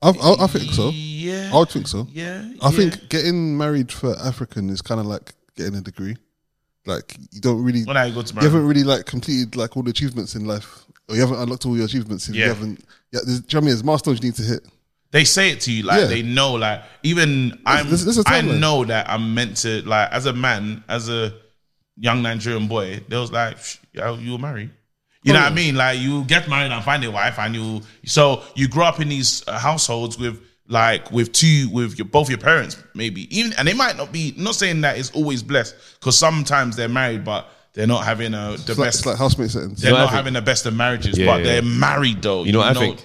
I, I, I think so. Yeah, I would think so. Yeah, I think getting married for African is kind of like getting a degree. Like you don't really. When I go to you haven't Maryland. really like completed like all the achievements in life, or you haven't unlocked all your achievements if Yeah. you haven't. Yeah, there's, do you know what I mean? There's milestones you need to hit. They say it to you like Yeah. they know, like even I'm this- this is a I timeline. know that I'm meant to like as a man, as a young Nigerian boy, they was like, "Shh, yeah, you will marry. You Oh. know what I mean? Like you get married and find a wife and you so you grow up in these uh, households with like with two with your both your parents maybe even and they might not be not saying that it's always blessed because sometimes they're married but they're not having a the It's like, best it's like housemate settings. they're not having the best of marriages Yeah, but yeah. they're married though You know what I think?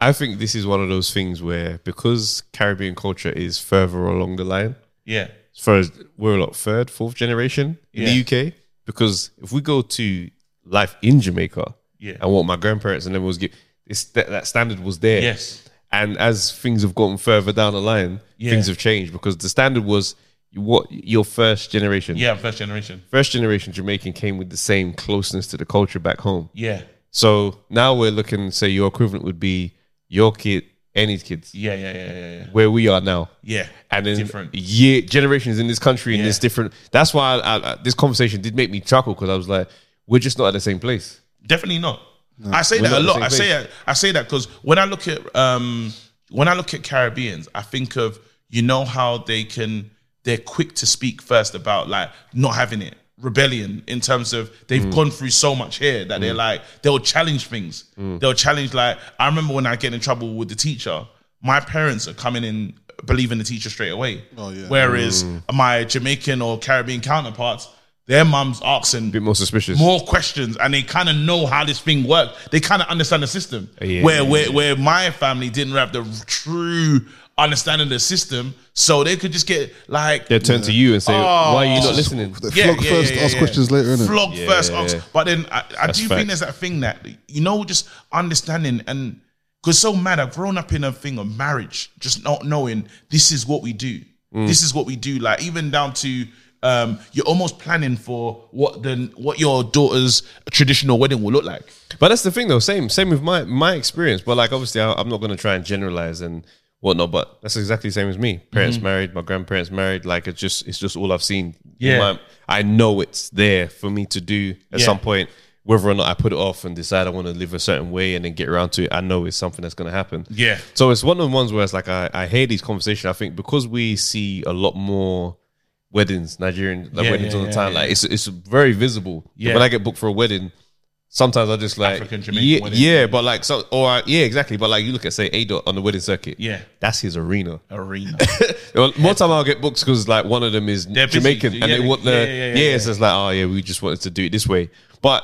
I think this is one of those things where because Caribbean culture is further along the line, yeah as far as we're like third, fourth generation in Yeah. the UK. Because if we go to life in Jamaica, Yeah. and what my grandparents and them was get, it's that, that standard was there. Yes. And as things have gotten further down the line, Yeah. things have changed because the standard was what your first generation. yeah first generation First generation Jamaican came with the same closeness to the culture back home. Yeah. So now we're looking, say your equivalent would be your kid, any kids. Yeah, yeah, yeah, yeah. yeah. Where we are now. Yeah. And then Different. year generations in this country and this different. That's why I, I, this conversation did make me chuckle because I was like, we're just not at the same place. Definitely not. I say We're that not a the lot. same I say place. that, I say that because when I look at um when I look at Caribbeans, I think of you know how they can they're quick to speak first about like not having it rebellion in terms of they've Mm. gone through so much here that they're Mm. like they'll challenge things. Mm. They'll challenge like I remember when I get in trouble with the teacher, my parents are coming in believing the teacher straight away. Oh, yeah. Whereas Mm. my Jamaican or Caribbean counterparts, their mums asking a bit more suspicious, more questions, and they kind of know how this thing works. They kind of understand the system. Yeah. where where where my family didn't have the true understanding of the system, so they could just get like They turn to you and say, "Why are Oh. you not listening?" Flog first, ask questions later, innit? Flog Yeah, first, yeah, ask. yeah. But then I, I That's do facts. think there's that thing that you know, just understanding and because so mad I've grown up in a thing of marriage, just not knowing this is what we do. Mm. This is what we do. Like even down to um, you're almost planning for what the what your daughter's traditional wedding will look like. But that's the thing, though. Same, same with my my experience. But like, obviously, I, I'm not going to try and generalize and whatnot. But that's exactly the same as me. Parents Mhm. married, my grandparents married. Like, it's just it's just all I've seen. Yeah. My- I know it's there for me to do at Yeah. some point. Whether or not I put it off and decide I want to live a certain way and then get around to it, I know it's something that's going to happen. Yeah. So it's one of the ones where it's like I, I hear these conversations. I think because we see a lot more weddings, Nigerian like Yeah, weddings yeah, all the yeah, time, yeah. like it's it's very visible. Yeah. When I get booked for a wedding, sometimes I just like African, Jamaican yeah, wedding. yeah, but like so or I, yeah, exactly. But like you look at say A dot on the wedding circuit, Yeah. that's his arena. Arena. Well, More time I'll get booked because like one of them is busy. Jamaican and Yeah, they want the yeah, yeah, yeah, yeah, it's just like oh yeah, we just wanted to do it this way, but.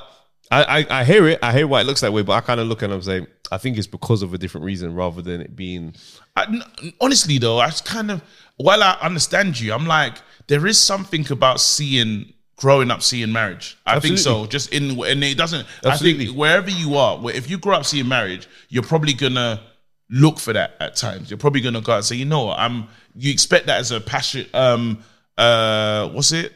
I, I, I hear it. I hear why it looks that way, but I kind of look and I'm saying I think it's because of a different reason rather than it being I n honestly, though, I just kind of, while I understand you, I'm like, there is something about seeing, growing up seeing marriage. I think so. Absolutely. Just in, and it doesn't, I Absolutely. think wherever you are, where- if you grow up seeing marriage, you're probably going to look for that at times. You're probably going to go out and say, you know what, I'm, you expect that as a passion, um, uh, what's it?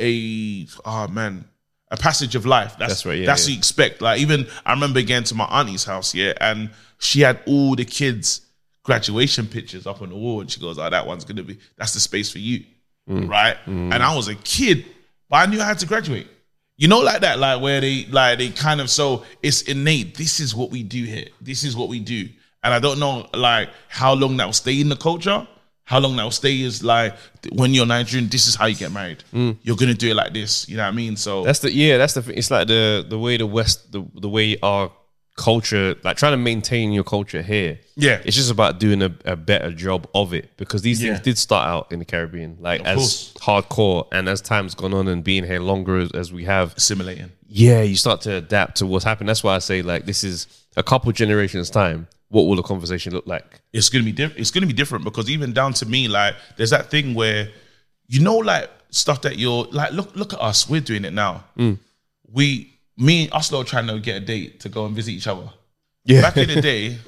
A, oh man, a passage of life. That's, That's right, yeah, That's yeah. the expect. Like even I remember going to my auntie's house, yeah, and she had all the kids' graduation pictures up on the wall, and she goes, "Oh, that one's gonna be that's the space for you, Mm. right?" Mm. And I was a kid, but I knew I had to graduate. You know, like that, like where they like they kind of so it's innate. This is what we do here. This is what we do, and I don't know like how long that will stay in the culture. How long that will stay is like when you're Nigerian. This is how you get married. You're gonna do it like this. You know what I mean? So That's the yeah. That's the thing. It's like the the way the West, the the way our culture, like trying to maintain your culture here. Yeah. it's just about doing a, a better job of it because these Yeah. things did start out in the Caribbean, like Of as course. hardcore, and as time's gone on and being here longer as, as we have assimilating. Yeah, you start to adapt to what's happened. That's why I say like this is a couple generations time. What will the conversation look like? it's gonna be different. It's gonna be different because even down to me, like there's that thing where you know, like stuff that you're like, look, look at us, we're doing it now. Mm. We, me, and us, lot are trying to get a date to go and visit each other. Yeah. Back in the day,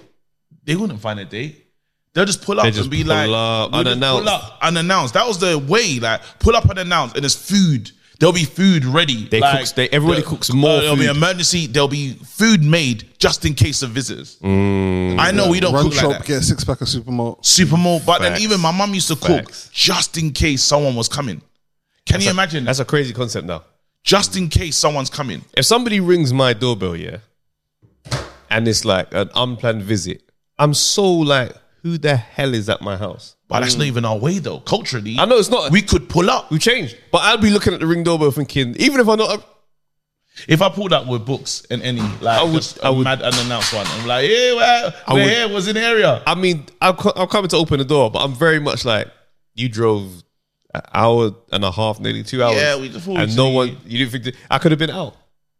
they wouldn't find a date. They'll just pull up They just and be pull like, up we'll just unannounced. pull up unannounced. That was the way. Like pull up unannounced, and there's food. There'll be food ready. They like, cooks- they- everybody the- uh, cooks more There'll be food. emergency. There'll be food made just in case of visitors. Mm. I know we don't Run cook like shop, that. get a six pack of supermalt. Supermall. But then Facts. even my mum used to Facts. cook just in case someone was coming. Can you imagine? that's a crazy concept now. Just in case someone's coming. If somebody rings my doorbell, yeah, and it's like an unplanned visit, I'm so like, who the hell is at my house? But that's not even our way though. Culturally, I know it's not. We could pull up. We changed, but I'd be looking at the ring doorbell thinking, even if I'm not. If I pulled up with books and any, like, I would, a mad unannounced one, I'm like, yeah, well, I we're would- here, was in the area. I mean, I'm, co- I'm coming to open the door, but I'm very much like, you drove an hour and a half, nearly two hours. Yeah, we just- and no one. You didn't think that, I could have been out.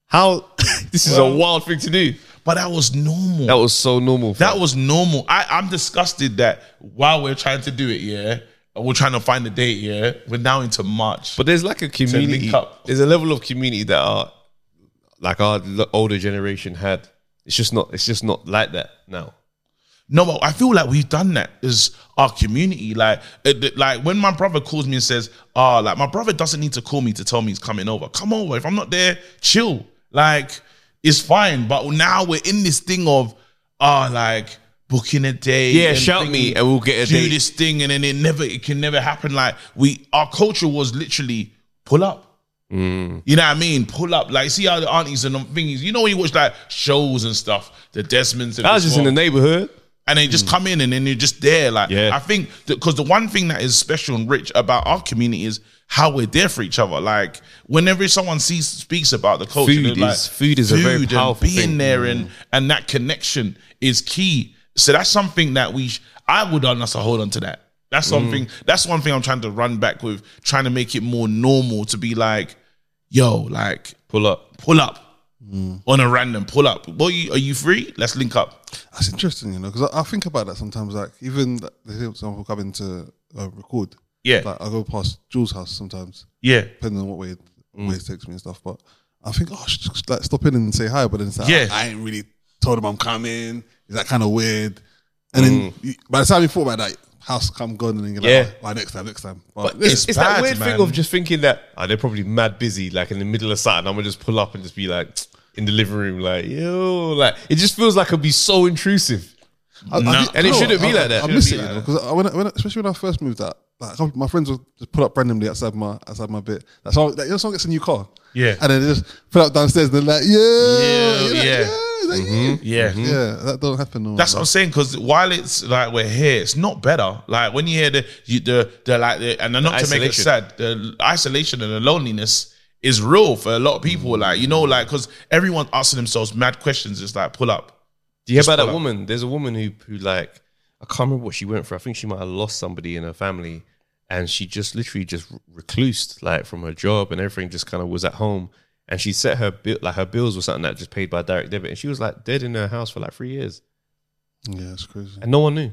How? this is Well- a wild thing to do. But that was normal. That was so normal. That was normal. I, I'm disgusted that while we're trying to do it, yeah, and we're trying to find a date, yeah, we're now into March. But there's like a community. link up. There's a level of community that our, like our l- older generation had. It's just not. It's just not like that now. No, but I feel like we've done that as our community. Like, uh, th- like when my brother calls me and says, "Ah, like my brother doesn't need to call me to tell me he's coming over. Come over. If I'm not there, chill. Like, it's fine." But now we're in this thing of, ah, like booking a day. Yeah, and shout thinking, me and we'll get a do date. this thing, and then it never, it can never happen. Like we, our culture was literally pull up. Mm. You know what I mean? Pull up, like see how the aunties and the thingies. You know when you watch like shows and stuff, the Desmonds. And I was just in the neighborhood, and they Hmm. just come in and then they're just there. Like I think because the one thing that is special and rich about our community is how we're there for each other. Like whenever someone sees speaks about the culture, Food they're like, is- food is a very "Food," powerful and being thing. Mm. there and and that connection is key. So that's something that we sh- I would on us to hold on to that. Mm. That's something. That's one thing I'm trying to run back with, trying to make it more normal to be like, yo, like pull up, Mm. pull up on a random pull up. Boy, you- are you free? Let's link up. That's interesting, you know, because I, I think about that sometimes. Like, even th- they say someone coming to uh, record. Yeah. Like, I go past Jules' house sometimes. Yeah. Depending on what way, way Mm. it takes me and stuff. But I think, oh, I should just, like, stop in and say hi. But then it's like, Yeah. I, I ain't really told him I'm coming. Is that kind of weird? And then you, by the time you thought about that, house come gone and then you're Mm. Yeah. like, oh, right, next time, next time. But But it's, this is it's bad, that weird man. thing of just thinking that oh, they're probably mad busy, like in the middle of something. I'm gonna just pull up and just be like in the living room, like yo, like it just feels like it'd be so intrusive, I- I think- and you it know shouldn't what? be I- like that. I miss it, you know, because when, I- when, I- especially when I first moved out, like a couple- my friends would just pull up randomly outside my outside my bit. That's how like, you know, someone gets a new car, Yeah. and then they just pull up downstairs. and They're like, yeah, yeah, yeah. Mm-hmm. Yeah. yeah, that don't happen. No more, That's what man. I'm saying. Because while it's like we're here, it's not better. Like when you hear the you, the the like the, and not to make it isolation. sad, the isolation and the loneliness is real for a lot of Mm. people. Like you know, like because everyone's asking themselves mad questions. It's like pull up. Do you hear Just about pull that up. woman? There's a woman who, who like, I can't remember what she went for. I think she might have lost somebody in her family, and she just literally just reclused, like from her job and everything, just kind of was at home. And she set her bill, like her bills were something that just paid by direct debit, and she was like dead in her house for like three years, Yeah, it's crazy. and no one knew.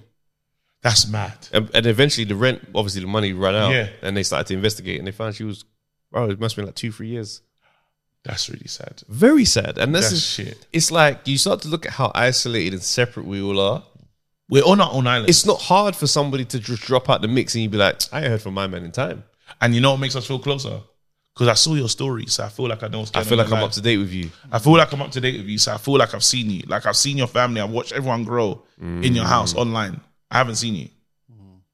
That's mad. And, and eventually, the rent, obviously, the money ran out, Yeah. and they started to investigate, and they found she was, oh, it must have been like two, three years. That's really sad. Very sad. And this That's is shit. It's like you start to look at how isolated and separate we all are. We're on our own island. It's not hard for somebody to just drop out the mix and you'd be like, I ain't heard from my man in time. And you know what makes us feel closer? Because I saw your story, so I feel like I know what's I going feel on in like your I'm life. up to date with you. I feel like I'm up to date with you, so I feel like I've seen you. Like I've seen your family. I've watched everyone grow Mm. in your house online. I haven't seen you.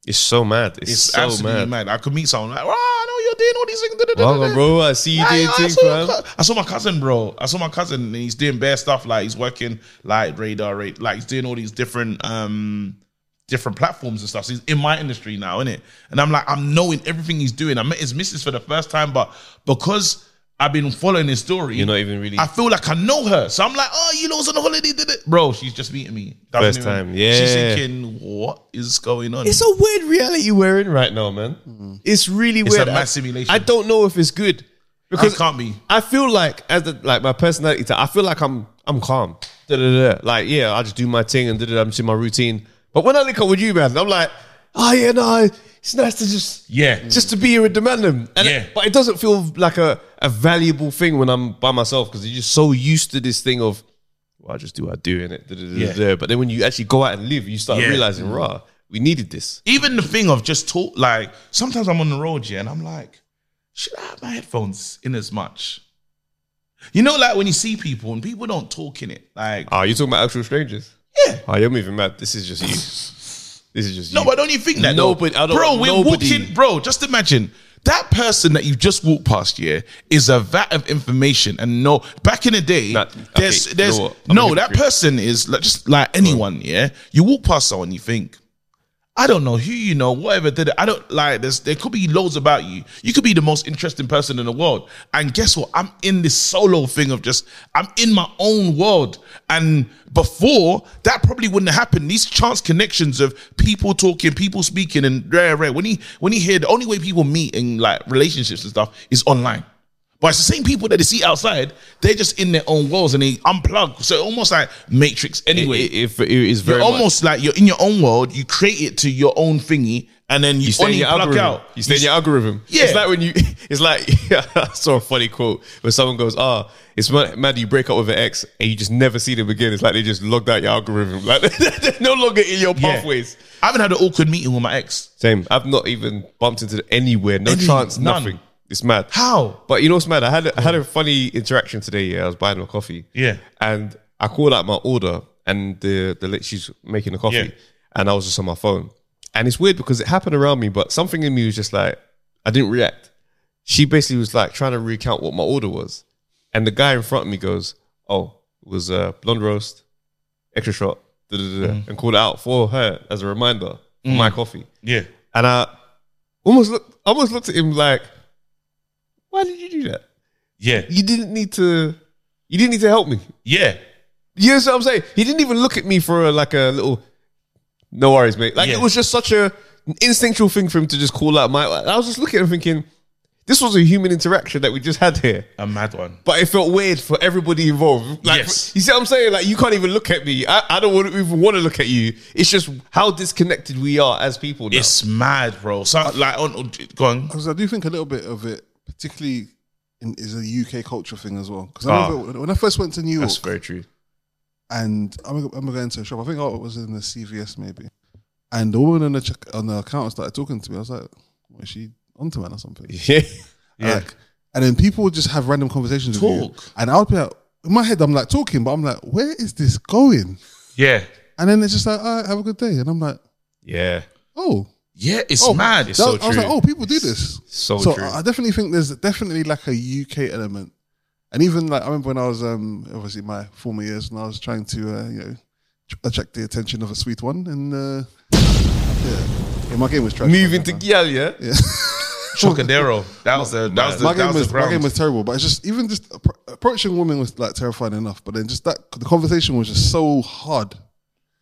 It's so mad. It's, It's, so absolutely mad. mad. I could meet someone like, oh, I know you're doing all these things. da-da-da-da-da." Welcome, bro. I see you I, did I things, saw your fam. cou- I saw my cousin, bro. I saw my cousin, and he's doing bare stuff. Like he's working like radar, ra- like he's doing all these different, um different platforms and stuff. So he's in my industry now, innit? And I'm like, I'm knowing everything he's doing. I met his missus for the first time, but because I've been following his story, You're not even really. I feel like I know her. So I'm like, oh, you know, was on a holiday, did it? Bro, she's just meeting me. First time, She's yeah. thinking, what is going on? It's a weird reality we're in right now, man. It's really Mm. It's weird. a I- mad simulation. I don't know if it's good because it can't be. I feel like as the, like my personality, type, I feel like I'm I'm calm. Da, da, da. Like yeah, I just do my thing and da, da, da, I'm just in my routine. But when I link up with you, man, I'm like, oh yeah, no, it's nice to just Yeah. just to be here with the man. them. And Yeah. it- but it doesn't feel like a, a valuable thing when I'm by myself because you're just so used to this thing of well, I just do what I do in it. Da, da, da, Yeah. da, da. But then when you actually go out and live, you start Yeah. realizing, rah, we needed this. Even the thing of just talk, like sometimes I'm on the road, yeah, and I'm like, should I have my headphones in as much? You know, like when you see people and people don't talk in it, like Oh, you're talking about actual strangers? Yeah. Oh, you're moving mad. This is just you. This is just no, you. but don't you think that? though? Nobody- I don't- bro, we're nobody- walking, bro. Just imagine that person that you've just walked past, yeah, is a vat of information, and no, back in the day, Nah, there's, okay, you there's know what? I'm no a that hypocrite. person is like, just like anyone, yeah. You walk past someone, you think. I don't know who you know, whatever. Did it. I don't like. There's, there could be loads about you. You could be the most interesting person in the world. And guess what? I'm in this solo thing of just I'm in my own world. And before that probably wouldn't happen. These chance connections of people talking, people speaking, and rare, rare. When you when you hear the only way people meet in like relationships and stuff is online. But it's the same people that they see outside. They're just in their own worlds and they unplug. So almost like Matrix. Anyway, It- it- it is very you're much- almost like you're in your own world. You create it to your own thingy, and then you, you stay in only your plug algorithm. out. You stay in your algorithm. Yeah. It's like when you. It's like I saw a funny quote where someone goes, "Ah, it's mad, mad you break up with an ex and you just never see them again." It's like they just logged out your algorithm. Like they're no longer in your Yeah. pathways. I haven't had an awkward meeting with my ex. Same. I've not even bumped into anywhere. No Any- chance. none. Nothing. It's mad. How? But you know what's mad? I had a, I had a funny interaction today. Yeah, I was buying a coffee. Yeah. and I called out my order, and the the la- she's making the coffee, Yeah. and I was just on my phone, and it's weird because it happened around me, but something in me was just like I didn't react. She basically was like trying to recount what my order was, and the guy in front of me goes, "Oh, it was uh, blonde roast, extra shot, da, da, da, da, and called it out for her as a reminder for my coffee." Yeah, And I almost looked, almost looked at him like, "Why did you do that? yeah, You didn't need to. You didn't need to help me. yeah. You know what I'm saying? He didn't even look at me for a, like a little. No worries, mate. Like Yeah. it was just such a an instinctual thing for him to just call out my. I was just looking at him thinking, this was a human interaction that we just had here. A mad one. But it felt weird for everybody involved. Like, Yes. You see what I'm saying? Like, you can't even look at me. I, I don't want to even want to look at you. It's just how disconnected we are as people now. It's mad, bro. So like, on, go on. Because I do think a little bit of it, particularly, in, is a UK culture thing as well. Because Ah. I remember when I first went to New York, That's very true. and I remember I remember going to a shop. I think oh, it was in the CVS maybe, And the woman on the check, on the account started talking to me. I was like, what, is she onto man or something? Yeah. yeah. and then people would just have random conversations with you. And I would be like, in my head, I'm like talking, but I'm like, where is this going? Yeah. And then it's just like, all right, have a good day. And I'm like, Yeah. oh. Yeah, it's oh, mad. that- It's so I was like, true. oh, people do this. so true. I I definitely think there's definitely like a UK element. And even like, I remember when I was, um, obviously my former years, and I was trying to, uh, you know, tr- attract the attention of a sweet one. And uh, yeah. yeah, my game was trash. oh, Moving to Gyal, yeah? Yeah. Chocadero. That was the that was the my that game was, the my game ground. was terrible, but it's just even just appro- approaching women was like terrifying enough. But then just that the conversation was just so hard.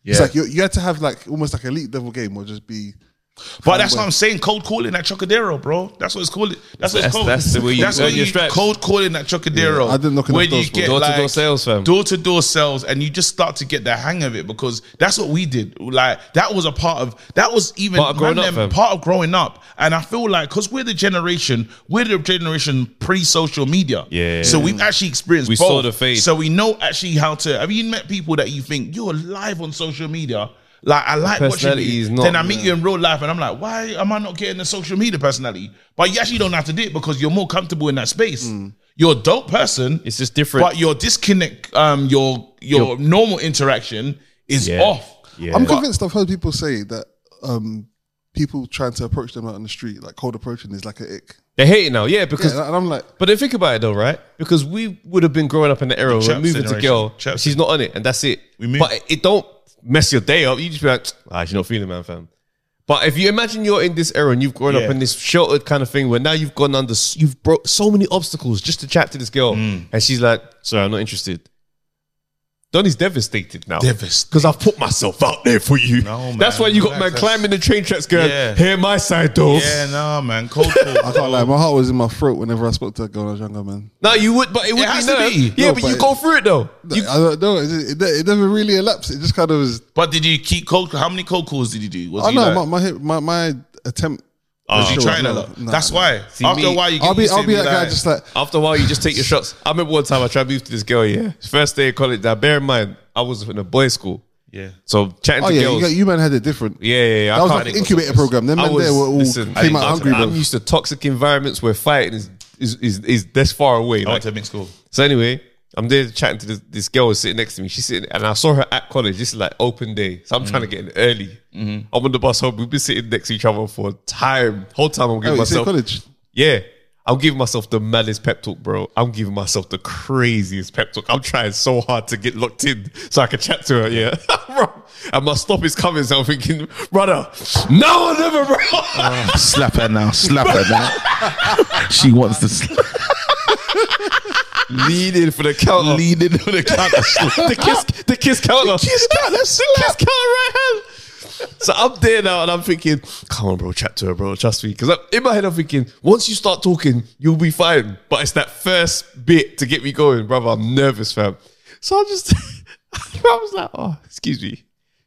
It's Yeah. like you, you had to have like almost like elite level game or just be. But that's what I'm saying. Cold calling that Chocadero, bro. That's what it's called. That's what That's- it's called. that's the way you That's earn what your stripes. cold calling that Chocadero. Yeah, I didn't knock enough When you doors, bro. get Door-to-door like, sales, fam. Door to door sales, and you just start to get the hang of it because that's what we did. Like that was a part of that was even Part of growing man, up, them- fam. part of growing up. And I feel like because we're the generation, we're the generation pre social media. Yeah. So we've actually experienced. We both. saw the fade. So we know actually how to. Have you met people that you think you're live on social media? Like I like watching personality you. is not- then I meet you in real life, and I'm like, why am I not getting the social media personality? But you actually don't have to do it because you're more comfortable in that space. You're a dope person. It's just different. But your disconnect, um, your your, normal interaction is Yeah. off. I'm But- convinced I've heard people say that um, people trying to approach them out on the street, like cold approaching, is like a ick. They hate it now, yeah, because and I'm like, but then think about it though, right? Because we would have been growing up in the era The where Chaps moving to generation. girl, Chaps. she's not on it, and that's it. We move- But it don't mess your day up. You just be like, ah, she's not feeling, man, fam. But if you imagine you're in this era and you've grown Yeah. up in this sheltered kind of thing where now you've gone under, s- you've broke so many obstacles just to chat to this girl, Mm. and she's like, sorry, I'm not interested. Donny's devastated now. Devastated. Because I've put myself out there for you. That's man. why you got man Relax, that's- climbing the train tracks going, Yeah. hear my side though. Yeah, no, man. Cold I can't lie, my heart was in my throat whenever I spoke to a girl when I was younger, man. No, you would, but it would has be, to no. be. Yeah, No, but, but you it- go through it though. I don't know. It, it, it never really elapsed. It just kind of was. But did you keep cold? How many cold calls did you do? Was I you know like- my my, hip- my my was attempt. Oh, you Sure, trying a no, lot? no, That's no. why. After a while, you get I'll be used to I'll it, be be that guy like- just like After a while, you just take your shots. I remember one time I tried to move to this girl, yeah. First day of college. Now, bear in mind, I was in a boys' school. Yeah. So chatting oh to yeah, you, girls. got, you man had it different. yeah, yeah, yeah. I That can't was like an think of- incubator program. Them I men was- there were all listen, I came didn't go out to hungry. that. I'm bro. used to toxic environments where fighting is is is, is this far away. I Like, went Oh, to mixed school. so anyway, I'm there chatting to this, this girl who's sitting next to me. She's sitting, and I saw her at college. This is like open day, so I'm trying to get in early. Mm-hmm. I'm on the bus home. We've been sitting next to each other for time. Whole time I'm Oh, giving you said myself college. yeah. I'm giving myself the maddest pep talk, bro. I'm giving myself the craziest pep talk. I'm trying so hard to get locked in so I can chat to her. Yeah. Bro, and my stop is coming. So I'm thinking, brother, no or never, bro. Uh, Slap her now. Slap her now. she wants to slap. Lead in for the counter. Lean in on the counter. the kiss, the kiss counter. The kiss counter, kiss counter right hand. So I'm there now, and I'm thinking, come on, bro, chat to her, bro. Trust me, because in my head I'm thinking, once you start talking, you'll be fine. But it's that first bit to get me going, brother. I'm nervous, fam. So I just, I was like, oh, excuse me.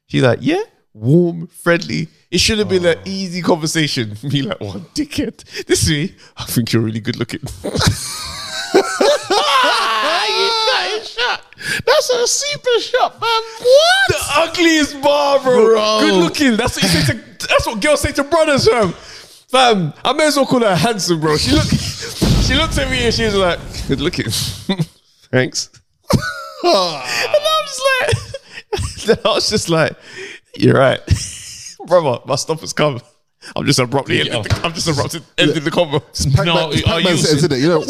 She's like, yeah, warm, friendly. It should have been an Oh. easy conversation. Me like, oh, dickhead. This is me. I think you're really good looking. That's a super shot, man. The ugliest bar, bro. Bro. Good looking. That's what you say to. That's what girls say to brothers, fam. Fam, I may as well call her handsome, bro. She look. she looked at me and she was like, "Good looking." Thanks. and I'm just like, I was just like, "You're right, brother. My stuff has come." I'm just abruptly. Ended the, I'm just abruptly ended the combo. No, Pac-Man- are you? Pac-Man said, isn't it? You know,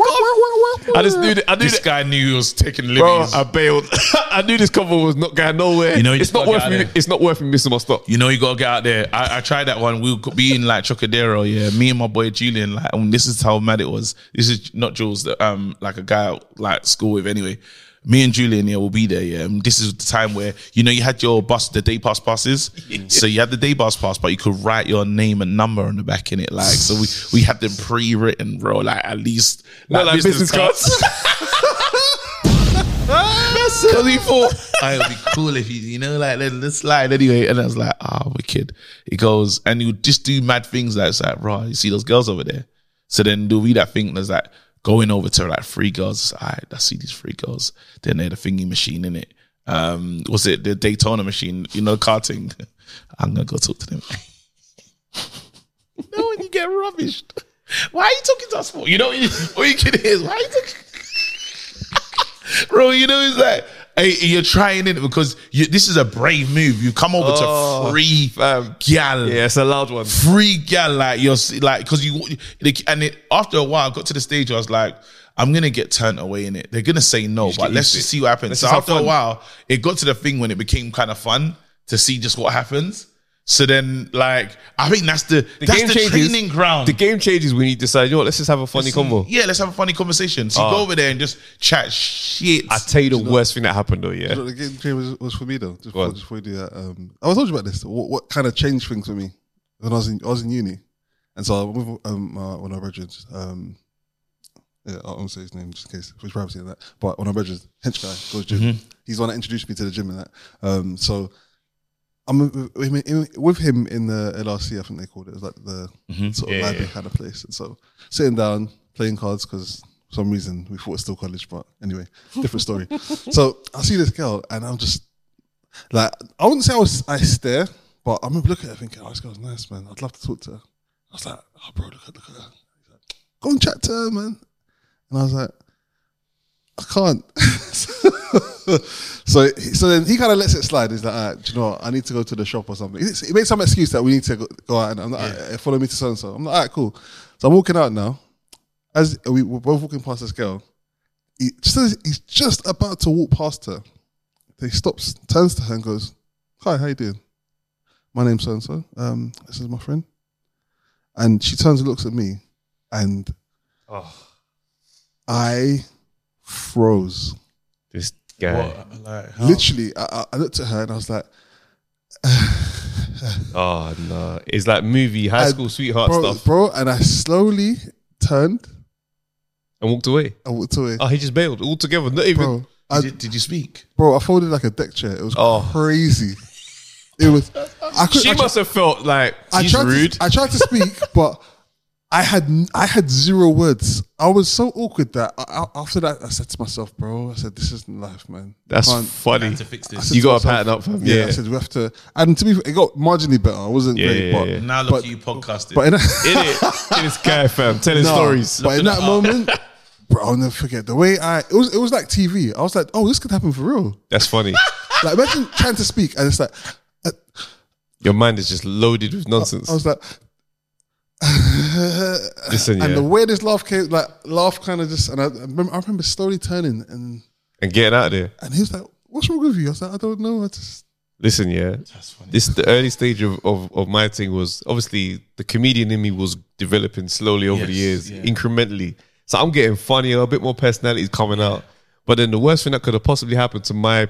I just knew. That, I knew This that. guy knew he was taking Bro, liberties. I bailed. I knew this cover was not going nowhere. You know, you it's not just gotta worth get me. out there. It's not worth me missing my stop. You know, you gotta get out there. I, I tried that one. We were being like Chocadero, yeah. Me and my boy Julian, like, and this is how mad it was. This is not Jules, that um, like a guy I, like school with anyway. Me and Julian, yeah, will be there, yeah. And this is the time where you know you had your bus, the day pass passes. so you had the day pass pass, but you could write your name and number on the back in it, like. So we we had them pre-written, bro. Like at least Not like business cards. Because he thought, oh, it'd be cool if you, you know, like let let's slide anyway. And I was like, ah, wicked. He goes, and you just do mad things like, it's like, bro, you see those girls over there. So then do we that thing that's like going over to like three girls. It's like, All right, I see these three girls. Then they're the thingy machine in it. Um, was it the Daytona machine? You know, karting. I'm gonna go talk to them. no, and you get rubbished. Why are you talking to us for? You know, all you can hear is why are you talking, bro. You know, it's like hey, you're trying it because you, this is a brave move. You come over Oh, to free um, gal. Yeah, it's a loud one. Free gal, like you're s- like because you like, and it, after a while, I got to the stage. where I was like. I'm gonna get turned away in it. They're gonna say no, but get used let's to just it. see what happens. Let's so just have after a fun. while, it got to the thing when it became kind of fun to see just what happens. So then, like, I think that's the, The that's game the changes. training ground. The game changes when you decide, you know what, let's just have a funny Let's- convo. Yeah, let's have a funny conversation. So you Oh. go over there and just chat shit. I tell you the worst thing that happened though, Do you know yeah. what the game change was, was for me though. Just before, just before you do that, um, I was told you about this. What, what kind of changed things for me when I was in I was in uni, and so I went with um, uh, one of our brethren. Um, yeah, I won't say his name just in case for his privacy and that. But one of our brethren, hench guy, goes gym. Mm-hmm. He's the one that introduced me to the gym and that. Um, so I'm with- with him- in- with him in the LRC, I think they called it. It was like the Mhm. sort of Yeah, library yeah. kind of place. And so sitting down, playing cards because for some reason we thought it was still college, but anyway, different story. so I see this girl and I'm just like, I wouldn't say I was I stare, but I remember looking at her thinking, oh, this girl's nice, man. I'd love to talk to her. I was like, oh, bro, look at, look at her. He's like, Go and chat to her, man. And I was like, I can't. so, so then he kind of lets it slide. He's like, all right, do you know what? I need to go to the shop or something. He- He made some excuse that we need to go, go out and I'm like, all right, follow me to so and so. I'm like, all right, cool. So I'm walking out now. As we were both walking past this girl, he just as he's just about to walk past her, he stops, turns to her and goes, "Hi, how you doing? My name's so and so. Um, this is my friend." And she turns and looks at me, and I froze. This guy. What? Like, how? Literally, I, I- I looked at her and I was like, Oh no. It's like movie high I- school sweetheart bro, stuff. bro. And I slowly turned And walked away. and walked away. Oh, he just bailed altogether. Not even Bro, I, Did, did you speak? bro, I folded like a deck chair. It was Oh. crazy. It was. I could, She I, tr- must have felt like I she's tried rude. To, I tried to speak, but I had I had zero words. I was so awkward that I, I- after that I said to myself, "Bro, I said this isn't life, man. You That's can't- funny. I said You to got to myself- pattern up for Yeah, Yeah. I said we have to. And to be, fair, it got marginally better. I wasn't Yeah, great, yeah, but yeah. Now look but- at you podcasting. but in In it, in this guy, fam, telling No, stories. But in that moment, bro, I'll never forget the way I. It was it was like TV. I was like, oh, this could happen for real. That's funny. Like imagine trying to speak and it's like uh, Your mind is just loaded with nonsense. I was like. Listen, yeah. and the way this laugh came, like laugh, kind of just, and I, I remember, I remember slowly turning, and and getting out of there. and he was like, "What's wrong with you?" I was like, "I don't know." I just, Listen, yeah. This the early stage of, of, of my thing was obviously the comedian in me was developing slowly over the Yes, years, yeah. incrementally. So I'm getting funnier, a bit more personalities coming out. But then the worst thing that could have possibly happened to my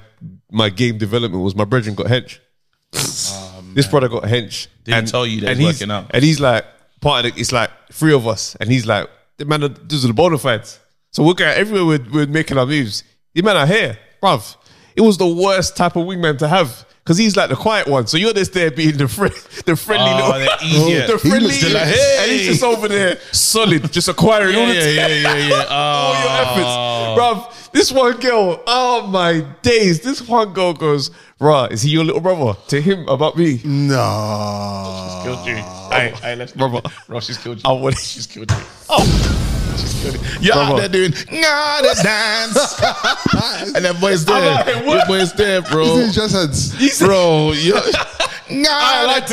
my game development was my brethren got hench. this brother got hench. Um, Didn't tell you that and it's he's- working out. And he's like part of the, it's like three of us, and he's like, the man, are- these are the bona fides. So we're going everywhere. We're, we're making our moves. The man are here, bruv. It was the worst type of wingman to have. Cause he's like the quiet one, so you're just there being the friend, the friendly Oh, the little, idiot. the He friendly, was just like, and he's just "Hey." over there, solid, just acquiring all the yeah, yeah, yeah, yeah, yeah. all your Oh. efforts. Bruv, this one girl, oh my days. This one girl goes, bruh, is he your little brother? To him about me. Oh. no. Killed you. Hey, hey, let's Brother. Ross, she's killed you. I would She's killed you. Oh, she's killed you. You're out Brother. there doing gotta dance, and that boy's there. I'm like, what? Your boy's there, bro. He just had Bro, you. I like to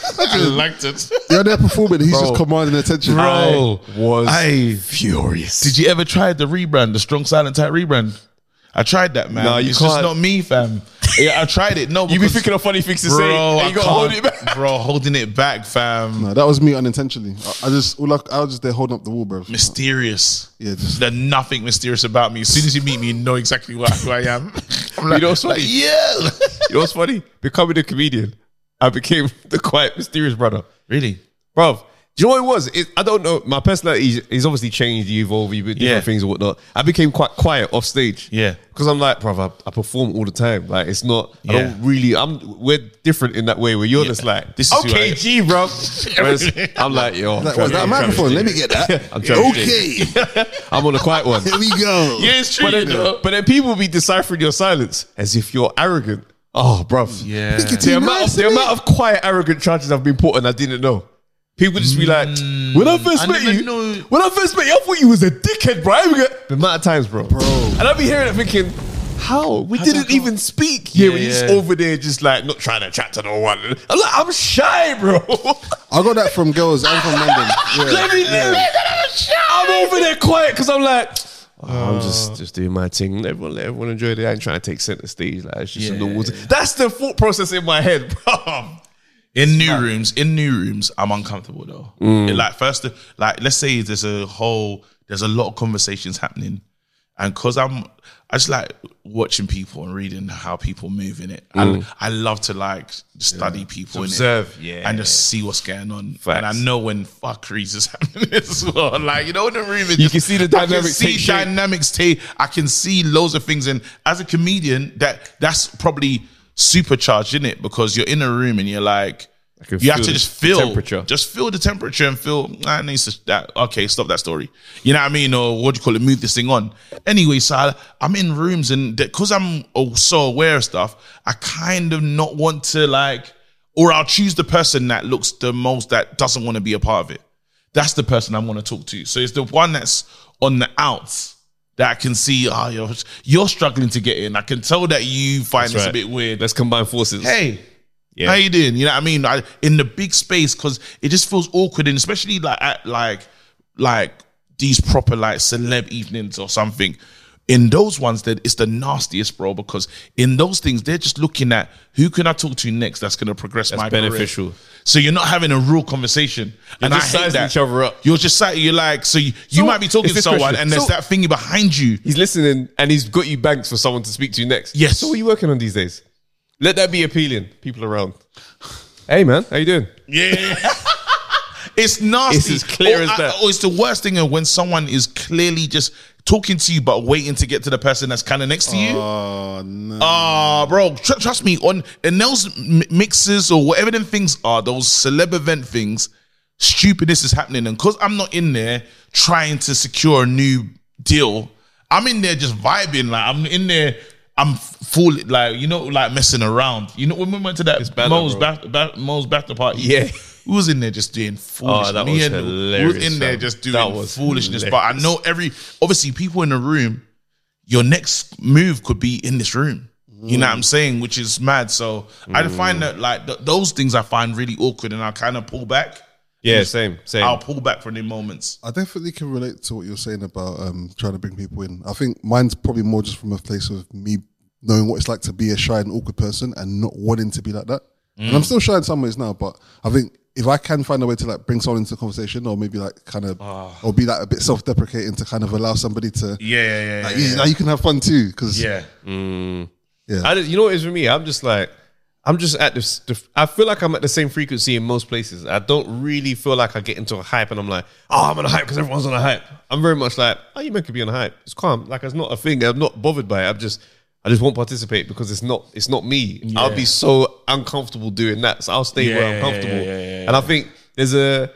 sing. I liked it. You're there performing. He's Bro. just commanding attention. Bro, was I furious. Did you ever try the rebrand, the strong silent type rebrand? I tried that, man. Nah, you it's just can't. not me, fam. Yeah, I tried it. No, You be because- thinking of funny things to say, Bro, and I you gotta hold it can't- back. Bro, holding it back, fam. No, that was me unintentionally. I, I just, all I, I was just there holding up the wall, bro. Mysterious. Yeah, just- There's nothing mysterious about me. As soon as you meet me, you know exactly what, who I am. I'm like, know what's like, funny? yeah. You know what's funny? Becoming a comedian, I became the quiet, mysterious brother. really? Bruv, do you know what it was? It, I don't know. My personality is obviously changed. You evolve, you do different Yeah. things and whatnot. I became quite quiet off stage. Yeah. Because I'm like, bruv, I, I perform all the time. Like, it's not, I Yeah. don't really, I'm, we're different in that way where you're just like, This this is is who I okay, am." G, bruv. Whereas I'm like, yo. I'm Like, trying was to- that a I'm trying to microphone? do Let me it. get that. I'm trying to do it. okay, I'm on a quiet one. here we go. Yeah, it's true. But you know. then, but then people be deciphering your silence as if you're arrogant. Oh, bruv. Yeah. The amount, of, the amount of quiet, arrogant charges I've been put on, I didn't know. People just be like, when I first Hmm. I met never you, when I first met you, I thought you was a dickhead, bro. I even got- The amount of times, bro. Bro. And I'll be hearing it thinking, how? We didn't even speak. Yeah, Yeah, when you're just yeah. over there, just like, not trying to chat to no one. I'm like, I'm shy, bro. I got that from girls and from men. then. Let me live. I'm over there quiet because I'm like, oh, I'm just just doing my thing. Let everyone, let everyone enjoy it. I ain't trying to take center stage. Like it's just a normal. thing. That's the thought process in my head, bro. In new rooms, in new rooms, I'm uncomfortable though. Mm. It, Like first, like let's say there's a whole, there's a lot of conversations happening, and cause I'm, I just like watching people and reading how people move in it. Mm. I, I love to like study people, To innit? observe, yeah. and just see what's going on. Facts. And I know when fuckeries is happening as well. Like you know, in the room, You can see the I can dynamics see take shape. dynamics take. I can see loads of things, and as a comedian, that that's probably supercharged in it because you're in a room and you're like, can you have feel the to just feel temperature. just feel the temperature and feel nah, I need to that. Okay, stop that story. You know what I mean? Or what do you call it? Move this thing on. Anyway, so I, I'm in rooms and because I'm oh, so aware of stuff, I kind of not want to like, or I'll choose the person that looks the most that doesn't want to be a part of it. That's the person I'm going to talk to. So it's the one that's on the outs that I can see. Oh, you're you're struggling to get in. I can tell that you find this right. a bit weird. Let's combine forces. Hey, how you doing? You know what I mean? I, in the big space because it just feels awkward, and especially like at like like these proper like celeb evenings or something. In those ones, that it's the nastiest, bro. Because in those things, they're just looking at who can I talk to next that's going to progress That's my career. beneficial. So you're not having a real conversation, You're and just I hate sizing that. each other up. You're just sat. You're like, so you, you So might be talking it's to this someone, question. and there's So- that thingy behind you. He's listening and he's got you banked for someone to speak to next. Yes. So what are you working on these days? Let that be appealing. People around. Hey man, how you doing? Yeah. it's nasty. It's as clear Or as I- that. or it's the worst thing when someone is clearly just talking to you but waiting to get to the person that's kind of next to you. Oh, no. bro. tr- trust me. On And those m- mixes or whatever them things are, those celeb event things, stupidness is happening. And because I'm not in there trying to secure a new deal, I'm in there just vibing. Like, I'm in there. I'm full, like, you know, like messing around. You know, when we went to that better, Mo's, bro. bath- bath- Mo's bathtub party, Yeah. we was in there just doing foolishness. Oh, that Me was and- We hilarious, was in there fam. just doing That was foolishness. But I know every obviously people in the room, your next move could be in this room. You know Mm. what I'm saying? Which is mad. So I find that like th- those things I find really awkward, and I kind of pull back. Yeah, same, same. I'll pull back from the moments. I definitely can relate to what you're saying about um, trying to bring people in. I think mine's probably more just from a place of me knowing what it's like to be a shy and awkward person and not wanting to be like that. And Mm. I'm still shy in some ways now, but I think if I can find a way to like bring someone into the conversation or maybe like kind of Ah. or be like a bit self deprecating to kind of allow somebody to Yeah, yeah, yeah. like, yeah, you, yeah. now you can have fun too because Yeah. Yeah. I, just- you know what it is for me? I'm just like, I'm just at this. the- I feel like I'm at the same frequency in most places. I don't really feel like I get into a hype and I'm like, oh, I'm on a hype because everyone's on a hype. I'm very much like, oh, you meant to be on a hype. It's calm. Like it's not a thing. I'm not bothered by it. I'm just, I just won't participate because it's not, it's not me. I'll be so uncomfortable doing that. So I'll stay where Yeah, I'm yeah, comfortable. yeah, yeah, yeah, and I think there's a.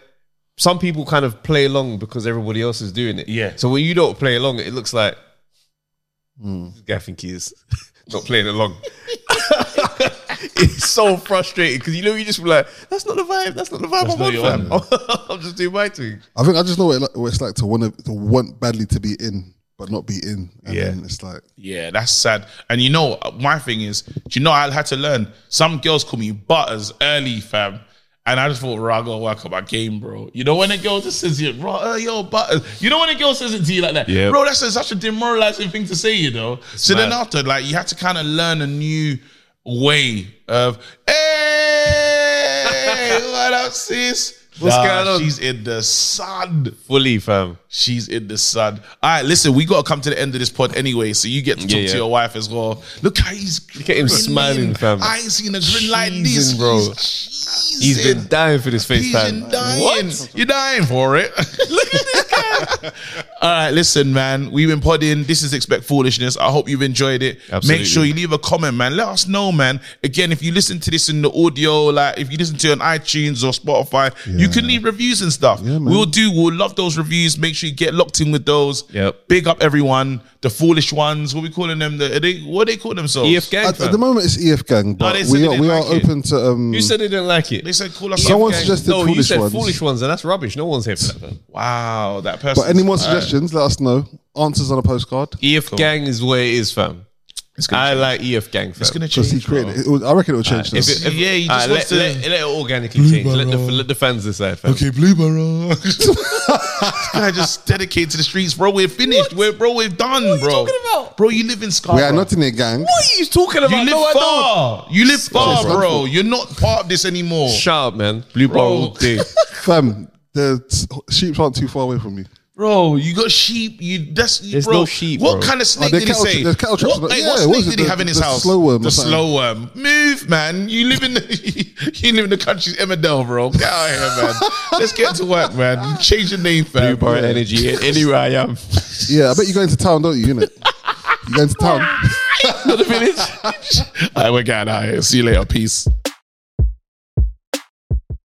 Some people kind of play along because everybody else is doing it. Yeah. So when you don't play along, it looks like this guy think he is not playing along. it's so frustrating because you know you just be like, that's not the vibe. That's not the vibe not your I'm on, fam. I'm just doing my thing. I think I just know what, it like, what it's like to want to, to want badly to be in but not be in. And Yeah. then it's like Yeah, that's sad. And you know, my thing is, do you know I had to learn? Some girls call me butters early, fam. And I just thought, rah, I gotta work on my game, bro. You know, when a girl just says, yeah, bro, uh, yo, butters. You know, when a girl says it to you like that, Yeah. bro, that's a- such a demoralizing thing to say, you know? so then mad. after, like, you had to kind of learn a new way of, hey, what up, sis? What's going on? She's in the sun. Fully, fam. She's in the sun. All right, listen, we got to come to the end of this pod anyway, so you get to talk Yeah, yeah. to your wife as well. Look how he's Look at him smiling, fam. I ain't seen a grin like Cheesing, this, bro. He's, He's been dying for this he's been FaceTime. dying. You're dying for it. Look at this guy. All right, listen, man. We've been podding. This is Expect Foolishness. I hope you've enjoyed it. Absolutely. Make sure you leave a comment, man. Let us know, man. Again, if you listen to this in the audio, like if you listen to it on iTunes or Spotify, you can leave reviews and stuff. man. we'll do. We'll love those reviews. Make sure you get locked in with those. Yep. Big up everyone. the foolish ones. What we calling them? The, are they, what they call themselves? E E EF gang. At, at the moment, it's EF gang, but they said we they are, didn't we are like it. open to. Um, You said they didn't like it. They said call E us Someone EF E gang. suggested no, you foolish said ones. foolish ones, and that's rubbish. No one's here for that. Man. Wow, that person. but any more suggestions? Let us know. Answers on a postcard. EF E gang is where it is, fam. I like EF gang. Fam. It's gonna Because he created, it, would- I reckon it will change this. yeah, he just let, wants to- let, let it organically change. Let the, let the fans decide. Fam. Okay, blue barrel. this guy just dedicated to the streets, bro. We're finished. We're bro. We're done, bro. Bro, you live in Scarborough. we are not in a gang. What are you talking You about? live No, I don't. far. You live far, Bradford. bro. You're not part of this anymore. Shut up, man. Blue Bro. bar all day. Fam, the s- sheep aren't too far away from you. Bro, you got sheep. You that's There's bro. no sheep, What bro. kind of Oh, snake there's did he cattle- say? there's cattle traps, What, but- hey, yeah, what what snake is it? did he The- have in his the house? slow worm The or something. slow worm. Move, man. You live in the you live in the country's Emmerdale, bro. Get out of here, man. Let's get to work, man. Change your name, fam. Blue Barrel Energy, anywhere I am. Yeah, I bet you go into town, don't you? Innit? You go into town. Not the village. All right, we're getting out of here. See you later. Peace.